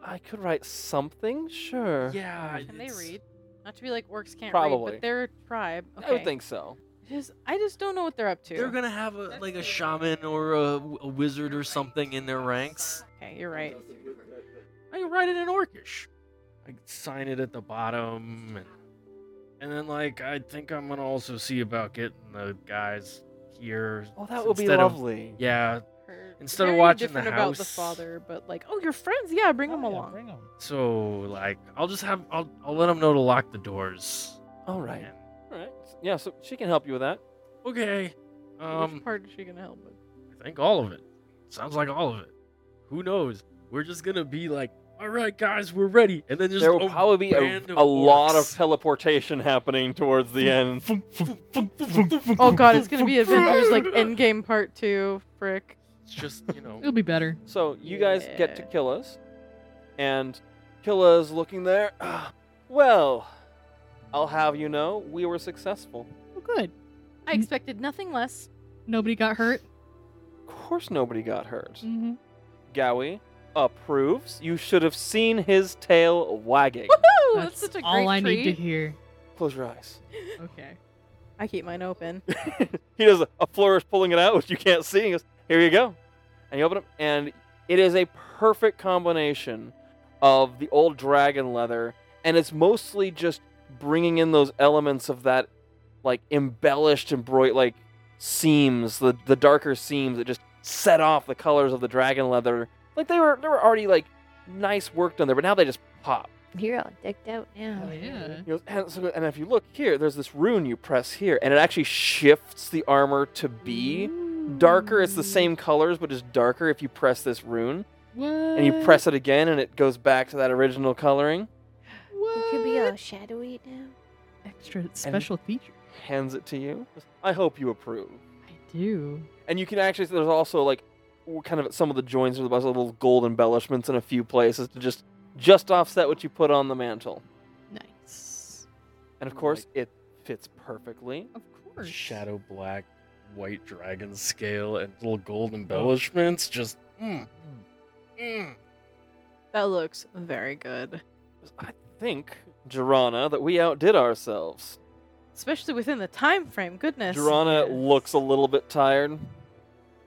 I could write something, sure.
yeah."
Can they
Ah, it's-
read? Not to be like orcs can't read,
Probably.
but they're a tribe. Okay.
I would think so.
Just, I just don't know what they're up to.
They're gonna have a like a shaman or a, a wizard or something in their ranks.
Okay, you're right.
I can write it in Orcish. I can sign it at the bottom, and, and then like I think I'm gonna also see about getting the guys here.
Oh, that would be
instead of-
lovely.
yeah,
Her
instead of
Very
watching the
different
house.
about the father, but like, oh, your friends, yeah, bring them
Oh, yeah,
along.
Bring 'em.
So like, I'll just have I'll I'll let him know to lock the doors.
All right.
And-
All right. Yeah, so she can help you with that.
Okay. Um,
Which part is she gonna help with?
I think all of it. Sounds like all of it. Who knows? We're just gonna be like, all right, guys, we're ready, and then just
there will
a
probably be a,
band
a lot of
orcs.
teleportation happening towards the end.
Oh god, it's gonna be Avengers like Endgame Part Two. Frick.
It's just you know.
It'll be better.
So you guys get to
Yeah.
Killa's, and Killa's looking there. "Ah, Well, I'll have you know, we were successful.
Oh, good.
I expected nothing less.
Nobody got hurt.
Of course, nobody got hurt.
Mm-hmm.
Gowie approves. You should have seen his tail wagging.
Woohoo! That's, such a great
all I
treat.
need to hear.
Close your eyes.
Okay.
I keep mine open.
he does a flourish, pulling it out, which you can't see. He goes, "Here you go," and you open it, and it is a perfect combination of the old dragon leather, and it's mostly just bringing in those elements of that, like embellished and bright, like seams, the the darker seams that just set off the colors of the dragon leather. Like they were they were already like nice work done there, but now they just pop.
You're all decked out now.
Oh, yeah.
You know, and, so- and if you look here, there's this rune you press here, and it actually shifts the armor to be darker. It's the same colors, but just darker if you press this rune.
What?
And you press it again, and it goes back to that original coloring.
You could be all shadowy now.
extra special feature.
Hands it to you. I hope you approve.
I do.
And you can actually, there's also like w- kind of at some of the joints of the bustle, little gold embellishments in a few places to just just offset what you put on the mantle.
Nice.
And of course, it fits perfectly.
Of course.
shadow black, white dragon scale, and little gold embellishments. Just mm, mm.
That looks very good,
I think, Jirana, that we outdid ourselves.
especially within the time frame. Goodness.
Jirana looks a little bit tired.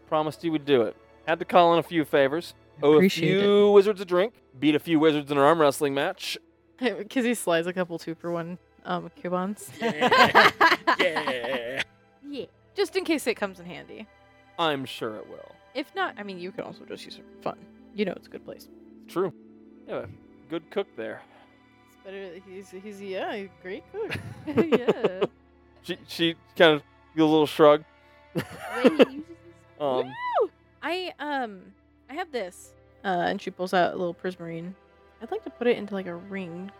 Promised you would do it. Had to call in a few favors. Owe a
Appreciate it.
few wizards a drink. Beat a few wizards in an arm wrestling match.
Kizzy slides a couple two for one um coupons,
yeah, yeah.
Yeah.
just in case it comes in handy.
I'm sure it will.
If not, I mean, you can also just use it for fun. You know, it's a good place.
True. Yeah, a good cook there.
It's better. He's he's yeah, he's a great cook. yeah.
She she kind of gives a little shrug.
Wait, you just
um,
I um I have this. Uh, and she pulls out a little prismarine. I'd like to put it into like a ring.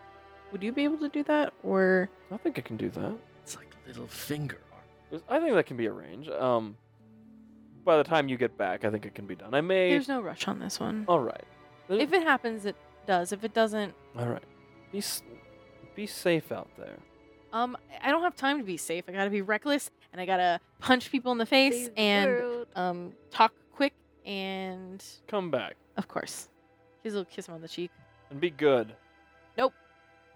Would you be able to do that? Or
I think I can do that.
It's like a little finger.
I think that can be arranged. Um, by the time you get back, I think it can be done. I may.
there's no rush on this one.
All right.
If it happens, it does. If it doesn't,
All right. Be s- be safe out there.
um, I don't have time to be safe. I gotta be reckless, and I gotta punch people in the face,
save the
and
world.
um, talk quick, and
Come back
of course, his little kiss him on the cheek.
and be good.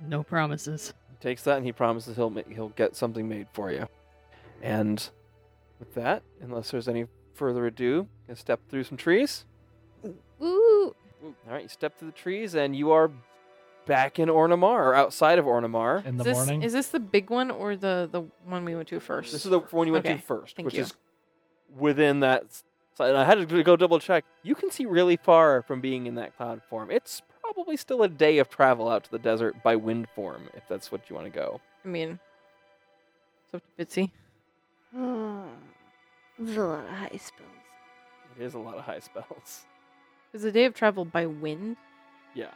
No promises.
He takes that and he promises he'll ma- he'll get something made for you. And with that, unless there's any further ado, gonna step through some trees.
Woo!
All right, you step through the trees and you are back in Ornamar or outside of Ornamar.
in the
is this,
morning.
Is this the big one or the the one we went to first?
This is the one you went
Okay,
to first,
thank
which
you.
is within that. s- side. And I had to go double check. You can see really far from being in that cloud form. It's probably still a day of travel out to the desert by wind form, if that's what you want to go.
I mean, it's up to Bitsy.
Hmm. There's a lot of high spells.
It is a lot of high spells.
Is a day of travel by wind?
Yeah.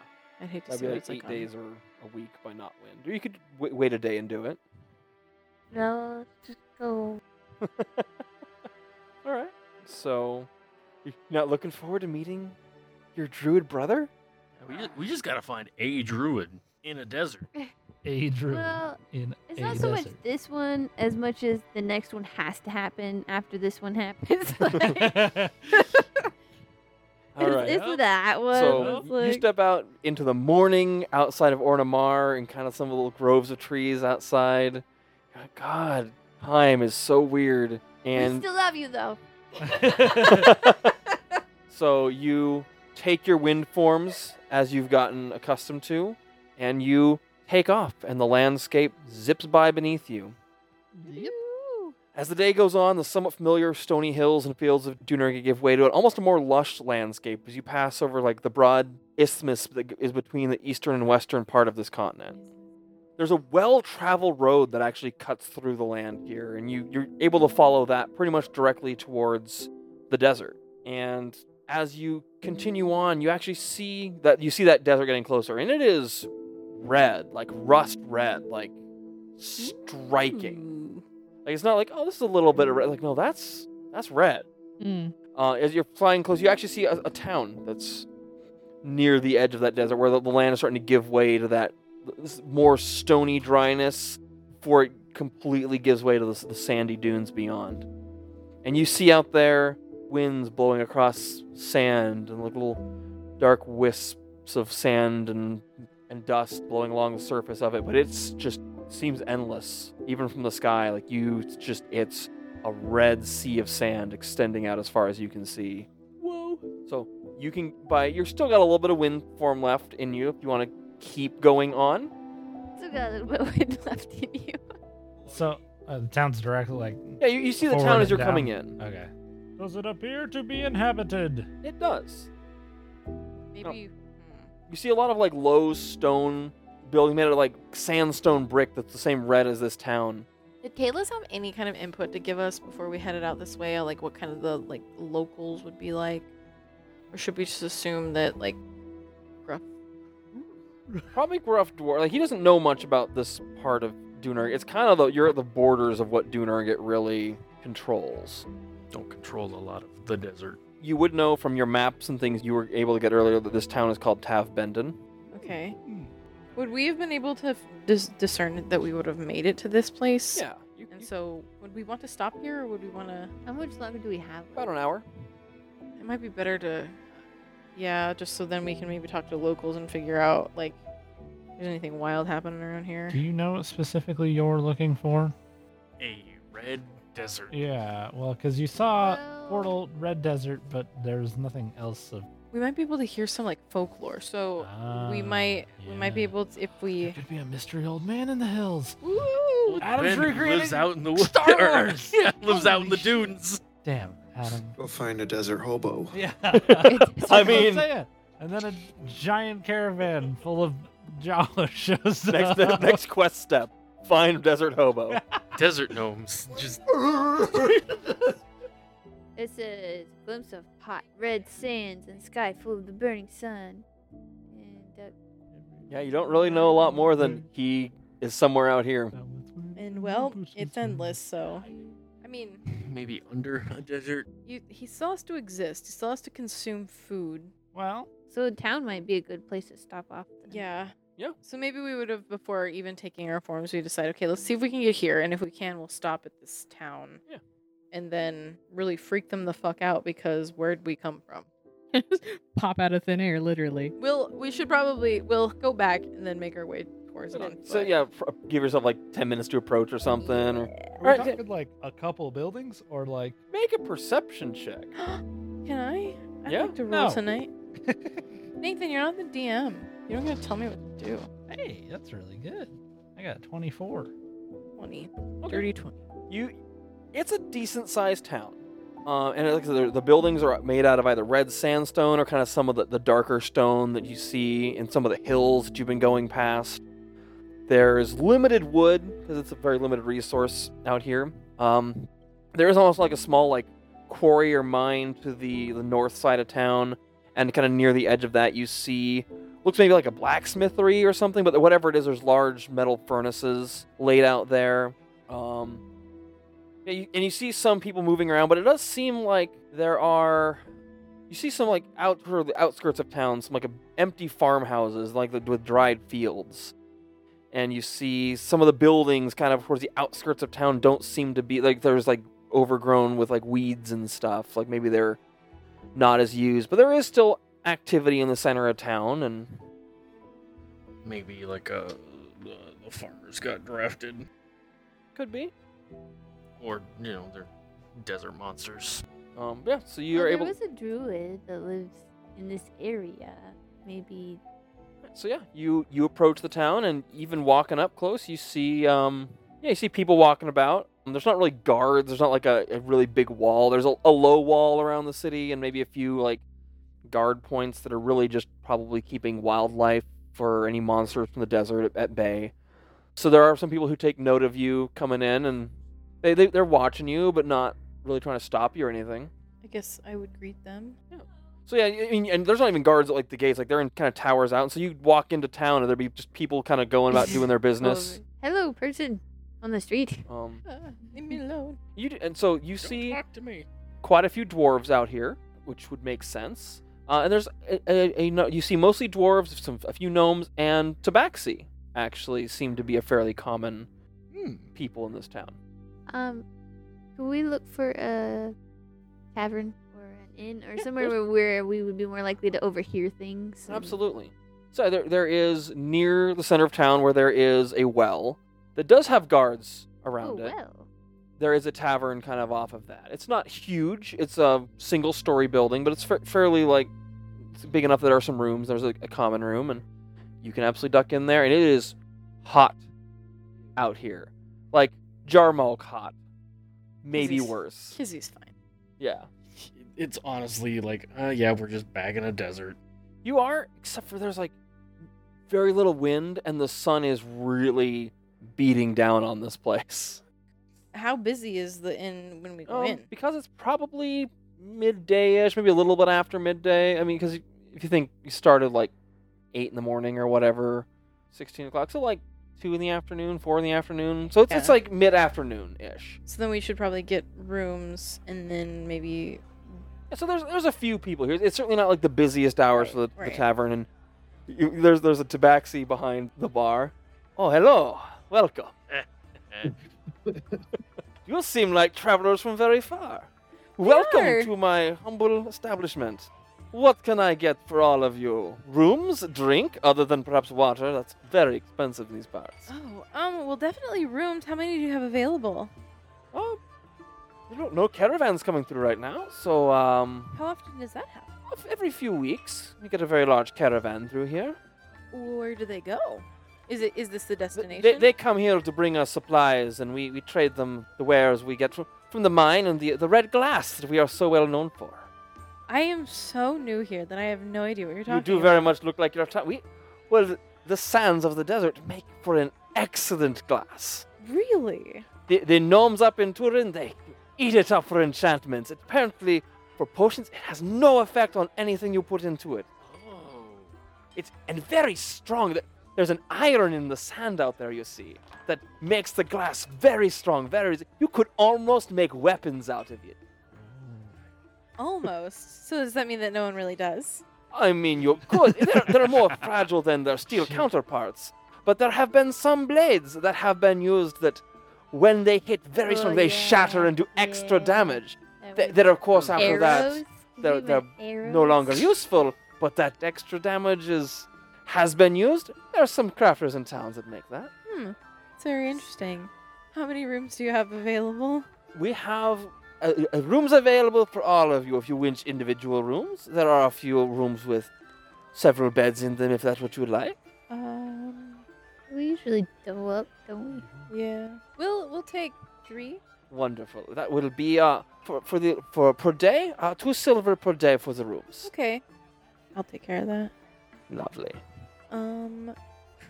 I'd hate to
That'd
see
be
what
like
it's
eight
like on-
days or a week by not wind. Or you could w- wait a day and do it.
No, just go.
All right. So, you're not looking forward to meeting your druid brother?
We just, we just gotta find a druid in a desert.
a druid
Well,
in
It's
a
not so much
desert.
this one as much as the next one has to happen after this one happens. like,
All
it's,
right.
it's that one.
so
it's
y- you
like,
step out into the morning outside of Ornamar and kind of some little groves of trees outside. You're like, God, time is so weird.
we
And
still love you though.
so you take your wind forms as you've gotten accustomed to, and you take off, and the landscape zips by beneath you.
Yep.
As the day goes on, the somewhat familiar stony hills and fields of Dunurga give way to an almost a more lush landscape as you pass over like the broad isthmus that is between the eastern and western part of this continent. There's a well-traveled road that actually cuts through the land here, and you, you're able to follow that pretty much directly towards the desert. And as you continue on, you actually see that you see that desert getting closer, and it is red, like rust red, like striking.
Ooh.
Like it's not like oh this is a little bit of red. Like no that's that's red.
Mm.
Uh, as you're flying close, you actually see a, a town that's near the edge of that desert where the, the land is starting to give way to that this more stony dryness before it completely gives way to the, s- the sandy dunes beyond. And you see out there winds blowing across sand and like little dark wisps of sand and and dust blowing along the surface of it, but it's just seems endless, even from the sky. Like you, it's just it's a red sea of sand extending out as far as you can see. Whoa! So you can by you're still got a little bit of wind form left in you if you want to keep going on.
Still got a little bit of wind left in you.
So uh, the town's directly like,
Yeah, you, you see the town
Forward
as you're
and
coming
down.
in.
okay. Does it appear to be inhabited?
It does. Oh.
Maybe. hmm. you-
You see a lot of like low stone building made out of like sandstone brick that's the same red as this town.
Did Kayla's have any kind of input to give us before we headed out this way? uh, Like what kind of the like locals would be like, or should we just assume that like
Probably gruff dwarf. Like he doesn't know much about this part of Dunurg. It's kind of the you're at the borders of what Dunurg it really controls.
Don't control a lot of the desert.
You would know from your maps and things you were able to get earlier that this town is called Tavbenden.
okay?
Hmm.
Would we have been able to f- dis- discern that we would have made it to this place?
Yeah. You,
And
you-
so, would we want to stop here, or would we want to?
How much longer do we have?
about an hour.
It might be better to, yeah, just so then we can maybe talk to locals and figure out like, if there's anything wild happening around here.
Do you know what specifically you're looking for?
A red desert.
Yeah, well, because you saw
Well-
Uh, Portal Red Desert, but there's nothing else of.
We might be able to hear some like folklore, so we
Ah,
might we might be
yeah.
able to
There
if we.
could be a mystery old man in the hills.
Woo!
Adam's
Ben lives
recreating
out in the woods.
Star Wars!
yeah, lives out
Holy
in the
shit.
dunes.
Damn, Adam.
Go find a desert hobo.
Yeah.
It's
I
That's what I'm
mean-
saying. and then a giant caravan full of Jawas shows
Next
up.
the next quest step. Find desert hobo.
Desert gnomes. Just
It's a glimpse of hot red sands and sky full of the burning sun. And uh,
yeah, you don't really know a lot more
Hmm.
than he is somewhere out here.
And well, it's endless, so I mean,
maybe under a desert.
you, he still has to exist. He still has to consume food.
Well,
so a town might be a good place to stop off. then.
Yeah.
Yeah.
So maybe we would have before even taking our forms, we decide, okay, let's see if we can get here, and if we can, we'll stop at this town.
Yeah.
And then really freak them the fuck out because where'd we come from?
Pop out of thin air, literally.
We'll we should probably we'll go back and then make our way towards it.
So yeah, pr- give yourself like ten minutes to approach or something, or
are
Alright, talking
like a couple buildings or like.
make a perception check.
Can I? I'd
Yeah?
like to roll
No.
tonight. Nathan, you're not the DM. You don't gotta tell me what to do.
Hey, that's really good. I got 24.
20.
Okay.
Dirty 20.
You, it's a decent sized town, uh, and like I said, the- the buildings are made out of either red sandstone or kind of some of the, the darker stone that you see in some of the hills that you've been going past. There's limited wood because it's a very limited resource out here. Um, there is almost like a small like quarry or mine to the the north side of town, and kind of near the edge of that you see looks maybe like a blacksmithery or something. But whatever it is, there's large metal furnaces laid out there. Um, yeah, you, and you see some people moving around, but it does seem like there are. You see some like out or the outskirts of town, some like a, empty farmhouses, like the, with dried fields, and you see some of the buildings kind of towards the outskirts of town don't seem to be like there's like overgrown with like weeds and stuff. Like maybe they're not as used, but there is still activity in the center of town, and
Maybe like a, the farmers got drafted.
could be.
Or, you know, they're desert monsters.
Um, yeah, so
Well,
you're
there
able.
was a druid that lives in this area. Maybe
So yeah, you you approach the town, and even walking up close, you see um yeah you see people walking about. There's not really guards. There's not like a, a really big wall. There's a, a low wall around the city and maybe a few like guard points that are really just probably keeping wildlife for any monsters from the desert at, at bay. So there are some people who take note of you coming in and they, they they're watching you but not really trying to stop you or anything.
I guess I would greet them.
So yeah, I mean, and there's not even guards at like the gates. Like they're in kind of towers out. And so you walk into town and there'd be just people kind of going about doing their business.
Hello, person on the street.
Um,
Ah, leave me alone.
you d- and so you see
talk to me.
quite a few dwarves out here, which would make sense. Uh, and there's a, a, a, no- you see mostly dwarves, some a few gnomes, and tabaxi actually seem to be a fairly common
Hmm.
people in this town.
Um, can we look for a tavern or an inn or
Yeah,
somewhere
there's-
where, where we would be more likely to overhear things? and-
Absolutely. So there, there is near the center of town where there is a well that does have guards
Oh,
around it.
well.
there is a tavern kind of off of that. It's not huge. It's a single story building, but it's fa- fairly like it's big enough that there are some rooms. There's a, a common room, and you can absolutely duck in there. And it is hot out here, like Jarmalk hot, maybe
Is this-
worse.
Kizzy's fine.
Yeah,
It's honestly like, uh, yeah, we're just back in a desert.
you are. Except for there's like very little wind, and the sun is really beating down on this place.
How busy is the inn when we go
Um,
in?
Because it's probably midday-ish, maybe a little bit after midday. I mean, because if you think you started like eight in the morning or whatever, sixteen o'clock, so like two in the afternoon, four in the afternoon. So it's it's
Yeah.
like mid-afternoon ish.
So then we should probably get rooms and then maybe
So there's there's a few people here. It's certainly not like the busiest hours
Right,
for the,
right.
the tavern, and you, there's there's a tabaxi behind the bar. Oh, hello, welcome.
Eh.
You seem like travelers from very far. Welcome
are.
to my humble establishment. What can I get for all of you? Rooms, drink, other than perhaps water. That's very expensive in these parts.
Oh, um, well, definitely rooms. How many do you have available?
Oh, you don't know caravans coming through right now. So, um,
How often does that happen?
of- every few weeks we get a very large caravan through here.
Where do they go? Is it is this the
Th-
destination?
They, they come here to bring us supplies, and we, we trade them the wares we get from, from the mine and the the red glass that we are so well known for.
I am so new here that I have no idea what you're talking.
You do
about.
very much look like you're trying. We, well, th- the sands of the desert make for an excellent glass.
Really?
The, the gnomes up in Turin, they eat it up for enchantments. Apparently, for potions, it has no effect on anything you put into it.
Oh.
It's and very strong. Th- There's an iron in the sand out there, you see, that makes the glass very strong. Very, you could almost make weapons out of it.
Almost. so does that mean that no one really does?
I mean, you could. They're, they're more fragile than their steel counterparts. But there have been some blades that have been used that, when they hit very
Oh,
strong, they shatter
yeah,
and do extra
yeah.
damage.
That
Th-
would-
that, of course, after
arrows?
that,
Did
they're-
you
they're
make arrows?
no longer useful. But that extra damage is has been used. There are some crafters in towns that make that.
Hmm. It's very interesting. How many rooms do you have available?
We have uh, uh, rooms available for all of you if you wish individual rooms. There are a few rooms with several beds in them if that's what you would like.
Um.
We usually double up, don't we?
Yeah. We'll we'll take three.
Wonderful. That will be uh for, for the for per day, uh, two silver per day for the rooms.
Okay. I'll take care of that.
Lovely.
Um.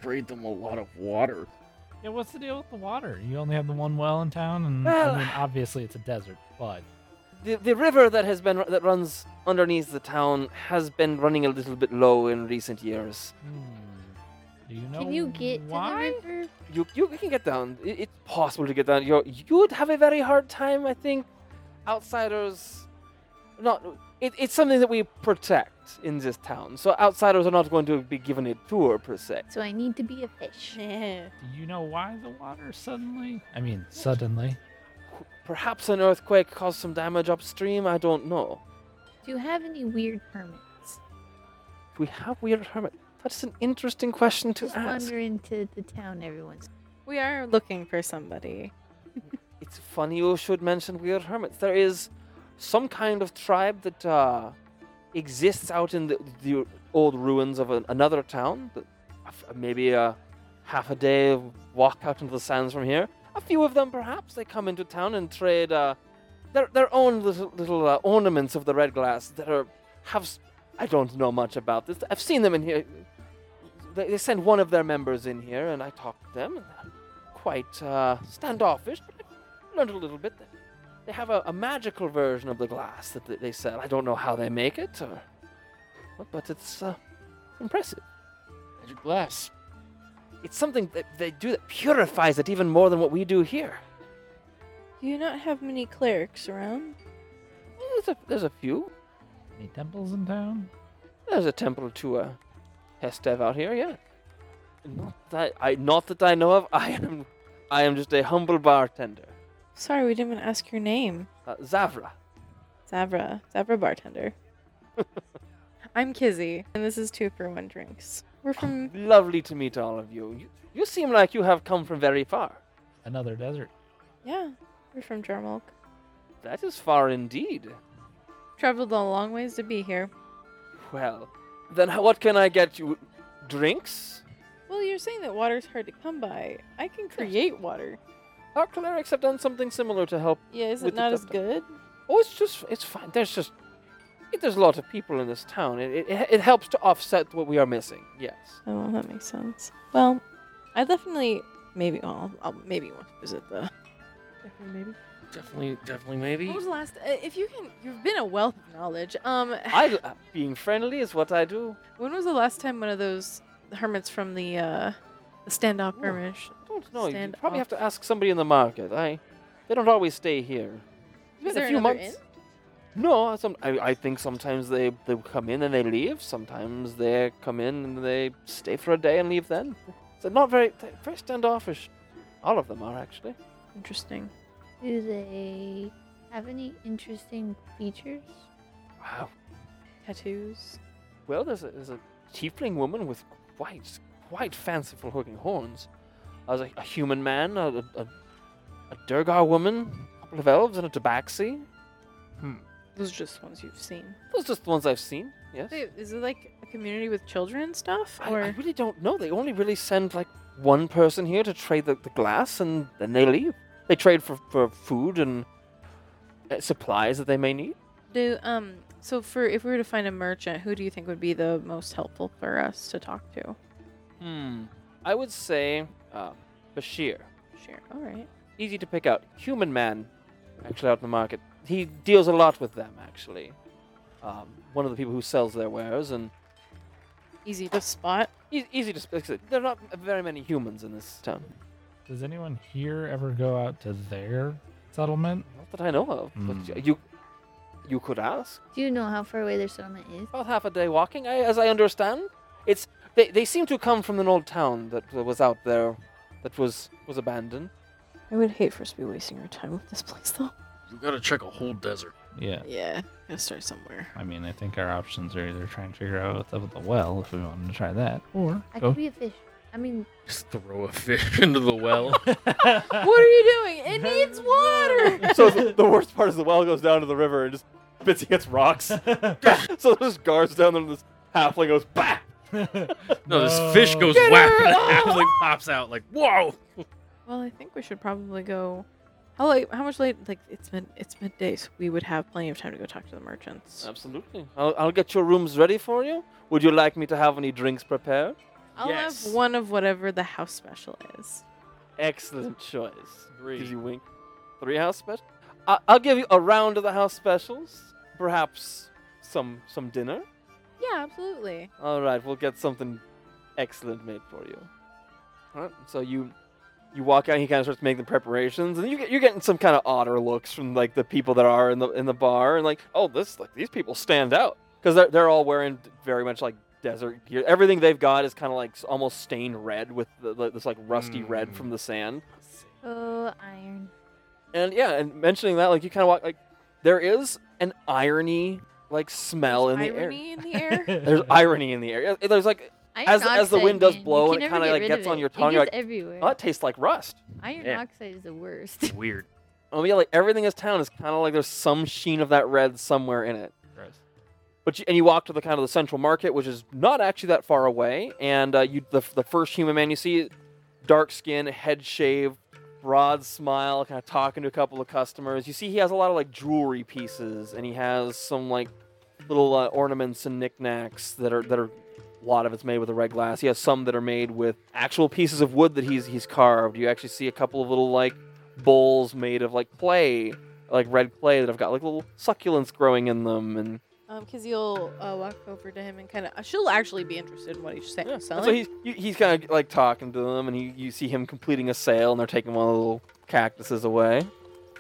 Trade them a lot of water.
Yeah, what's the deal with the water? You only have the one well in town, and
Well-
I mean, obviously it's a desert, but
The the river that has been that runs underneath the town has been running a little bit low in recent years.
hmm, do you know
Can you get
why?
to the river?
You you can get down. I- It's possible to get down. You you would have a very hard time, I think. Outsiders, not. It, it's something that we protect in this town, so outsiders are not going to be given a tour per se.
So I need to be a fish.
Yeah.
Do you know why the water suddenly? I mean, suddenly.
Perhaps an earthquake caused some damage upstream. I don't know.
Do you have any weird permits?
we have weird hermit? That's an interesting question to
Just
ask.
wander into the town every once.
We are looking for somebody.
It's funny you should mention weird hermits. There is some kind of tribe that uh, exists out in the, the old ruins of an, another uh, town, that- maybe a half a day walk out into the sands from here. A few of them, perhaps, they come into town and trade uh, their their own little, little uh, ornaments of the red glass that are have. s- I don't know much about this. I've seen them in here. They, they send one of their members in here, and I talked to them. Quite uh, standoffish, but I learned a little bit. They have a, a magical version of the glass that they- they sell. I don't know how they make it, or what, but it's uh, impressive.
Magic glass.
It's something that they do that purifies it even more than what we do here.
Do you not have many clerics around?
There's a, there's a few.
Any temples in town?
There's a temple to uh, Hestev out here, yeah. Not that I, not that I know of. I am, I am just a humble bartender,
Sorry, we didn't even ask your name.
uh, Zavra.
Zavra. Zavra bartender. I'm Kizzy, and this is Two for One Drinks. We're from
Lovely to meet all of you. you. You seem like you have come from very far.
Another desert.
yeah, we're from Jarmulk.
That is far indeed.
Traveled a long ways to be here.
Well, then h- what can I get you? Drinks?
Well, you're saying that water's hard to come by. I can create water.
Our clerics have done something similar to help.
Yeah, is
With
it
the
not as
duck duck.
good?
Oh, it's just, it's fine. There's just, there's a lot of people in this town. It, it, it helps to offset what we are missing. Yes.
Oh, that makes sense. Well, I definitely maybe I'll, I'll maybe want to visit the. Definitely maybe.
Definitely, definitely, maybe.
What was the last? Uh, if you can, you've been a wealth of knowledge. Um,
I uh, being friendly is what I do.
when was the last time one of those hermits from the uh, the standoff
Ooh.
hermit?
I don't know. You
Stand
probably have
off.
to ask somebody in the market. I, they don't always stay here.
Is
It's
there
a few
another
months.
inn?
No, some, I, I think sometimes they, they come in and they leave. Sometimes they come in and they stay for a day and leave then. So not very they're very standoffish. All of them are actually.
Interesting.
Do they have any interesting features?
Wow.
Tattoos.
Well, there's a, there's a tiefling woman with quite quite fanciful looking horns. There's a, a human man, a, a, a, a Durgar woman, a couple of elves, and a Tabaxi.
Those are just ones you've seen.
Those are just the ones I've seen. Yes.
Wait, is it like a community with children and stuff,
I,
or
I really don't know. They only really send like one person here to trade the, the glass, and then they leave. They trade for, for food and uh, supplies that they may need.
do um? So for if we were to find a merchant, who do you think would be the most helpful for us to talk to?
Hmm. I would say uh, Bashir.
Sure. All right.
Easy to pick out. Human man, actually out in the market. He deals a lot with them, actually. Um, one of the people who sells their wares, and
Easy to spot.
e- easy to. Like I said, there are not very many humans in this town.
Does anyone here ever go out to their settlement?
Not that I know of.
Hmm.
But you, you could ask.
Do you know how far away their settlement is?
About half a day walking, I, as I understand. It's they, they seem to come from an old town that was out there, that was was abandoned.
I would hate for us to be wasting our time with this place, though.
You gotta check a whole desert.
Yeah.
Yeah, gotta start somewhere.
I mean, I think our options are either try and figure out what's up with the well if we wanted to try that, or
I
go.
could be a fish. I mean,
Just throw a fish into the well.
What are you doing? It needs water.
so the, the worst part is the well goes down to the river and just bits hits rocks. so there's guards down there and this halfling goes bah.
No, this fish goes whack, and the halfling pops out like, whoa!
Well, I think we should probably go. How late? How much late? Like it's mid. It's midday, so we would have plenty of time to go talk to the merchants.
Absolutely. I'll, I'll get your rooms ready for you. Would you like me to have any drinks prepared?
I'll
Yes.
have one of whatever the house special is.
Excellent choice. Gives
Three.
you wink. Three house special. I- I'll give you a round of the house specials. Perhaps some some dinner.
Yeah, absolutely.
All right, we'll get something excellent made for you. All right, so you you walk out. He kind of starts making the preparations, and you get, you're getting some kind of odder looks from like the people that are in the in the bar, and like, oh, this like these people stand out because they're they're all wearing very much like desert gear. Everything they've got is kind of like s- almost stained red with the, the, this like rusty red from the sand.
oh, iron.
And yeah, and mentioning that, like you kind of walk like there is an irony like smell in the air.
Irony in the air.
There's irony in the air. Yeah, There's like
Iron
As- as the
oxide,
wind does
man. You
blow
can
and it
never
kinda,
get
like,
rid
gets
of
on
it.
your
It
tongue, you're
gets everywhere.
oh, that tastes like rust.
Iron
Yeah.
oxide is the worst.
Weird.
Oh yeah, like everything in this town is kind of like there's some sheen of that red somewhere in it.
Gross.
But you, and you walk to the kind of the central market, which is not actually that far away, and uh, you the, the first human man you see, dark skin, head shaved, broad smile, kind of talking to a couple of customers. You see, he has a lot of like jewelry pieces, and he has some like little uh, ornaments and knickknacks that are that are. A lot of it's made with a red glass. He has some that are made with actual pieces of wood that he's he's carved. You actually see a couple of little like bowls made of like clay, like red clay that have got like little succulents growing in them, and
Um, Kizil uh, walk over to him and kind of. She'll actually be interested in what he's saying.
And
selling.
so he's you- he's kind of like talking to them, and you, you see him completing a sale, and they're taking one of the little cactuses away.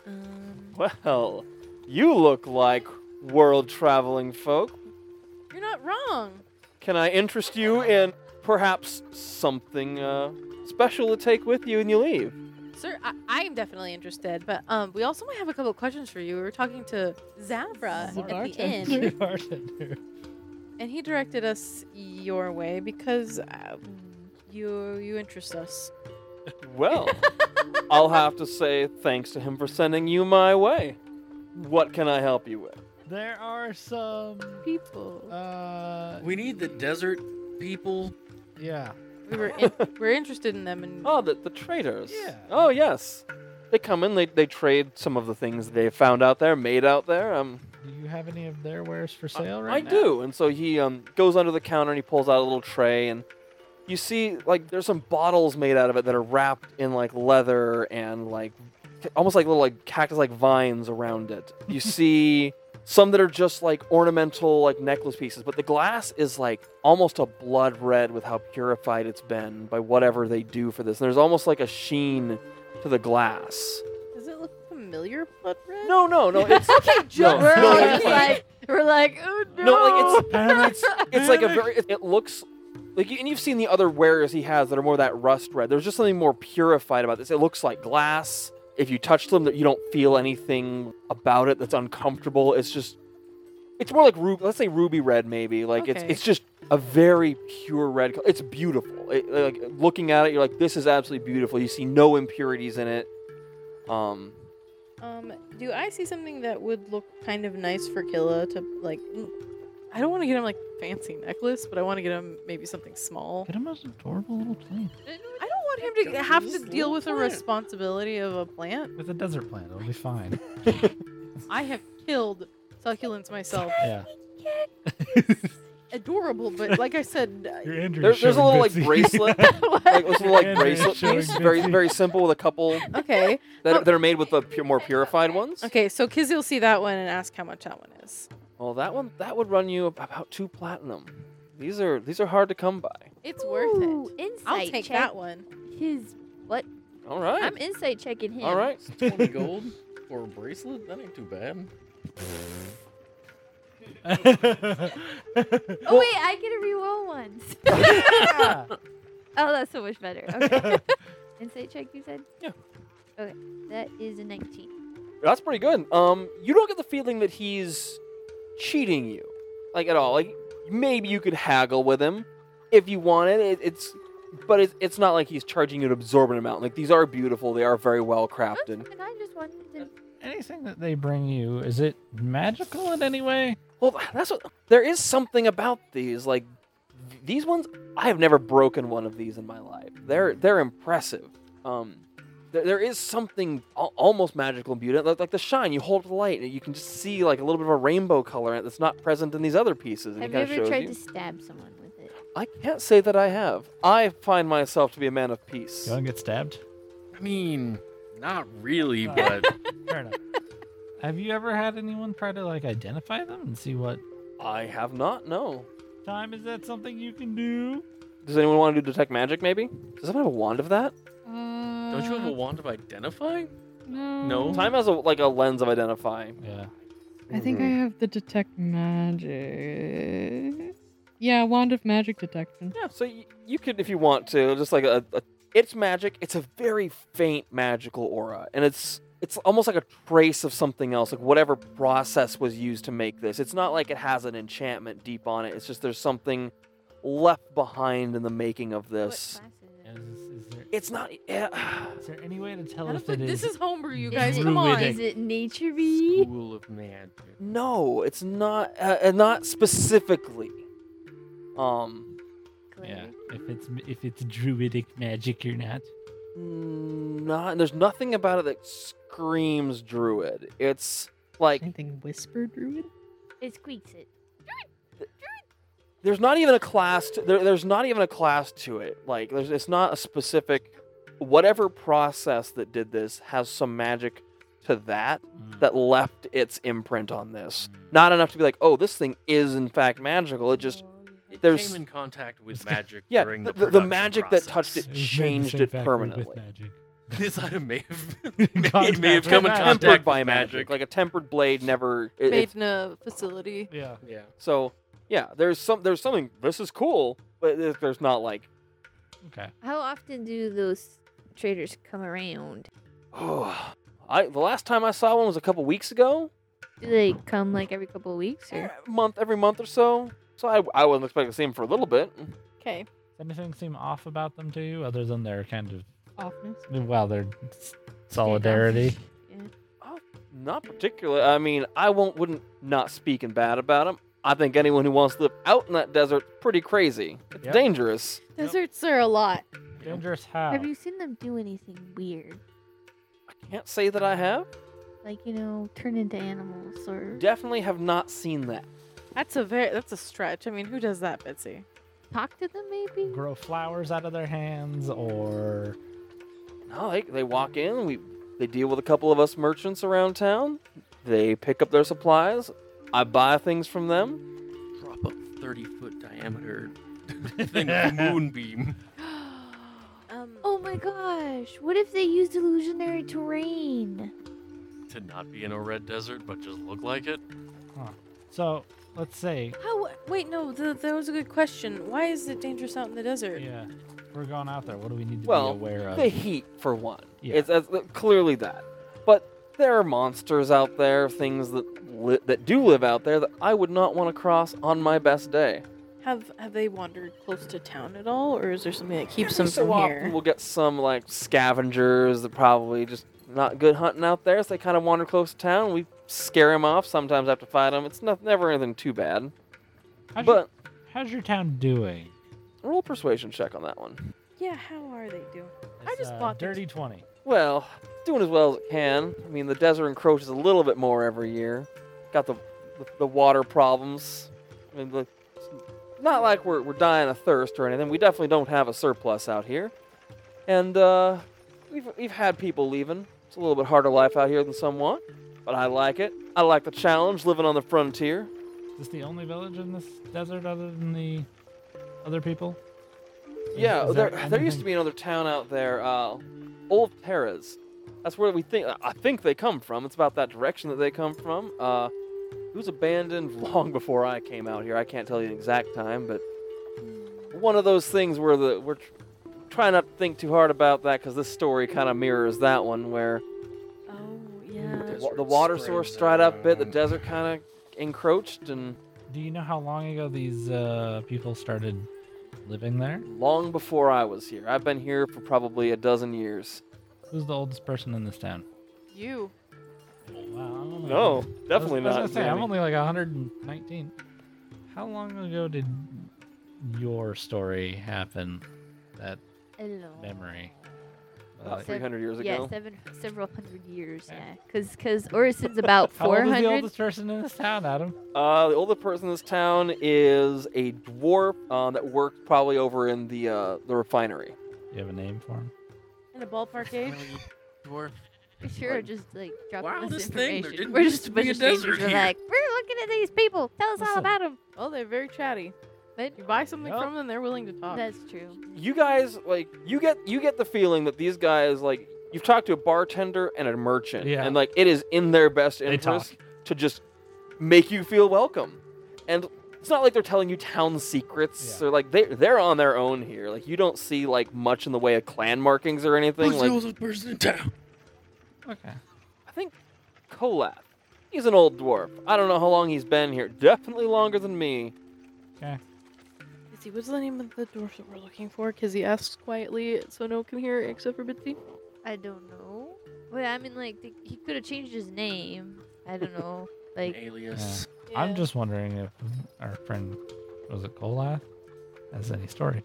um,
Well, you look like world traveling folk.
You're not wrong.
Can I interest you in perhaps something uh, special to take with you when you leave?
Sir, I, I am definitely interested, but um, we also might have a couple of questions for you. We were talking to Zavra at the inn,
Bartender, bartender.
and he directed us your way because uh, you you interest us.
Well, I'll have to say thanks to him for sending you my way. What can I help you with?
There are some.
People,
Uh,
We need the desert people.
yeah.
we were in, we're interested in them, and
Oh, the, the traders.
Yeah.
Oh, yes. They come in, they, they trade some of the things they found out there, made out there. Um,
Do you have any of their wares for sale
I
right now?
do. And so he um, goes under the counter and he pulls out a little tray and you see like there's some bottles made out of it that are wrapped in like leather and like t- almost like little like cactus like vines around it. You see some that are just like ornamental like necklace pieces, but the glass is like almost a blood red with how purified it's been by whatever they do for this. And there's almost like a sheen to the glass.
does it look familiar? Blood red?
No, no, no. It's okay,
We're all just like, we're like, oh no.
No, like it's it's, it's like a very it, it looks like you- and you've seen the other wares he has that are more that rust red. There's just something more purified about this. It looks like glass. If you touch them, that you don't feel anything about it that's uncomfortable. It's just it's more like ruby. Let's say ruby red, maybe. Like
Okay.
it's it's just a very pure red. color. It's beautiful. It, like looking at it, you're like, this is absolutely beautiful. You see no impurities in it. Um,
Um, do I see something that would look kind of nice for Killa to like? mm, I don't want to get him like fancy necklace, but I want to get him maybe something small.
Get a most adorable little plant
I don't want him to have to deal with the responsibility of a plant.
with a desert plant. It'll be fine.
I have killed succulents myself.
Yeah.
Adorable, but like I said, I-
Your Andrew
there- there's a little like bracelet, like this little like
Andrew's
bracelet
showing
piece, very
Bitsy.
very simple with a couple
okay,
that,
Oh.
are that are made with the pu- more purified ones.
okay. So Kizzy will see that one and ask how much that one is.
Well, that one that would run you ab- about two platinum. These are these are hard to come by.
It's worth it.
Insight
I'll take
check
that one.
His.
All right.
I'm insight checking him.
All right.
20 gold for a bracelet? That ain't too bad.
Oh wait, I get to reroll ones. oh, that's so much better. Okay. Insight check, you said.
Yeah.
Okay, that is a 19.
That's pretty good. Um, you don't get the feeling that he's cheating you, like at all. Like maybe you could haggle with him if you wanted. It, it's, but it's, it's not like he's charging you an absorbent amount. Like these are beautiful. They are very well crafted.
And Oh, I just wanted to.
Anything that they bring you, is it magical in any way?
Well, that's what there is something about these. Like th- these ones, I have never broken one of these in my life. They're they're impressive. Um, there, there is something al- almost magical and beautiful, like, like the shine. You hold up the light, and you can just see like a little bit of a rainbow color in it that's not present in these other pieces. And it
Have you
kind of
ever
shows
tried
you.
to stab someone with it?
I can't say that I have. I find myself to be a man of peace.
You want to get stabbed?
I mean, not really,
Uh,
but
Fair enough. Have you ever had anyone try to like identify them and see what
I have not. No.
time is that something you can do?
Does anyone want to do detect magic? Maybe. Does anyone have a wand of that?
Mm. don't
Mm.
you have a wand of identifying? No.
Time has a like a lens of identify.
Yeah.
I think I have the detect magic. Yeah, wand of magic detection.
Yeah, so y- you could, if you want to, just like a, a it's magic. It's a very faint magical aura, and it's it's almost like a trace of something else, like whatever process was used to make this. It's not like it has an enchantment deep on it. It's just there's something left behind in the making of
What
this.
class is it?
Is, is there,
It's not. eh, Yeah.
is there any way to tell
Kind
if
of like,
it
this is homebrew, you
Is
guys.
it-
Come on.
Druidic.
Is it nature
School of magic.
No, it's not. Uh, uh, not specifically. Um.
Yeah. If it's if it's druidic magic or not.
not. There's nothing about it that screams druid. It's like
Anything whisper druid?
It squeaks it.
there's not even a class. To, there, there's not even a class to it. Like there's, it's not a specific. Whatever process that did this has some magic to that
Mm.
that left its imprint on this. Not enough to be like, oh, this thing is in fact magical. It just
It
There's-
came in contact with
It's got-
magic
yeah,
during
the,
the,
the, the
production
magic that touched
process.
it changed it permanently.
This item may have
Contact
it may have
with
come in
magic.
contact
Tempered
Tempered
by
with
magic, like a tempered blade never. it-
Made
it's-
in a facility.
Yeah.
Yeah.
so yeah, there's some there's something. This is cool, but there- there's not like
Okay.
How often do those traders come around?
Oh, I the last time I saw one was a couple weeks ago,
Do they come like every couple of weeks? Or?
Eh, month every month or so. So I, I wasn't expecting to see him for a little bit.
Okay.
Does anything seem off about them to you, other than their kind of
Offness?
well, their s- solidarity?
Not particularly. I mean, I won't wouldn't not speaking bad about him. I think anyone who wants to live out in that desert is pretty crazy. It's
Yep.
dangerous.
Deserts are a lot.
Dangerous how?
Have you seen them do anything weird?
I can't say that I have.
Like, you know, turn into animals or
Definitely have not seen that.
That's a very that's a stretch. I mean, who does that, Betsy?
talk to them maybe?
grow flowers out of their hands or
No, they, they walk in. We they deal with a couple of us merchants around town. They pick up their supplies. I buy things from them.
Drop up thirty foot diameter thing of moonbeam.
um,
Oh my gosh, what if they used illusionary terrain?
to not be in a red desert but just look like it.
so let's say
how? Wait, no. The, that was a good question. Why is it dangerous out in the desert?
yeah we're going out there what do we need to
Well,
be aware of
The heat, for one.
Yeah.
It's, it's uh, clearly that. But there are monsters out there, things that li- that do live out there that I would not want to cross on my best day.
Have Have they wandered close to town at all, or is there something that keeps them
Every so
from
often
here?
We'll get some like scavengers that probably just not good hunting out there, so they kind of wander close to town. We scare them off. Sometimes have to fight them. It's not, never anything too bad.
how's, your,
but
how's your town doing
roll a persuasion check on that one.
Yeah. How are they doing? I
It's,
just
uh,
bought the-
dirty 20
Well, doing as well as it can. I mean, the desert encroaches a little bit more every year. Got the the, the water problems. I mean, the, not like we're, we're dying of thirst or anything. We definitely don't have a surplus out here, and uh, we've we've had people leaving. It's a little bit harder life out here than some want, but I like it. I like the challenge, living on the frontier.
is this the only village in this desert other than the other people Is-
Yeah,
is
there, there used to
anything-
be another town out there, uh, Old Perez. That's where we think I think they come from. It's about that direction that they come from. Uh, it was abandoned long before I came out here. I can't tell you the exact time, but one of those things where the we're tr- trying not to think too hard about that because this story kind of mirrors that one where
Oh yeah.
the, wa-
Desert
the water
spreads
source dried up a bit, the
around.
desert kind of encroached, and
do you know how long ago these uh, people started living there
long before I was here. I've been here for probably a dozen years.
who's the oldest person in this town
You.
No, definitely
I was, I was
not.
gonna say, I'm
Jamie.
only like 119. How long ago did your story happen? That
Hello.
memory.
Uh,
Sev-
300 years
yeah,
ago.
seven, several hundred years.
Okay.
Yeah, because because Orison's about
How old
four
is the
hundred.
oldest person in this town, Adam?
Uh, the oldest person in this town is a dwarf uh, that worked probably over in the uh, the refinery.
You have a name for him?
In a ballpark age.
Dwarf.
Sure, just like dropping
Wow, this
this
thing, there
information.
didn't
We're
used
just
to
a
be
bunch
a
of strangers.
desert
We're
here.
like, we're looking at these people. Tell us all
Listen.
about them.
Oh, they're very chatty.
But
You buy something
Yup.
from them, they're willing to
Oh.
talk.
that's true.
You guys like you get you get the feeling that these guys like you've talked to a bartender and a merchant,
Yeah.
and like it is in their best
They talk.
interest to just make you feel welcome. And it's not like they're telling you town secrets.
Yeah.
They're like they they're on their own here. Like you don't see like much in the way of clan markings or anything.
Who's
like
the oldest person in town?
Okay.
I think Kolath. He's an old dwarf. I don't know how long he's been here. Definitely longer than me.
Bitsy, what's the name of the dwarf that we're looking for? Kizzy asks quietly so no one can hear except for Bitsy.
I don't know. Well, I mean, like they, he could have changed his name. I don't know.
An
Like,
alias.
I'm just wondering if our friend, was it Kolath, has any stories.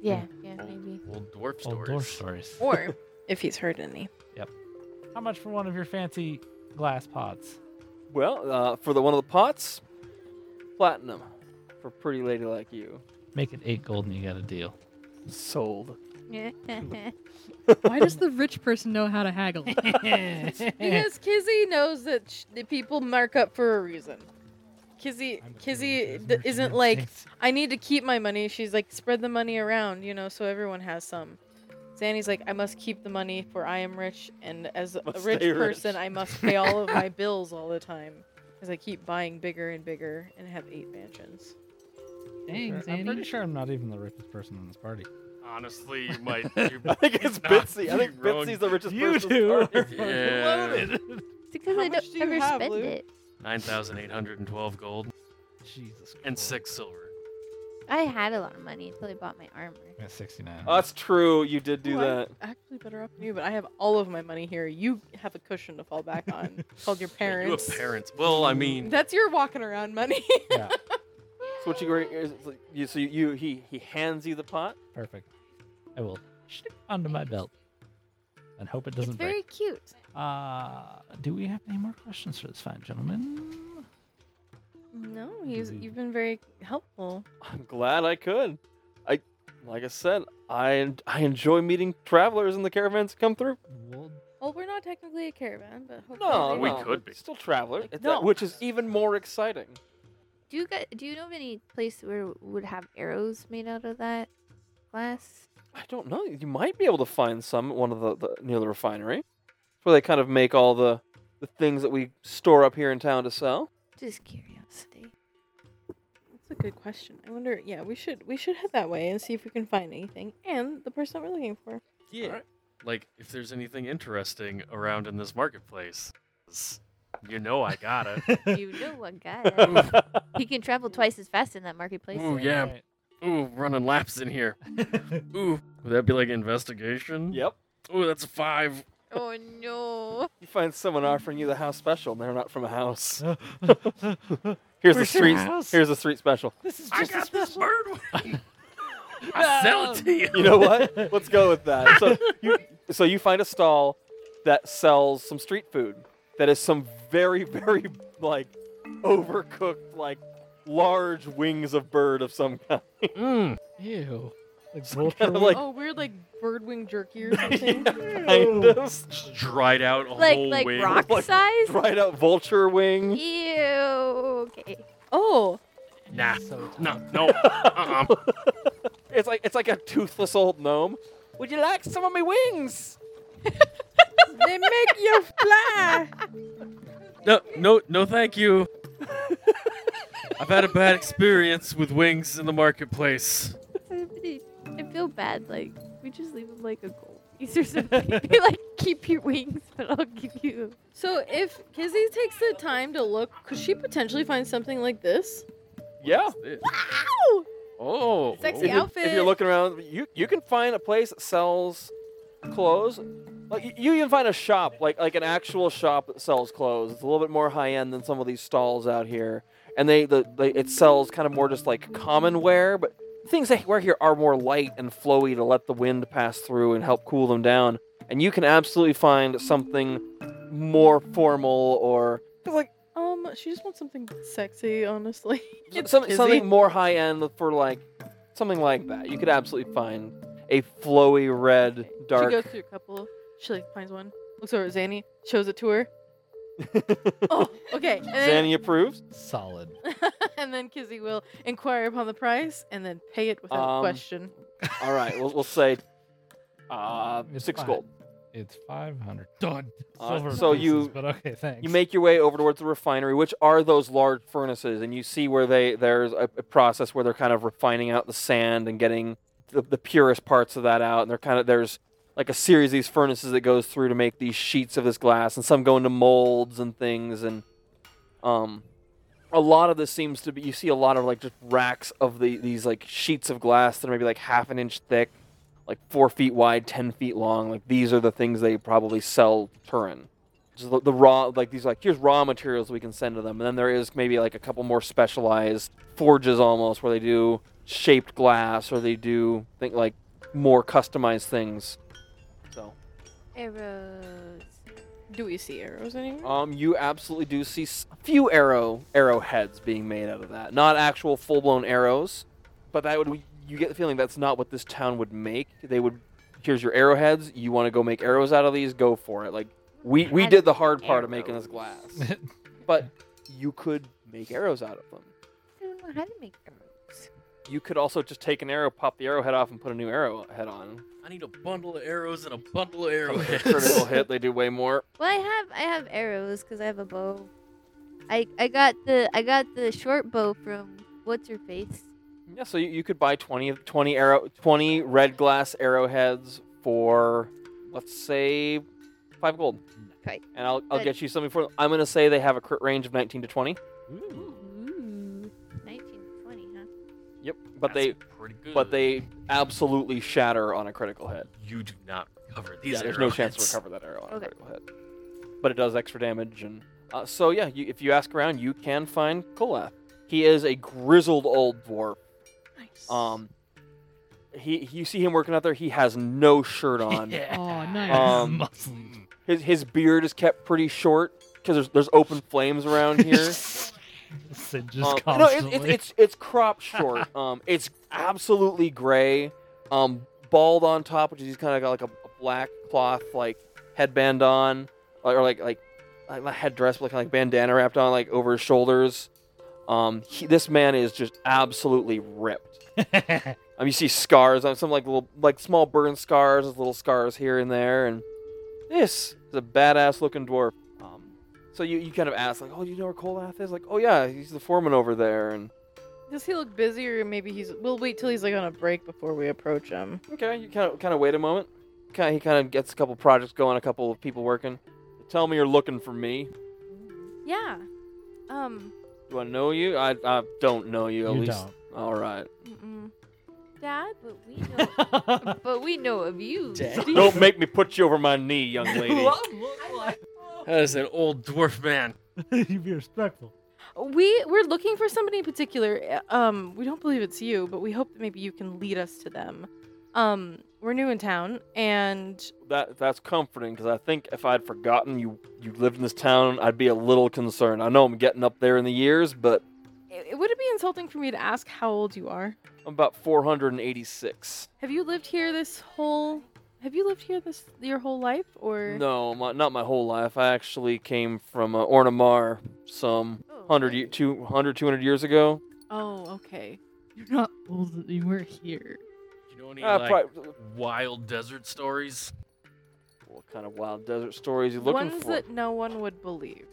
Yeah, yeah, maybe.
Old dwarf
Old
stories.
dwarf stories.
Or if he's heard any.
How much for one of your fancy glass pots?
Well, uh, for the one of the pots, platinum for a pretty lady like you.
Make it eight gold and you got a deal.
Sold.
Why does the rich person know how to haggle?
Because Kizzy knows that sh- the people mark up for a reason. Kizzy, Kizzy d- isn't like I need to keep my money. She's like spread the money around, you know, so everyone has some. Zanny's like I must keep the money for I am rich, and as a
Must
rich
stay rich.
person, I must pay all of my bills all the time because I keep buying bigger and bigger and have eight mansions.
Dang,
I'm pretty
Zanny.
sure I'm not even the richest person in this party.
Honestly, you might. You,
I think it's
Nah,
Bitsy. I
you're
think
wrong.
Bitsy's the richest
You
person.
two are
starting.
Yeah.
It's because
How
I
much
don't
do you
ever
have,
spend
Luke?
it.
9,812 gold
Jesus.
and six silver.
I had a lot of money until I bought my armor.
Yeah, 69.
Oh, that's true. You did do
Ooh,
that.
Oh, I'm actually better off than you, but I have all of my money here. You have a cushion to fall back on called your
Yeah, You
parents.
have parents. Well, I mean,
That's your walking around money.
yeah,
So what you gra- is it's like you so you, you he he hands you the pot.
perfect. I will stick onto my belt and hope it doesn't
it's very
break.
cute.
Uh, do we have any more questions for this fine gentleman?
No, he's,
Mhm.
you've been very helpful.
I'm glad I could. I like I said, I I enjoy meeting travelers in the caravans that come through.
We'll
Well, we're not technically a caravan, but hopefully
No,
We
no,
could be.
still traveler, It's
no.
that- which is even more exciting.
Do you guys, do you know of any place where would have arrows made out of that glass?
I don't know. You might be able to find some at one of the, the near the refinery, It's where they kind of make all the the things that we store up here in town to sell.
Just curiosity.
That's a good question. I wonder. Yeah, we should we should head that way and see if we can find anything and the person that we're looking for.
Yeah.
Alright. like, if there's anything interesting around in this marketplace, you know I gotta.
you know what guy? he can travel twice as fast in that marketplace.
Ooh, Oh, yeah. Ooh, running laps in here. Ooh, would that be like investigation?
Yep.
Ooh, that's a five.
Oh no.
You find someone offering you the house special, and they're not from a house.
this
Here's the
Where's your
street.
house?
Here's the street special.
is
I
just a
got this
special.
bird one. I sell it to you.
You know what? Let's go with that. So you, so you find a stall that sells some street food that is some very, very like overcooked, like large wings of bird of some kind.
Mm.
Ew. Like,
Some
roll
kind of
through it.
like
Oh, weird like birdwing jerky or something.
kind of
Just dried out a
Like
whole
like
wing.
rock
Like-
size?
dried out vulture wing.
Ew. Okay.
Oh,
Nah.
So
No, no. Uh-uh.
It's like it's like a toothless old gnome. Would you like some of my wings?
they make you fly.
No, no, no, thank you. I've had a bad experience with wings in the marketplace.
I feel bad. Like we just leave him like a gold piece or something. Be like keep your wings, but I'll give you.
So if Kizzy takes the time to look, could she potentially find something like this?
Yeah.
Oh.
Sexy
If
oh.
you're, if
outfit.
you're looking around, you you can find a place that sells clothes. Like y- you even find a shop, like like an actual shop that sells clothes. It's a little bit more high end than some of these stalls out here, and they the they, it sells kind of more just like common wear, but things they wear here are more light and flowy to let the wind pass through and help cool them down. And you can absolutely find something more formal or 'cause, like
Um, she just wants something sexy, honestly. It's
some,
Kizzy.
something more high end for like something like that. You could absolutely find a flowy red
She goes
dark.
through a couple. She like finds one, looks over at Zanny, shows it to her. Oh, okay. And then,
Zanny approves.
solid.
and then Kizzy will inquire upon the price and then pay it without
Um,
question.
All right, we'll, we'll say uh,
It's
six
fine.
gold.
It's 500. Done.
Uh,
Silver
so
pieces,
you-
But okay, thanks.
You make your way over towards the refinery, which are those large furnaces, and you see where they there's a, a process where they're kind of refining out the sand and getting the, the purest parts of that out. And they're kind of there's like a series of these furnaces that goes through to make these sheets of this glass, and some go into molds and things. And um, a lot of this seems to be you see a lot of like just racks of the these like sheets of glass that are maybe like half an inch thick, like four feet wide, ten feet long. Like these are the things they probably sell Turin just the, the raw like these like here's raw materials we can send to them and then there is maybe like a couple more specialized forges almost where they do shaped glass or they do think like more customized things. So,
Arrows.
Do we see arrows anywhere?
um, you absolutely do see s- a few arrow arrowheads being made out of that. Not actual full-blown arrows, but that would you get the feeling that's not what this town would make. They would here's your arrowheads. You want to go make arrows out of these? Go for it. Like we we did the hard part of making this glass, but you could make arrows out of them.
I don't know how to make arrows.
You could also just take an arrow, pop the arrowhead off, and put a new arrowhead on.
I need a bundle of arrows and a bundle of
With a
arrowheads.
critical hit, they do way more.
Well, I have I have arrows because I have a bow. I I got the I got the short bow from what's her face.
Yeah, so you, you could buy 20, 20 arrow, twenty red glass arrowheads for, let's say, five gold.
Okay.
And I'll, I'll
Good.
get you something for. I'm gonna say they have a crit range of nineteen to twenty.
Ooh,
19 to 20, huh?
Yep. But
That's
they
pretty good.
but they absolutely shatter on a critical hit.
you do not recover these.
yeah, there's no chance to
arrowheads.
recover that arrow on a
Okay.
critical hit. But it does extra damage, and uh, so yeah, you, if you ask around, you can find Kolath. He is a grizzled old dwarf.
Nice.
Um, he you see him working out there. He has no shirt on.
Yeah.
Oh, nice.
Um,
Muscled.
His his beard is kept pretty short because there's there's open flames around here.
Sid just
Um, no, it,
constantly.
it, it's it's crop short. um, it's absolutely gray. Um, bald on top, which is he's kind of got like a, a black cloth like headband on, or, or like like like a headdress, but like like bandana wrapped on like over his shoulders. Um, he, this man is just absolutely ripped. Um, you see scars on some like little like small burn scars, there's little scars here and there, and this is a badass looking dwarf. Um, so you, you kind of ask like, oh, do you know where Kolath is? Like, oh yeah, he's the foreman over there. And
Does he look busy, or maybe he's? We'll wait till he's like on a break before we approach him.
okay, you kind of kind of wait a moment. Kind he kind of gets a couple projects going, a couple of people working. Tell me you're looking for me.
yeah.
Um.
Do I know you? I, I don't know you. At
You
least
don't.
all right.
mm-mm.
Dad, but we know, but we know of you. Steve.
don't make me put you over my knee, young lady.
That is an old dwarf man.
you be respectful.
We we're looking for somebody in particular. uh, Um, we don't believe it's you, but we hope that maybe you can lead us to them. Um, we're new in town, and
that that's comforting because I think if I'd forgotten you you lived in this town, I'd be a little concerned. I know I'm getting up there in the years, but
it, it- would it be insulting for me to ask how old you are?
I'm about 486.
Have you lived here this whole? Have you lived here this your whole life, or
No, my, not my whole life. I actually came from uh, Ornamar some
Oh,
100, ye- 200, 200 years ago.
Oh, okay.
You're not old. You were here.
You know any
Uh,
like
prob-
wild desert stories?
what kind of wild desert stories you looking
Ones
for?
that no one would believe.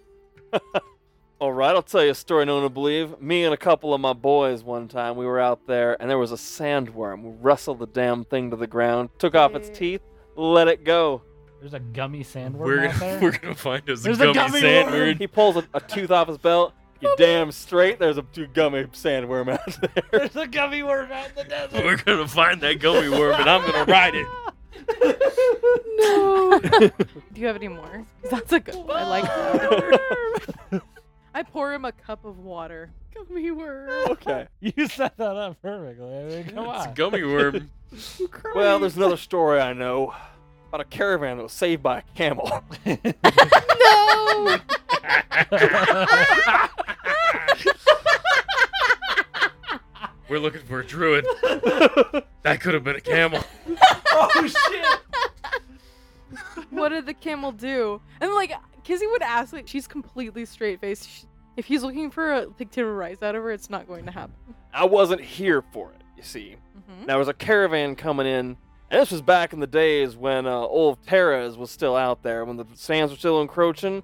All right, I'll tell you a story no one will believe. Me and a couple of my boys one time, we were out there and there was a sandworm. We wrestled the damn thing to the ground, took off its
Yeah.
teeth, let it go.
There's a gummy sandworm
We're
out
gonna,
there.
we're gonna find us
There's a
a
gummy
gummy, sandwich.
He pulls a, a tooth off his belt. You damn straight. There's a two gummy sandworm out there.
There's a gummy worm out in the desert.
We're gonna find that gummy worm and I'm gonna ride it.
No. Do you have any more? 'Cause That's a good one. I like that. I pour him a cup of water.
Gummy worm.
okay.
You set that up perfectly. I mean, come
It's a
on.
gummy worm.
Well, there's another story I know about a caravan that was saved by a camel.
No.
We're looking for a druid. That could have been a camel.
oh shit!
what did the camel do? And like Kizzy would ask, like she's completely straight faced. She- If he's looking for a pig to rise out of her, it's not going to happen.
I wasn't here for it. You see,
Mm-hmm.
Mhm.
there was a caravan coming in, and this was back in the days when uh, old Terras was still out there, when the sands were still encroaching,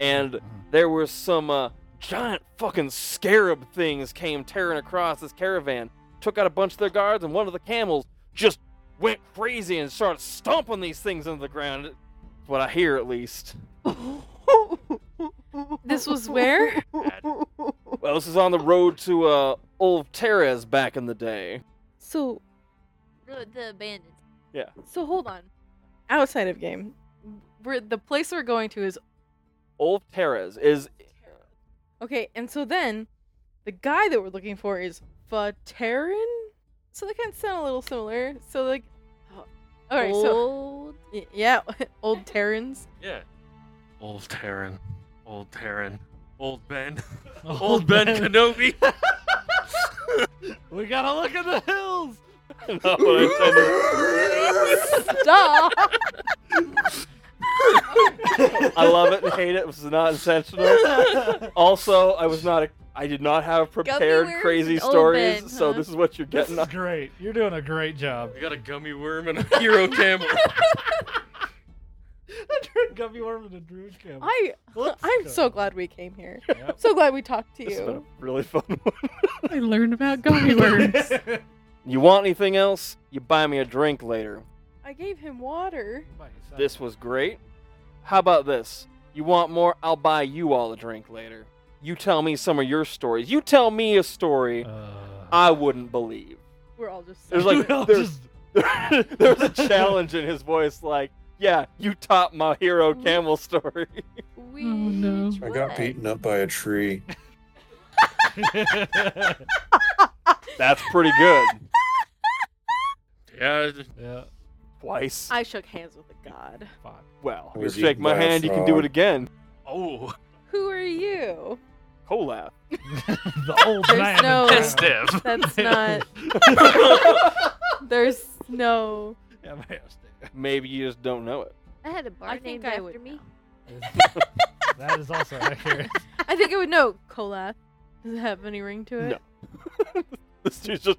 and there were some uh, giant fucking scarab things came tearing across this caravan, took out a bunch of their guards, and one of the camels just went crazy and started stomping these things into the ground. That's what I hear, at least.
This was where?
Well, this is on the road to uh, old Terras back in the day.
So
The, the abandoned.
so hold on. Outside of game, where the place we're going to is
Old Terras is
okay. And so then, the guy that we're looking for is Vaterin. So they kind of sound a little similar. So like, oh, all right. So
Old.
y- yeah, old Terrans.
Yeah. Old Taryn. Old Taryn. Old Ben.
Old
Old Ben
Ben.
Kenobi.
We gotta look at the hills.
Not what I intended.
Duh.
I love it and hate it. This is not intentional. also, I was not. A, I did not have prepared
worms
crazy
and old
stories,
men,
so
huh?
this is what you're
This
getting.
is great. You're doing a great job.
We got a gummy worm and a hero camel.
I turned gummy worm into druid camp.
I
Let's
I'm
go.
so glad we came here.
Yep.
So glad we talked to
This has been a
you.
really fun one.
I learned about gummy worms.
You want anything else? You buy me a drink later.
I gave him water.
This was great. How about this? You want more? I'll buy you all a drink later. You tell me some of your stories. You tell me a story
Uh,
I wouldn't believe.
We're all just.
There's like
Well,
there's
just-
there's a challenge in his voice, like, yeah, you top my hero camel story.
We
Oh, no.
I got beaten up by a tree.
That's pretty good.
yeah.
yeah.
Twice.
I shook hands with the god.
Fuck.
well,
I
you
was
shake
eaten
my
by a
hand, you can do it
frog.
again.
Oh.
Who are you?
Colab.
the old
There's
man. in
no-
town.
Yes,
Steph.
That's not. There's no.
Yeah, my ass did.
Maybe you just don't know it.
I had a bar
I
named
think I
after
would.
me.
know.
that is also accurate.
I think I would know. Kola. Does it have any ring to it?
No. This dude's just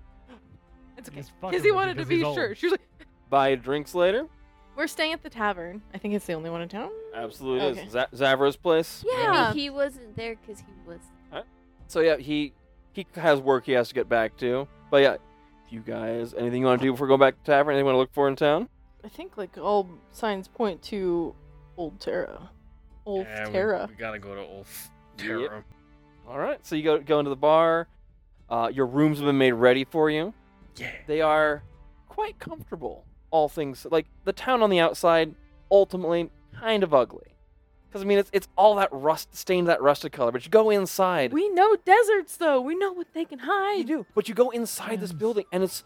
It's okay.
He's fucking
Kizzy
with you
wanted to
'cause he's
be
old.
sure. She was like,
buy drinks later.
"We're staying at the tavern. I think it's the only one in town."
Absolutely
Okay.
is. Z- Zavra's place.
Yeah. He wasn't there because he was.
So yeah, he he has work he has to get back to. But yeah, if you guys anything you want to do before going back to tavern? Anything you want to look for in town?
I think like all signs point to Old Terra. Old
Yeah, we-
Terra.
We, gotta go to Ulf
Yep.
Terra.
All right. So you go go into the bar. Uh, your rooms have been made ready for you.
Yeah.
They are quite comfortable. All things like the town on the outside, ultimately kind of ugly. Because I mean, it's it's all that rust stained that rusted color. But you go inside.
We know deserts though. We know what they can hide.
You do, but you go inside this
Yes.
building, and it's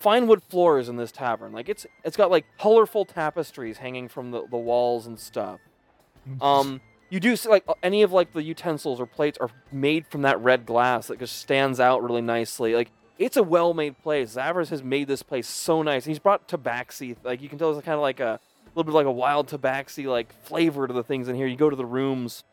fine wood floors in this tavern. Like it's it's got like colorful tapestries hanging from the, the walls and stuff. Um, you do see like any of like the utensils or plates are made from that red glass that just stands out really nicely. Like it's a well made place. Zavras has made this place so nice. He's brought tabaxi. Like you can tell, it's kind of like a little bit like a wild tabaxi like flavor to the things in here. You go to the rooms.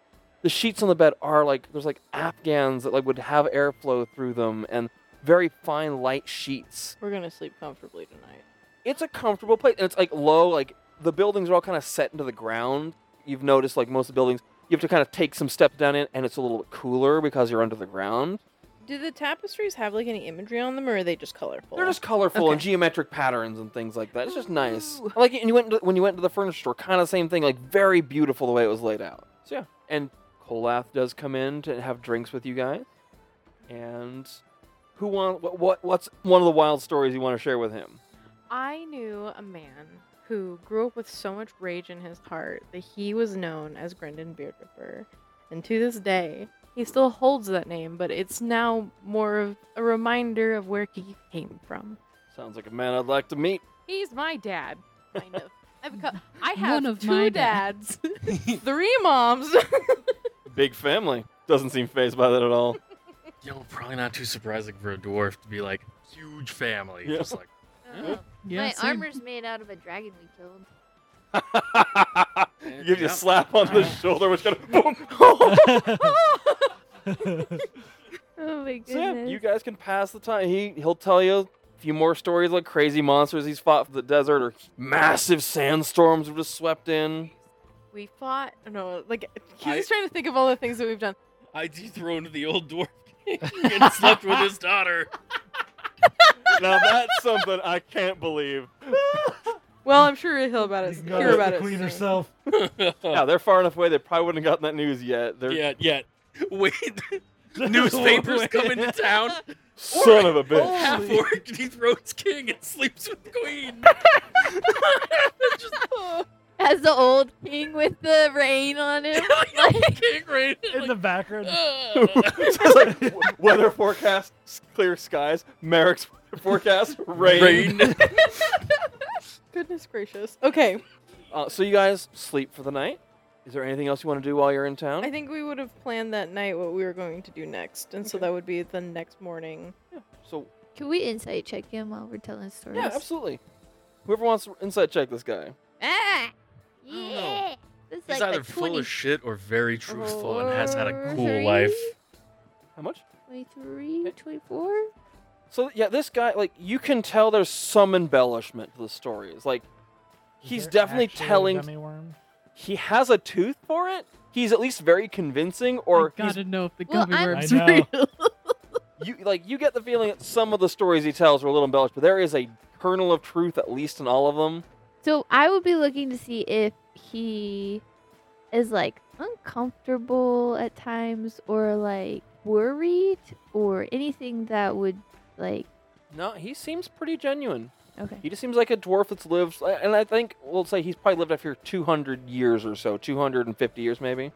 The sheets on the bed are like there's like afghans that like would have airflow through them and very fine light sheets
We're gonna sleep comfortably tonight.
it's a comfortable place and it's like low like the buildings are all kind of set into the ground you've noticed like most of the buildings you have to kind of take some steps down in and it's a little bit cooler because you're under the ground
Do the tapestries have like any imagery on them, or are they just colorful?
they're just colorful and
Okay.
geometric patterns and things like that it's just nice I like it. and you went to, when you went to the furniture store kind of same thing like very beautiful the way it was laid out so yeah and Kolath does come in to have drinks with you guys and who want what, what what's one of the wild stories you want to share with him
I knew a man who grew up with so much rage in his heart that he was known as Brendan Beardripper. And to this day, he still holds that name, but it's now more of a reminder of where he came from.
sounds like a man I'd like to meet
He's my dad, kind of. I, beco- I
One
have
of
two
my
dads,
dads.
three moms.
Big family. Doesn't seem phased by that at all.
You know, probably not too surprising for a dwarf to be like huge family.
Yeah.
Just like
Oh,
Yeah,
my
same.
armor's made out of a dragon we killed.
Give you
Yep.
a slap on the shoulder, which kind of boom.
Oh my goodness.
So yeah, you guys can pass the time. He he'll tell you a few more stories like crazy monsters he's fought for the desert or massive sandstorms have just swept in.
we fought. No, like
I-
he's just trying to think of all the things that we've done.
I dethroned the old dwarf king and slept with his daughter.
Now that's something I can't believe.
Well, I'm sure he'll about it.
Go
Hear
with
about
the
it.
queen
soon.
herself.
Yeah, they're far enough away. They probably wouldn't have gotten that news yet. They're
yeah, yeah. Wait, newspapers come into town.
son of a bitch.
Half orc dethrones king and sleeps with queen. just
As the old king with the rain on him.
king "Ah." right
in the background.
So it's like, w- weather forecast, s- clear skies. Merrick's Forecast rain.
Goodness gracious. Okay,
Uh, so you guys sleep for the night. Is there anything else you want to do while you're in town?
I think we would have planned that night what we were going to do next, and so that would be the next morning.
so
Can we insight check him while we're telling stories?
yeah, absolutely. Whoever wants to insight check this guy.
Ah,
don't know.
yeah. This is
He's
like a
either full
20
of shit or very truthful and has had a cool
Three?
life.
How much?
23, 24?
So yeah, this guy like you can tell there's some embellishment to the stories. Like
Is
he's
there
definitely
actually a
telling
Gummy worm?
he has a tooth for it. He's at least very convincing, or
I
he's,
gotta know if the
Well,
gummy
I'm-
worm's
I know.
real.
you like you get the feeling that some of the stories he tells are a little embellished, but there is a kernel of truth at least in all of them.
So I would be looking to see if he is like uncomfortable at times or like worried or anything that would like
No, he seems pretty genuine.
okay.
He just seems like a dwarf that's lived, and I think we'll say he's probably lived up here 200 years or so, 250 years maybe.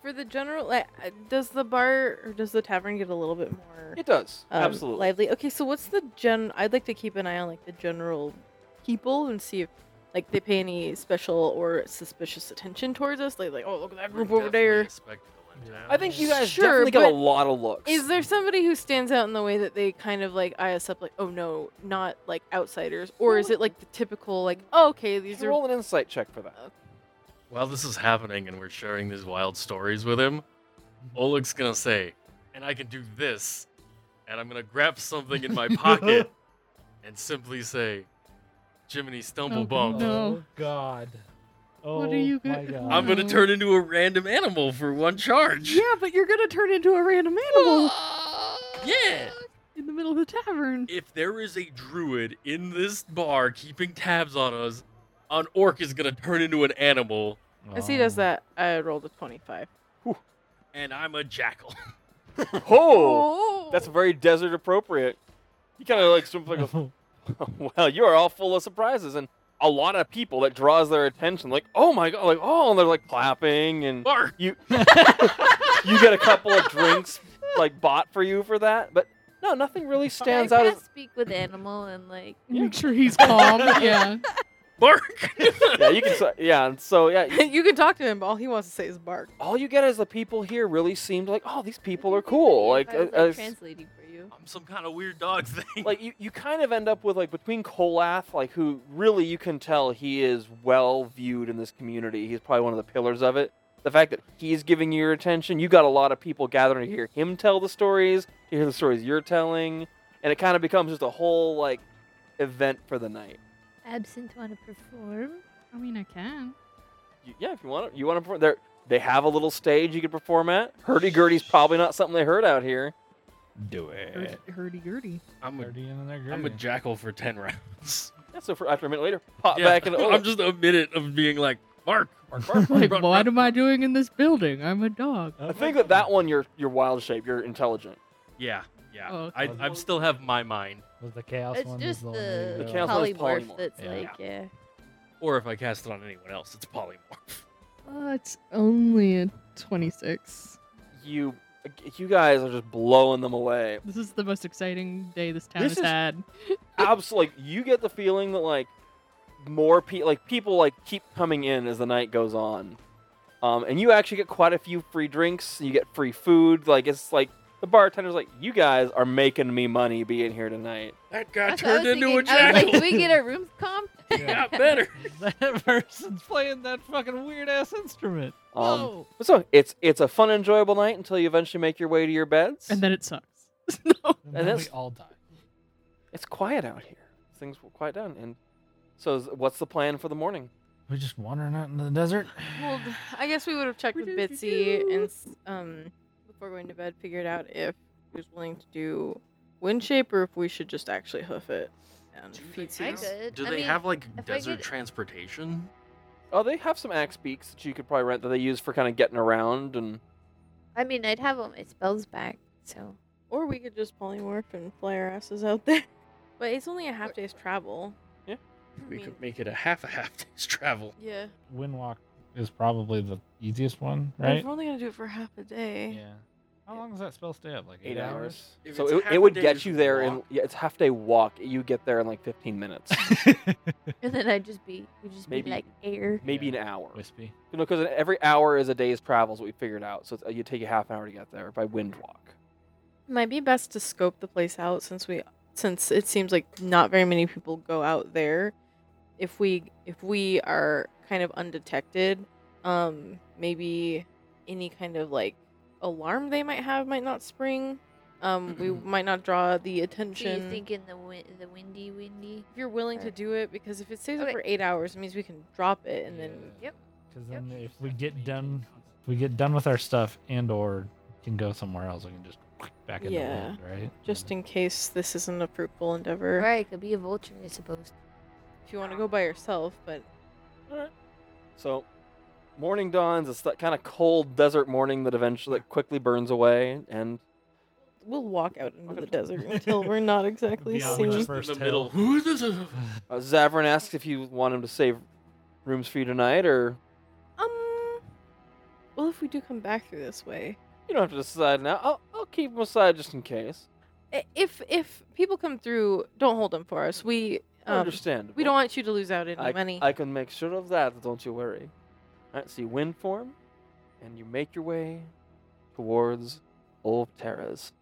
For the general, like, uh, does the bar or does the tavern get a little bit more
It does,
um,
absolutely.
lively? Okay, so what's the gen? I'd like to keep an eye on like the general people and see if like they pay any special or suspicious attention towards us. Like, like oh look at that group over there.
I think you guys
Sure,
definitely get a
but
lot of looks.
Is there somebody who stands out in the way that they kind of like eye us up, like, oh no, not like outsiders? Or is it like the typical, like, oh, okay, these are.
Roll an insight check for that.
While this is happening and we're sharing these wild stories with him, Oleg's gonna say, and I can do this, and I'm gonna grab something in my pocket and simply say, Jiminy Stumble Bump.
No.
Oh God. Oh
What are you go-
my God.
I'm gonna turn into a random animal for one charge.
Yeah, but you're gonna turn into a random animal.
Yeah.
in the middle of the tavern.
If there is a druid in this bar keeping tabs on us, an orc is gonna turn into an animal,
As he
Oh.
does that, uh, I rolled a 25.
and I'm a jackal.
oh, that's very desert appropriate. He kind of like sort of like goes,
Oh.
well, you are all full of surprises and a lot of people that draws their attention. Like, oh my god, like oh, and they're like clapping, and
Bark.
you you get a couple of drinks like bought for you for that. But no, nothing really stands
I
out.
can't
As,
speak with animal and like
Make sure he's calm. yeah.
Bark.
yeah, you can. s- Yeah, and so yeah,
you can talk to him, but all he wants to say is bark.
all you get is the people here really seemed like, oh, these people are cool. Like,
I was,
uh, uh, s-
translating for you.
I'm some kind of weird dog thing.
like you, you kind of end up with like between Kolath, like who really you can tell he is well viewed in this community. He's probably one of the pillars of it. The fact that he's giving you your attention, you got a lot of people gathering to hear him tell the stories, to hear the stories you're telling, and it kind of becomes just a whole like event for the night.
absent want to perform.
I mean, I can.
You, yeah, if you want to, you want to perform there. They have a little stage you could perform at. Hurdy gurdy's probably not something they heard out here.
Do it.
Hurdy gurdy.
I'm a,
Dirty and they're
I'm a
Hmm.
gritty.
jackal for 10 rounds.
Yeah, so for after a minute later, pop
Yeah,
back and oh,
I'm just a minute of being like, bark. bark, bark,
Like,
bark,
what
bark."
am I doing in this building? I'm a dog.
Oh
I think
my
that that one you're you're wild shape, you're intelligent.
Yeah, yeah.
Oh, okay.
I, I still have my mind.
was the chaos
It's
one.
just
was
the,
The
the
chaos one is
polymorph,
polymorph.
that's
Yeah.
like, yeah.
Or if I cast it on anyone else, it's polymorph.
Uh, it's only a 26.
you you guys are just blowing them away.
This is the most exciting day this town
This
has
is-
had.
Absolutely, like, you get the feeling that like more people like people like keep coming in as the night goes on. Um, and you actually get quite a few free drinks. You get free food. Like it's like the bartender's like, you guys are making me money being here tonight.
That guy
That's what I
turned
was
into a
thinking. I was like,
jackal.
do we get our rooms comp?
Got better.
that person's playing that fucking weird ass
Um,
instrument.
Oh,
Whoa.
but so it's it's a fun, enjoyable night until you eventually make your way to your beds.
And then it sucks.
And,
And
then we
that's-
all die.
it's quiet out here. Things will quiet down. And so, is- what's the plan for the morning?
We're just wandering out into the desert.
Well, d- I guess we would have checked with Bitsy and s- um before going to bed, figured out if he was willing to do wind shape or if we should just actually hoof it. And feed
I
seals.
could.
Do
I
they
mean,
have like
if I
desert
could-
transportation?
Oh, they have some axe beaks that you could probably rent that they use for kind of getting around and
I mean, I'd have all my spells back. So
Or we could just polymorph and fly our asses out there. But it's only a half day's travel.
Yeah.
Hmm.
I
We
mean,
could make it a half a half day's travel.
yeah.
Windwalk is probably the easiest one,
But if
right?
We're only gonna do it for half a day.
Yeah. How long does that spell stay up? Like
Eight hours.
If
So
it's
it,
half
it
a
would get
day's
you there in
walk-
yeah, it's half day walk. You get there in like 15 minutes,
And then I'd just be, we'd just
Maybe-
be like air.
maybe an hour.
Wispy.
You know, because every hour is a day's travel is what we figured out. So it's, uh, you take a half an hour to get there by wind walk.
Might be best to scope the place out since we since it seems like not very many people go out there. If we if we are kind of undetected, um maybe any kind of like alarm they might have might not spring. Um we might not draw the
So you
attention.
think in the win- the windy, windy?
if you're willing to
Right.
do it because if it stays up
Okay.
for 8 hours, it means we can drop it and then
Yep.
Because then if we get done, if we get done with our stuff and or can go somewhere else, we can just back into
Yeah.
yeah. right?
just in case this isn't a fruitful endeavor.
Right, it could be a vulture, I suppose.
If you want to go by yourself, but
So, morning dawns. It's that kind of cold desert morning that eventually that quickly burns away, and
we'll walk out into the desert until we're not exactly
Yeah, which
seen.
is
Just in
First
the middle.
hill.
Who is this?
uh, Zavern asks if you want him to save rooms for you tonight, or
Um. Well, if we do come back through this way,
you don't have to decide now. I'll, I'll keep him aside just in case.
I- if if people come through, don't hold them for us. We um,
Understand.
we don't want you to lose out any
I,
money.
I can make sure of that. Don't you worry. All right, so you win form, and you make your way towards Old Terras,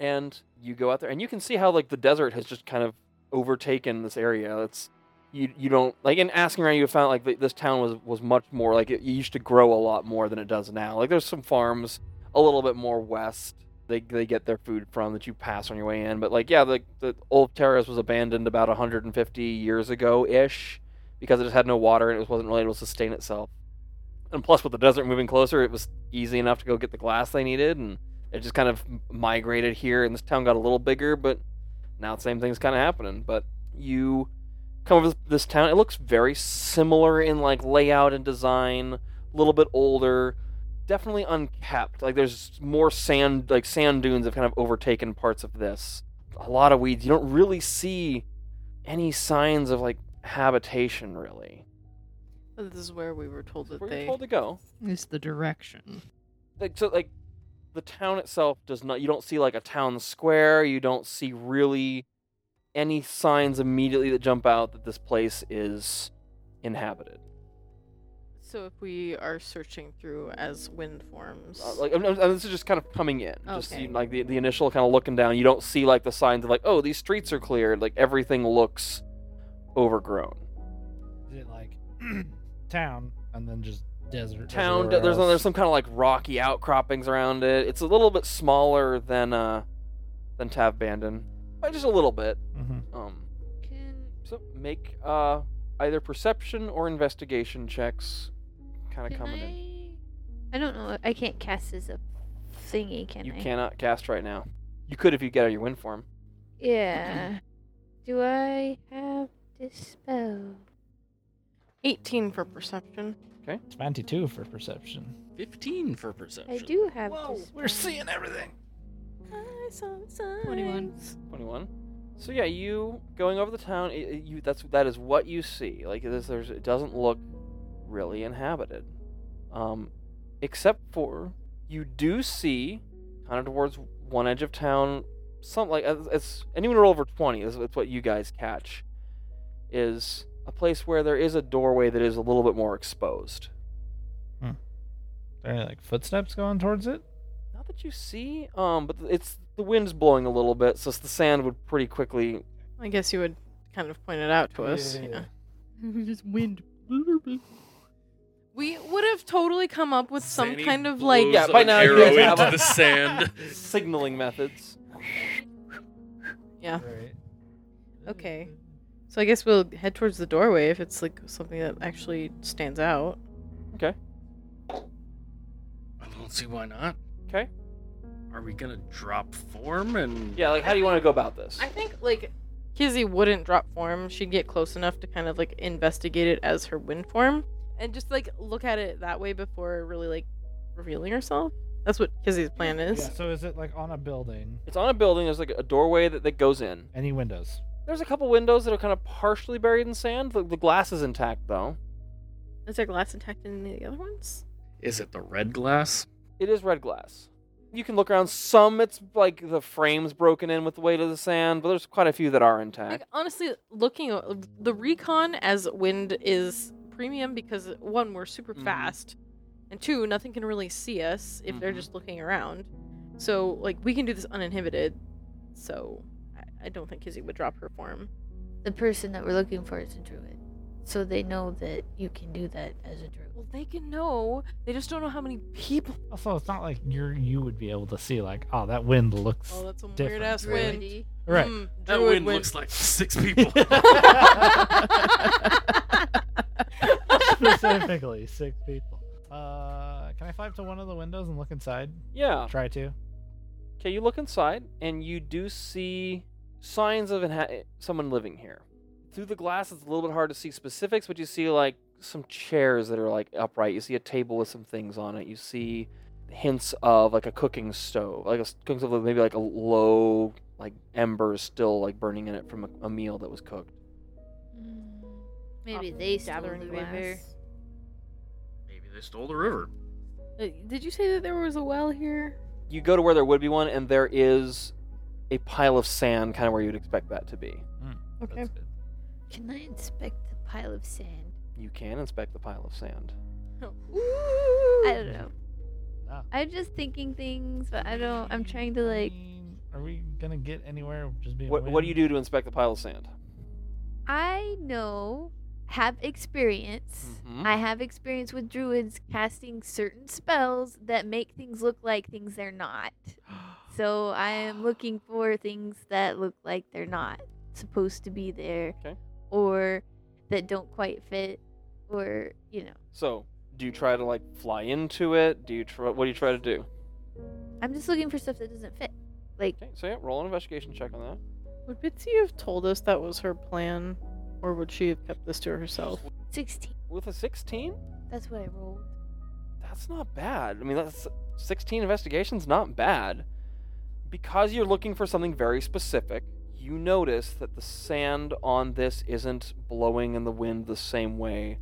and you go out there, and you can see how like the desert has just kind of overtaken this area. It's you you don't like in asking around you found like th- this town was was much more like it used to grow a lot more than it does now. Like there's some farms a little bit more west. They, they get their food from that you pass on your way in, but like yeah, the the old terrace was abandoned about 150 years ago ish, because it just had no water and it wasn't really able to sustain itself. And plus, with the desert moving closer, it was easy enough to go get the glass they needed, and it just kind of m- migrated here. And this town got a little bigger, but now the same thing's kind of happening. But you come over this town; it looks very similar in like layout and design, a little bit older, definitely unkept. Like there's more sand, like sand dunes have kind of overtaken parts of this. A lot of weeds. You don't really see any signs of like habitation, really.
this is where we were told that
Where
they.
you're told to go.
Is the direction.
Like so, like the town itself does not. You don't see like a town square. You don't see really any signs immediately that jump out that this place is inhabited.
So if we are searching through as wind forms,
Uh, like I'm, I'm- this is just kind of coming in just
Okay.
you- like the, the initial kind of looking down you don't see like the signs of like oh these streets are cleared like everything looks overgrown
Is it like town and then just desert?
town
everywhere
there's there's
else?
some kind of like rocky outcroppings around it it's a little bit smaller than uh than tav bandon By just a little bit
Mhm.
um
Can
so make uh either perception or investigation checks kind of
can
coming in
I? I don't know. I can't cast as a thingy, can
you
I?
cannot cast right now you could if you get out of your wind form
Yeah. Do I have dispel?
18 for perception.
Twenty-two for perception.
15 for perception.
I do have dispel.
everything.
I saw signs.
21.
21 so yeah you going over the town i- i you that's that is what you see like it is, there's it doesn't look really inhabited um except for you do see kind of towards one edge of town some like it's- it's anyone roll over 20 is that's what you guys catch is a place where there is a doorway that is a little bit more exposed
Are there like footsteps going towards it?
Not that you see, um, but th- it's the wind's blowing a little bit, so s- the sand would pretty quickly.
I guess you would kind of point it out to us. yeah.
just wind.
We would have totally come up with some
Zanny
kind of like
Yeah,
blows
by
an
now you
arrow
guys have
into
a-
the sand.
signaling methods.
Yeah.
Right. Mm-hmm.
Okay. So I guess we'll head towards the doorway if it's like something that actually stands out.
I don't see why not.
'Kay.
Are we gonna drop form and?
Yeah, like how do you want to go about this?
I think like Kizzy wouldn't drop form. She'd get close enough to kind of like investigate it as her wind form and just like look at it that way before really like revealing herself. That's what Kizzy's plan is.
Yeah, so is it like on a building?
It's on a building. There's like a doorway that, that goes in.
Any windows?
There's a couple windows that are kind of partially buried in sand. The, the glass is intact though.
Is there glass intact in any of the other ones?
Is it the red glass?
It is red glass. you can look around. Some it's like the frame's broken in with the weight of the sand, but there's quite a few that are
Like
intact.
honestly, looking o- the recon as wind is premium because one, we're super
Mm-hmm.
Mhm.
fast, and two, nothing can really see us if
Mm-hmm.
they're
Mhm.
just looking around. So like we can do this uninhibited. So I, I don't think Kizzy would drop her form.
The person that we're looking for is a druid, so they know that you can do that as a druid.
Well, they can know. They just don't know how many people.
Also, it's not like you are you would be able to see like, oh, that wind looks
Oh, that's some
Different.
weird ass wind.
Already.
right.
Mm,
That
druid
wind looks like six
Oh,
people.
Specifically, six people. Uh, can I fly up to one of the windows and look inside?
Yeah.
Try to.
Okay, you look inside and you do see signs of inha- someone living here. Through the glass, it's a little bit hard to see specifics, but you see like some chairs that are like upright. You see a table with some things on it. You see hints of like a cooking stove, like a s- cooking stove, with maybe like a low like ember still like burning in it from a, a meal that was cooked.
Maybe
Probably
they stole
gathering
the river.
glass.
Maybe they stole the river.
Uh, Did you say that there was a well here?
You go to where there would be one, and there is a pile of sand, kind of where you'd expect that to be.
Okay.
That's good.
Can I inspect the pile of sand?
You can inspect the pile of sand.
I don't know.
Ah.
I'm just thinking things, but I don't. I'm trying to like.
Are we gonna get anywhere? Just being.
What, what do you do to inspect the pile of sand?
I know. Have experience.
Mhm.
I have experience with druids casting certain spells that make things look like things they're not. So I am looking for things that look like they're not supposed to be there,
'Kay.
or that don't quite fit, or you know.
So, do you try to like fly into it? Do you try? What do you try to do?
I'm just looking for stuff that doesn't fit. Like
Okay, so yeah, roll an investigation check on that.
Would Bitsy have told us that was her plan, or would she have kept this to herself?
16.
With a 16,
That's what I rolled.
that's not bad. I mean, that's 16 investigations, not bad. Because you're looking for something very specific, you notice that the sand on this isn't blowing in the wind the same way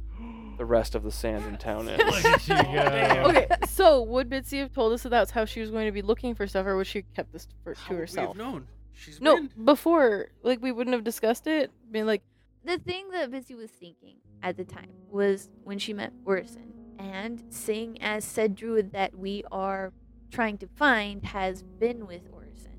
the rest of the sand in town is.
Look at you go.
okay, so would Bitsy have told us that that's how she was going to be looking for stuff, or would she have kept this for,
How
to
would we have
herself?
known? She's
No,
wind.
before, like, we wouldn't have discussed it. Being like,
the thing that Busy was thinking at the time was when she met Orison, and seeing as said druid that we are trying to find has been with Orison,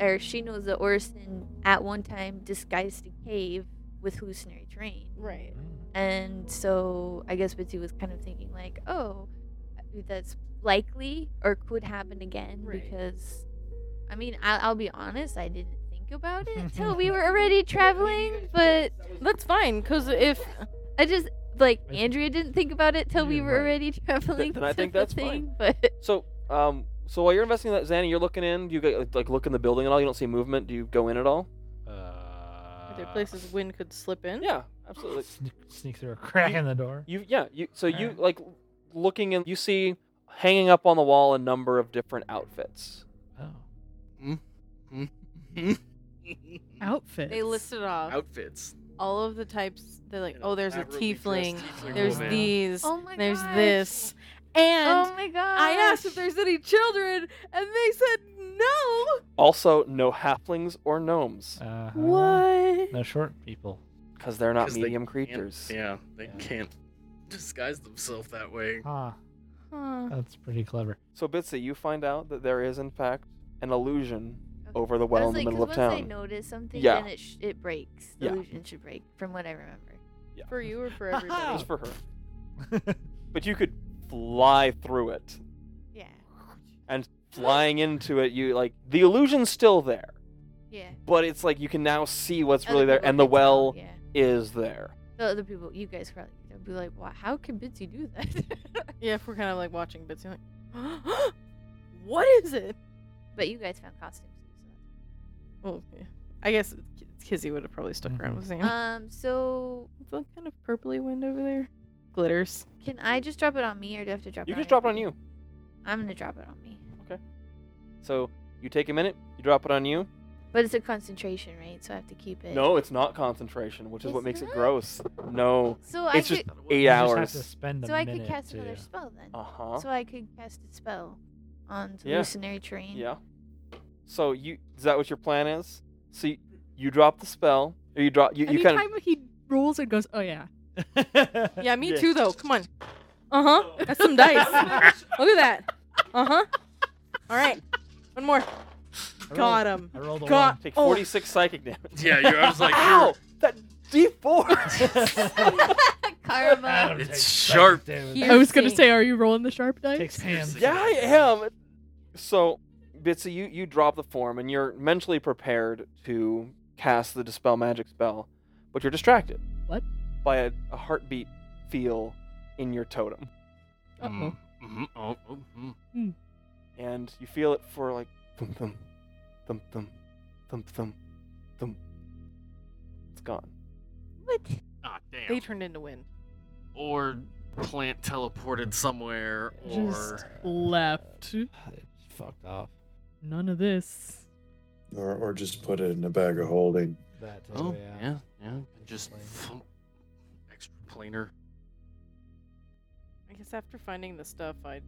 or she knows that Orison at one time disguised a cave with Hallucinary Terrain,
right.
and so I guess Bitsy was kind of thinking like, oh, that's likely or could happen again
Right.
because, I mean, I'll, I'll be honest, I didn't think about it until we were already traveling, but.
That's fine, because if.
I just like
I-
Andrea didn't think about it till we
You're
were
right.
already traveling.
then I
to
think
the
that's
thing,
fine.
But
So, um, so while you're investing in that, Zanny, you're looking in. You get, like look in the building and all. You don't see movement. Do you go in at all?
Uh,
Are there places wind could slip in?
Yeah, absolutely.
Sneak, sneak through a crack in the door.
You yeah, you so you
Alright.
like looking in you see hanging up on the wall a number of different outfits.
Oh.
Outfits.
They listed off
Outfits.
all of the types. They're like,
You know,
oh, there's a
elaborately
tiefling,
dressed tiefling
there's
woman.
these,
oh my
there's
gosh.
this. And
oh my god!
I
Ah.
asked if there's any children, and they said no.
Also, no halflings or gnomes
Uh,
Uh-huh.
What?
No short people.
because they're not
'Cause they
medium
can't-
creatures.
Yeah, they
Yeah.
can't disguise themselves that way.
Ah,
Huh.
that's pretty clever.
So Bitsy, you find out that there is in fact an illusion over the well in the middle of
Once I
town.
notice something,
Yeah.
then it sh- it breaks. The
Yeah.
illusion should break, from what I remember.
For you or for
everybody?
Just for her. But you could fly through it.
Yeah.
And flying into it, you like the illusion's still there.
Yeah.
But it's like you can now see what's
Other
really there
people
and the
could tell,
well
Yeah.
is there.
The other people, you guys probably would be like, "Wow, how could Bitsy do that?"
Yeah, if we're kind of like watching Bitsy, like, what is it?
but you guys found costumes. so that's
Well, yeah. Uh, I guess K- Kizzy would have probably stuck around
Mm-hmm.
Mhm.
with Sam.
Um, so
the kind of purpley wind over there glitters.
can I just drop it on me, or do I have to drop?
You
it
can just
on
drop it on
everybody?
you.
I'm gonna drop it on me.
So you take a minute, you drop it on you,
But it's a concentration, right? So I have to keep it.
No, it's not concentration, which is what
It's
makes it
not?
gross. No.
So I
it's just
could.
Eight
you Just have
hours.
to spend a
So I
minute
could cast
to...
another spell then.
Uh huh.
So I could cast a spell on
Yeah.
hallucinatory terrain.
Yeah. So you is that what your plan is? So you, you drop the spell, or you drop you, you kind
Anytime
of
he rolls and goes, oh yeah,
Yeah, me
Yeah.
too though. Come on. Uh huh. That's some dice. Look at that. Uh huh. All right. One more. Got him.
I rolled a
Got-
take
Oh.
46 psychic damage.
Yeah, you're, I was like,
Ow!
you're-
That D4.
Karma.
one.
It's sharp.
Here-
I was gonna
Piercing.
say, are you rolling the sharp dice?
Takes hands.
yeah, I am. So, Bitsy, you you drop the form and you're mentally prepared to cast the dispel magic spell, but you're distracted.
What?
By a, a heartbeat feel in your totem,
Uh oh.
Mhm, oh, oh, mhm.
and you feel it for like thump thump, thump thump, thump thump, thump. It's gone.
What?
Ah, damn.
They turned into wind.
or plant teleported somewhere, or
Just left.
Fucked off.
None of this.
Or, or just put it in a bag of holding.
That. too,
oh
yeah.
yeah, yeah, just
Plane.
thump. extra planar.
I guess after finding the stuff, I'd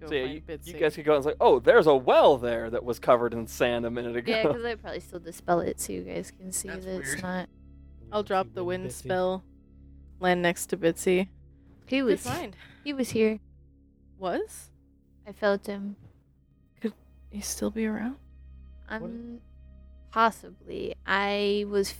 go
so yeah,
find
you,
Bitsy.
you guys could go and it's like, oh, there's a well there that was covered in sand a minute ago.
Yeah, because I probably still dispel it so you guys can see
That's
that
weird.
it's not.
I'll drop the wind spell, land next to Bitsy.
He
Good
was
find.
he was here.
Was?
I felt him.
He still be around?
Um, possibly. I was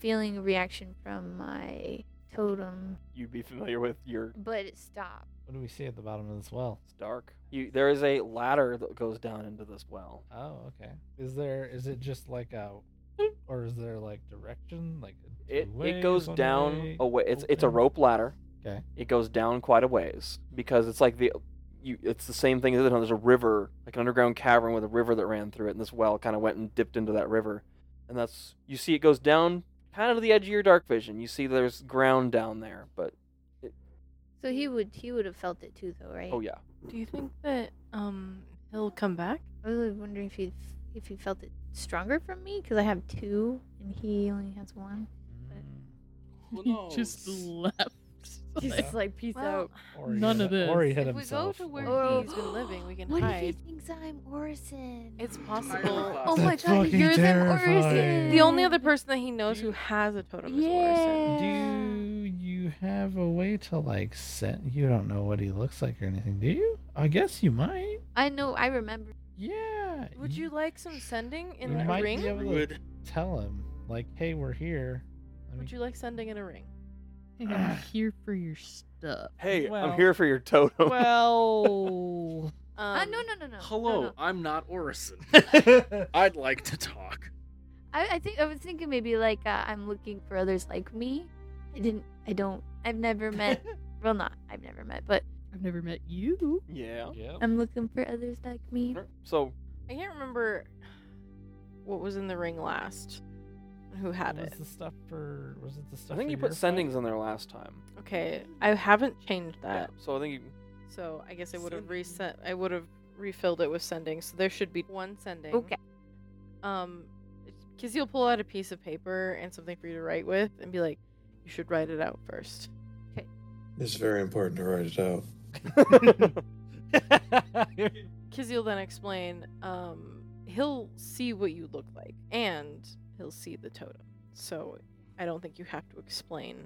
feeling a reaction from my totem,
You'd be familiar with your
but it stopped.
What do we see at the bottom of this well?
It's dark. You there is a ladder that goes down into this well.
Oh, okay. Is there? Is it just like a, or is there like direction? Like a
It
two-way,
it goes
one
down
way?
a way. It's it's a
open?
rope ladder.
Okay.
It goes down quite a ways because it's like the you it's the same thing as it there's a river, like an underground cavern with a river that ran through it and this well kind of went and dipped into that river. And that's you see it goes down kind of to the edge of your dark vision. You see there's ground down there, but
So he would he would have felt it too, though, right?
oh yeah.
Do you think that um he'll come back?
I was wondering if he if he felt it stronger from me because I have two and he only has one.
Mm.
He just left.
He's
Yeah.
like, peace
Well,
out.
Or he
None
hit
of
a- Or he
this.
hit
if we go
himself.
to
or
where
he-
Oh.
he's been living, we can
What if he
hide.
thinks I'm Orson?
It's
Entirely
possible.
possible.
oh my
That's
god,
fucking
you're the
terrifying.
Orson.
The only other person that he knows who has a totem is Orson.
Yeah.
Do you have a way to like set? You don't know what he looks like or anything, do you? I guess you might.
I know. I remember.
Yeah.
Would you like some sending in
you
a
might
ring?
Be able to
Would-
tell him like, hey, we're here. Let me
Would you like sending in a ring?
Hey, I'm here for your stuff.
Hey,
Well-
I'm here for your totem.
well,
Um,
Uh, no, no, no, no.
Hello,
No, no.
I'm not Orison. I'd like to talk.
I, I think I was thinking maybe like uh, I'm looking for others like me. I didn't. I don't. I've never met. well, not. I've never met, but
I've never met you.
yeah.
yeah.
I'm looking for others like me.
So
I can't remember what was in the ring last. and Who had
was
it?
the stuff for? Was it the stuff?
I think
for
you
your
put
fight?
sendings in there last time.
Okay, I haven't changed
Yeah,
that,
so I think you
so I guess I would have
Sending.
reset. I would have refilled it with sending. So there should be one sending.
Okay.
Um, because you'll pull out a piece of paper and something for you to write with, and be like, "You should write it out first.
It's very important to write it out.
Kizzy will then explain. Um, he'll see what you look like, and he'll see the totem. So I don't think you have to explain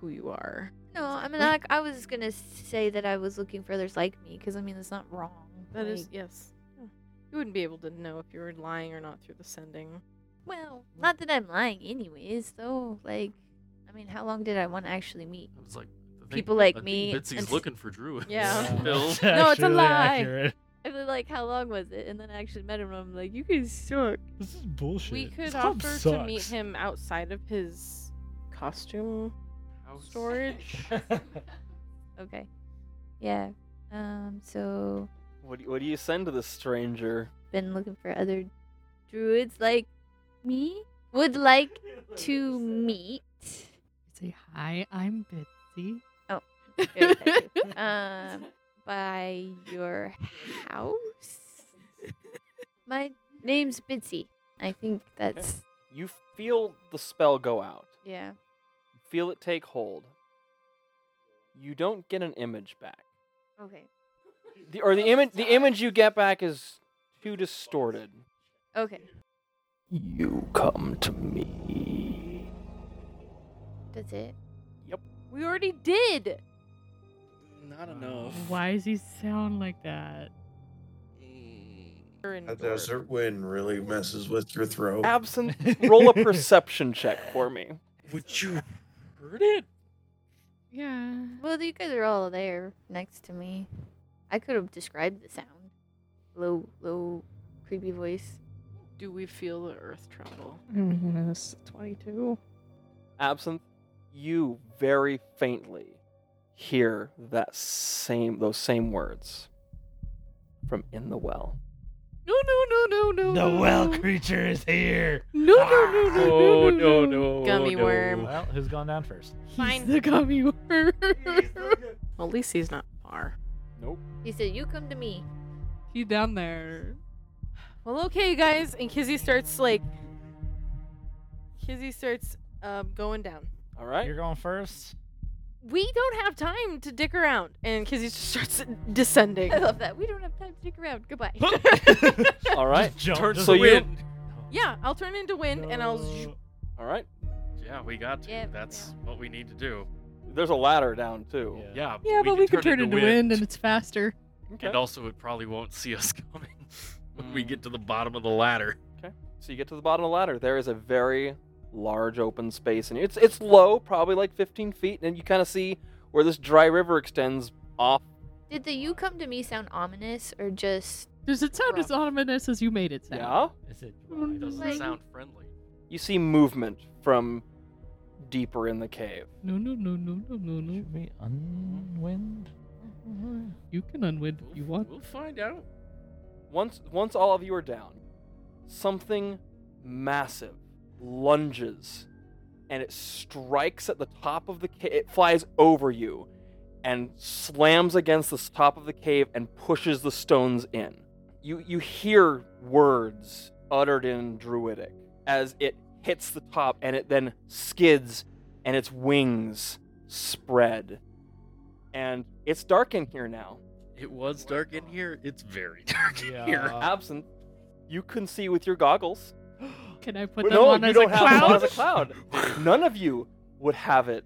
who you are.
No, I mean, I, I was gonna say that I was looking for others like me because I mean, it's not wrong.
That is
Like,
yes. Yeah. You wouldn't be able to know if you were lying or not through the sending.
well, not that I'm lying, anyways. Though, like, I mean, how long did I want to actually meet?
I was like, I think-
People like
I think
me
Bitsy's
and-
looking for Drew.
Yeah.
Bill.
No,
it's a lie.
Accurate.
I mean, like, how long was it? And then I actually met him. and I'm like, you guys suck.
This is bullshit.
We could
This club
offer to meet
sucks.
him outside of his costume
House.
storage.
Okay. Yeah. Um. So,
what do you, what do you send to this stranger?
been looking for other druids like me. Would like to meet.
Say hi. I'm Bitsy.
Very effective. um, by your house. My name's Bitsy. I think that's
You feel the spell go out.
yeah.
You feel it take hold. You don't get an image back.
Okay.
The, or the image the image you get back is too distorted.
Okay.
You come to me.
That's it.
We already did.
Not enough.
Why does he sound like that?
We're in
That
door.
desert wind really messes with your throat.
Absent. Roll a perception check for me.
Would you hurt it?
Yeah.
Well, you guys are all there next to me. I could have described the sound. Low, low, creepy voice.
Do we feel the earth tremble?
Oh my goodness. 22.
Absinthe, you very faintly hear that same those same words from in the well.
No, no, no, no, no.
The
no,
well
no.
creature is here.
No, no, no, no, no,
Oh
no,
no no.
Gummy
no.
worm.
Well, who's gone down first?
He's
Fine.
the gummy worm.
Well, at least he's not far.
He said, "You come to me."
he down there.
Well, okay, guys. And Kizzy starts like. Kizzy starts um, going down.
All right.
You're going first.
We don't have time to dick around. And Kizzy just starts descending.
I love that. We don't have time to stick around. Goodbye.
All right.
Just jump,
Turns
just
so
the
you-
wind.
Yeah, I'll turn into wind and I'll. zzz-
No.
All right.
Yeah, we got to.
Yeah,
That's what we need to do.
There's a ladder down too.
Yeah.
Yeah, but we could turn into wind. and it's faster.
And also, it probably won't see us coming when we get to the bottom of the ladder.
So you get to the bottom of the ladder. There is a very large open space, and it's it's low, probably like 15 feet, and you kind of see where this dry river extends off.
Did the "You come to me" sound ominous or just?
Does it sound
Rough.
as ominous as you made it sound?
Yeah.
Is it?
Mm,
It doesn't
Like-
sound friendly.
You see movement from deeper in the cave.
No, no, no, no, no, no, no.
Should we unwind?
You can unwind
We'll-
if you want.
We'll find out.
Once once all of you are down, something massive lunges and it strikes at the top of the cave. It flies over you and slams against the s- top of the cave and pushes the stones in. You you hear words uttered in druidic as it hits the top and it then skids and its wings spread. And it's dark in here now.
It was dark in here. It's very dark in here.
Yeah.
absent, you can see with your goggles.
Can I put
Well,
them on
you
as
don't
a
have them on as
cloud?
a cloud. None of you would have it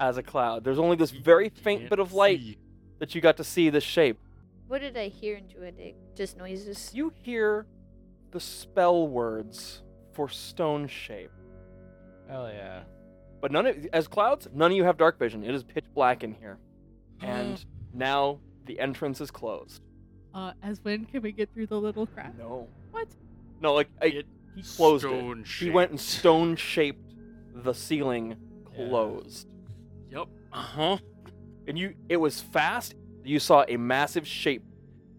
as a cloud. There's only this very faint
Can't
bit of light
see.
that you got to see this shape.
What did I hear in Druidic? Just noises.
You hear the spell words for stone shape,
Hell yeah.
but none of as clouds, none of you have dark vision. It is pitch black in here, and now the entrance is closed.
Uh, as when can we get through the little crack?
No.
What?
No, like I,
It
he closed it.
stone
He went and
shaped.
stone shaped the ceiling
Yeah.
closed.
Yep. Uh huh.
and you it was fast you saw a massive shape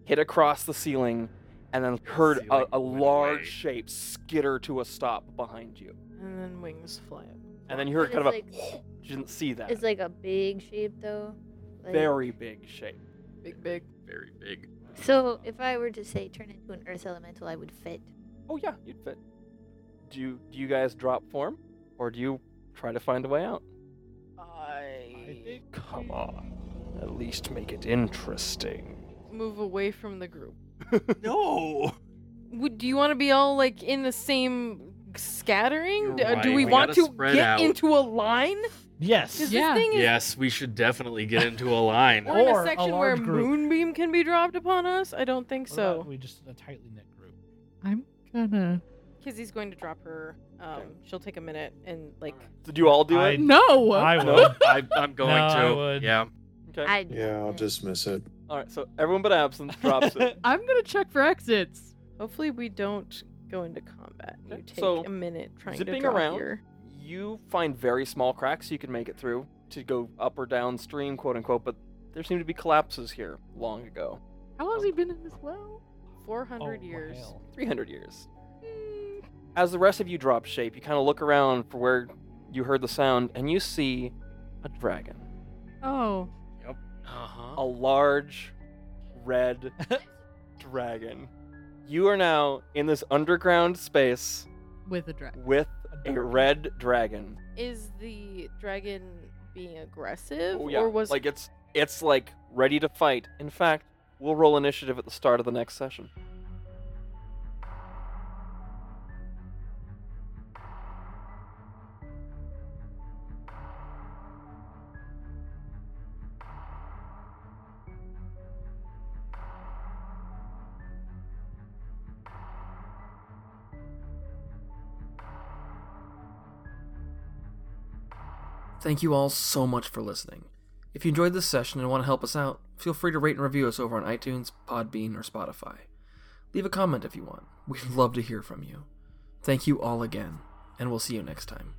hit across the ceiling and then heard a,
Ceiling
a
went
large
away.
shape skitter to a stop behind you
And then wings fly up.
and then you heard
But
kind of a
it's
you didn't see that
It's like a big shape though. Like-
very big shape
Big, big.
Very big.
So if I were to say turn into an earth elemental, I would fit.
oh yeah you'd fit do you do you guys drop form or do you try to find a way out
I
come on at least make it interesting
move away from the group.
No.
Would, do you want to be all like in the same scattering?
You're
D- uh, Do
right,
we,
we
want
gotta
to
spread
get
out.
into a line?
Yes.
Because
Yeah.
this thing is
Yes, we should definitely get into a line.
Oh,
we're in
Or
a
a
section where a
large group.
moonbeam can be dropped upon us. I don't think
What about
so.
We just a tightly knit group.
I'm gonna.
Kizzy's going to drop her. Um, she'll take a minute and like.
did you all do
I-
it
No!
I
No.
would.
I, I'm going
No,
to.
I would.
Yeah.
okay
I
Yeah, I'll dismiss it.
all right so everyone but absinthe drops it
I'm gonna check for exits.
Hopefully, we don't go into combat. You
Okay,
take
so,
a minute trying to
zipping
drop
around.
your-
you find very small cracks you can make it through to go up or downstream, quote unquote, but there seem to be collapses here long ago.
How long's he been in this well?
400 years.
Oh, hell.
300 years. Hmm. As the rest of you drop shape, you kind of look around for where you heard the sound and you see a dragon.
Oh.
Uh
A
huh.
large red dragon. You are now in this underground space
With a dragon.
with a red dragon.
Is the dragon being aggressive,
Oh, yeah.
or was
like it's it's like ready to fight. In fact, We'll roll initiative at the start of the next session. Thank you all so much for listening. If you enjoyed this session and want to help us out, feel free to rate and review us over on iTunes, Podbean, or Spotify. Leave a comment if you want. We'd love to hear from you. Thank you all again, and we'll see you next time.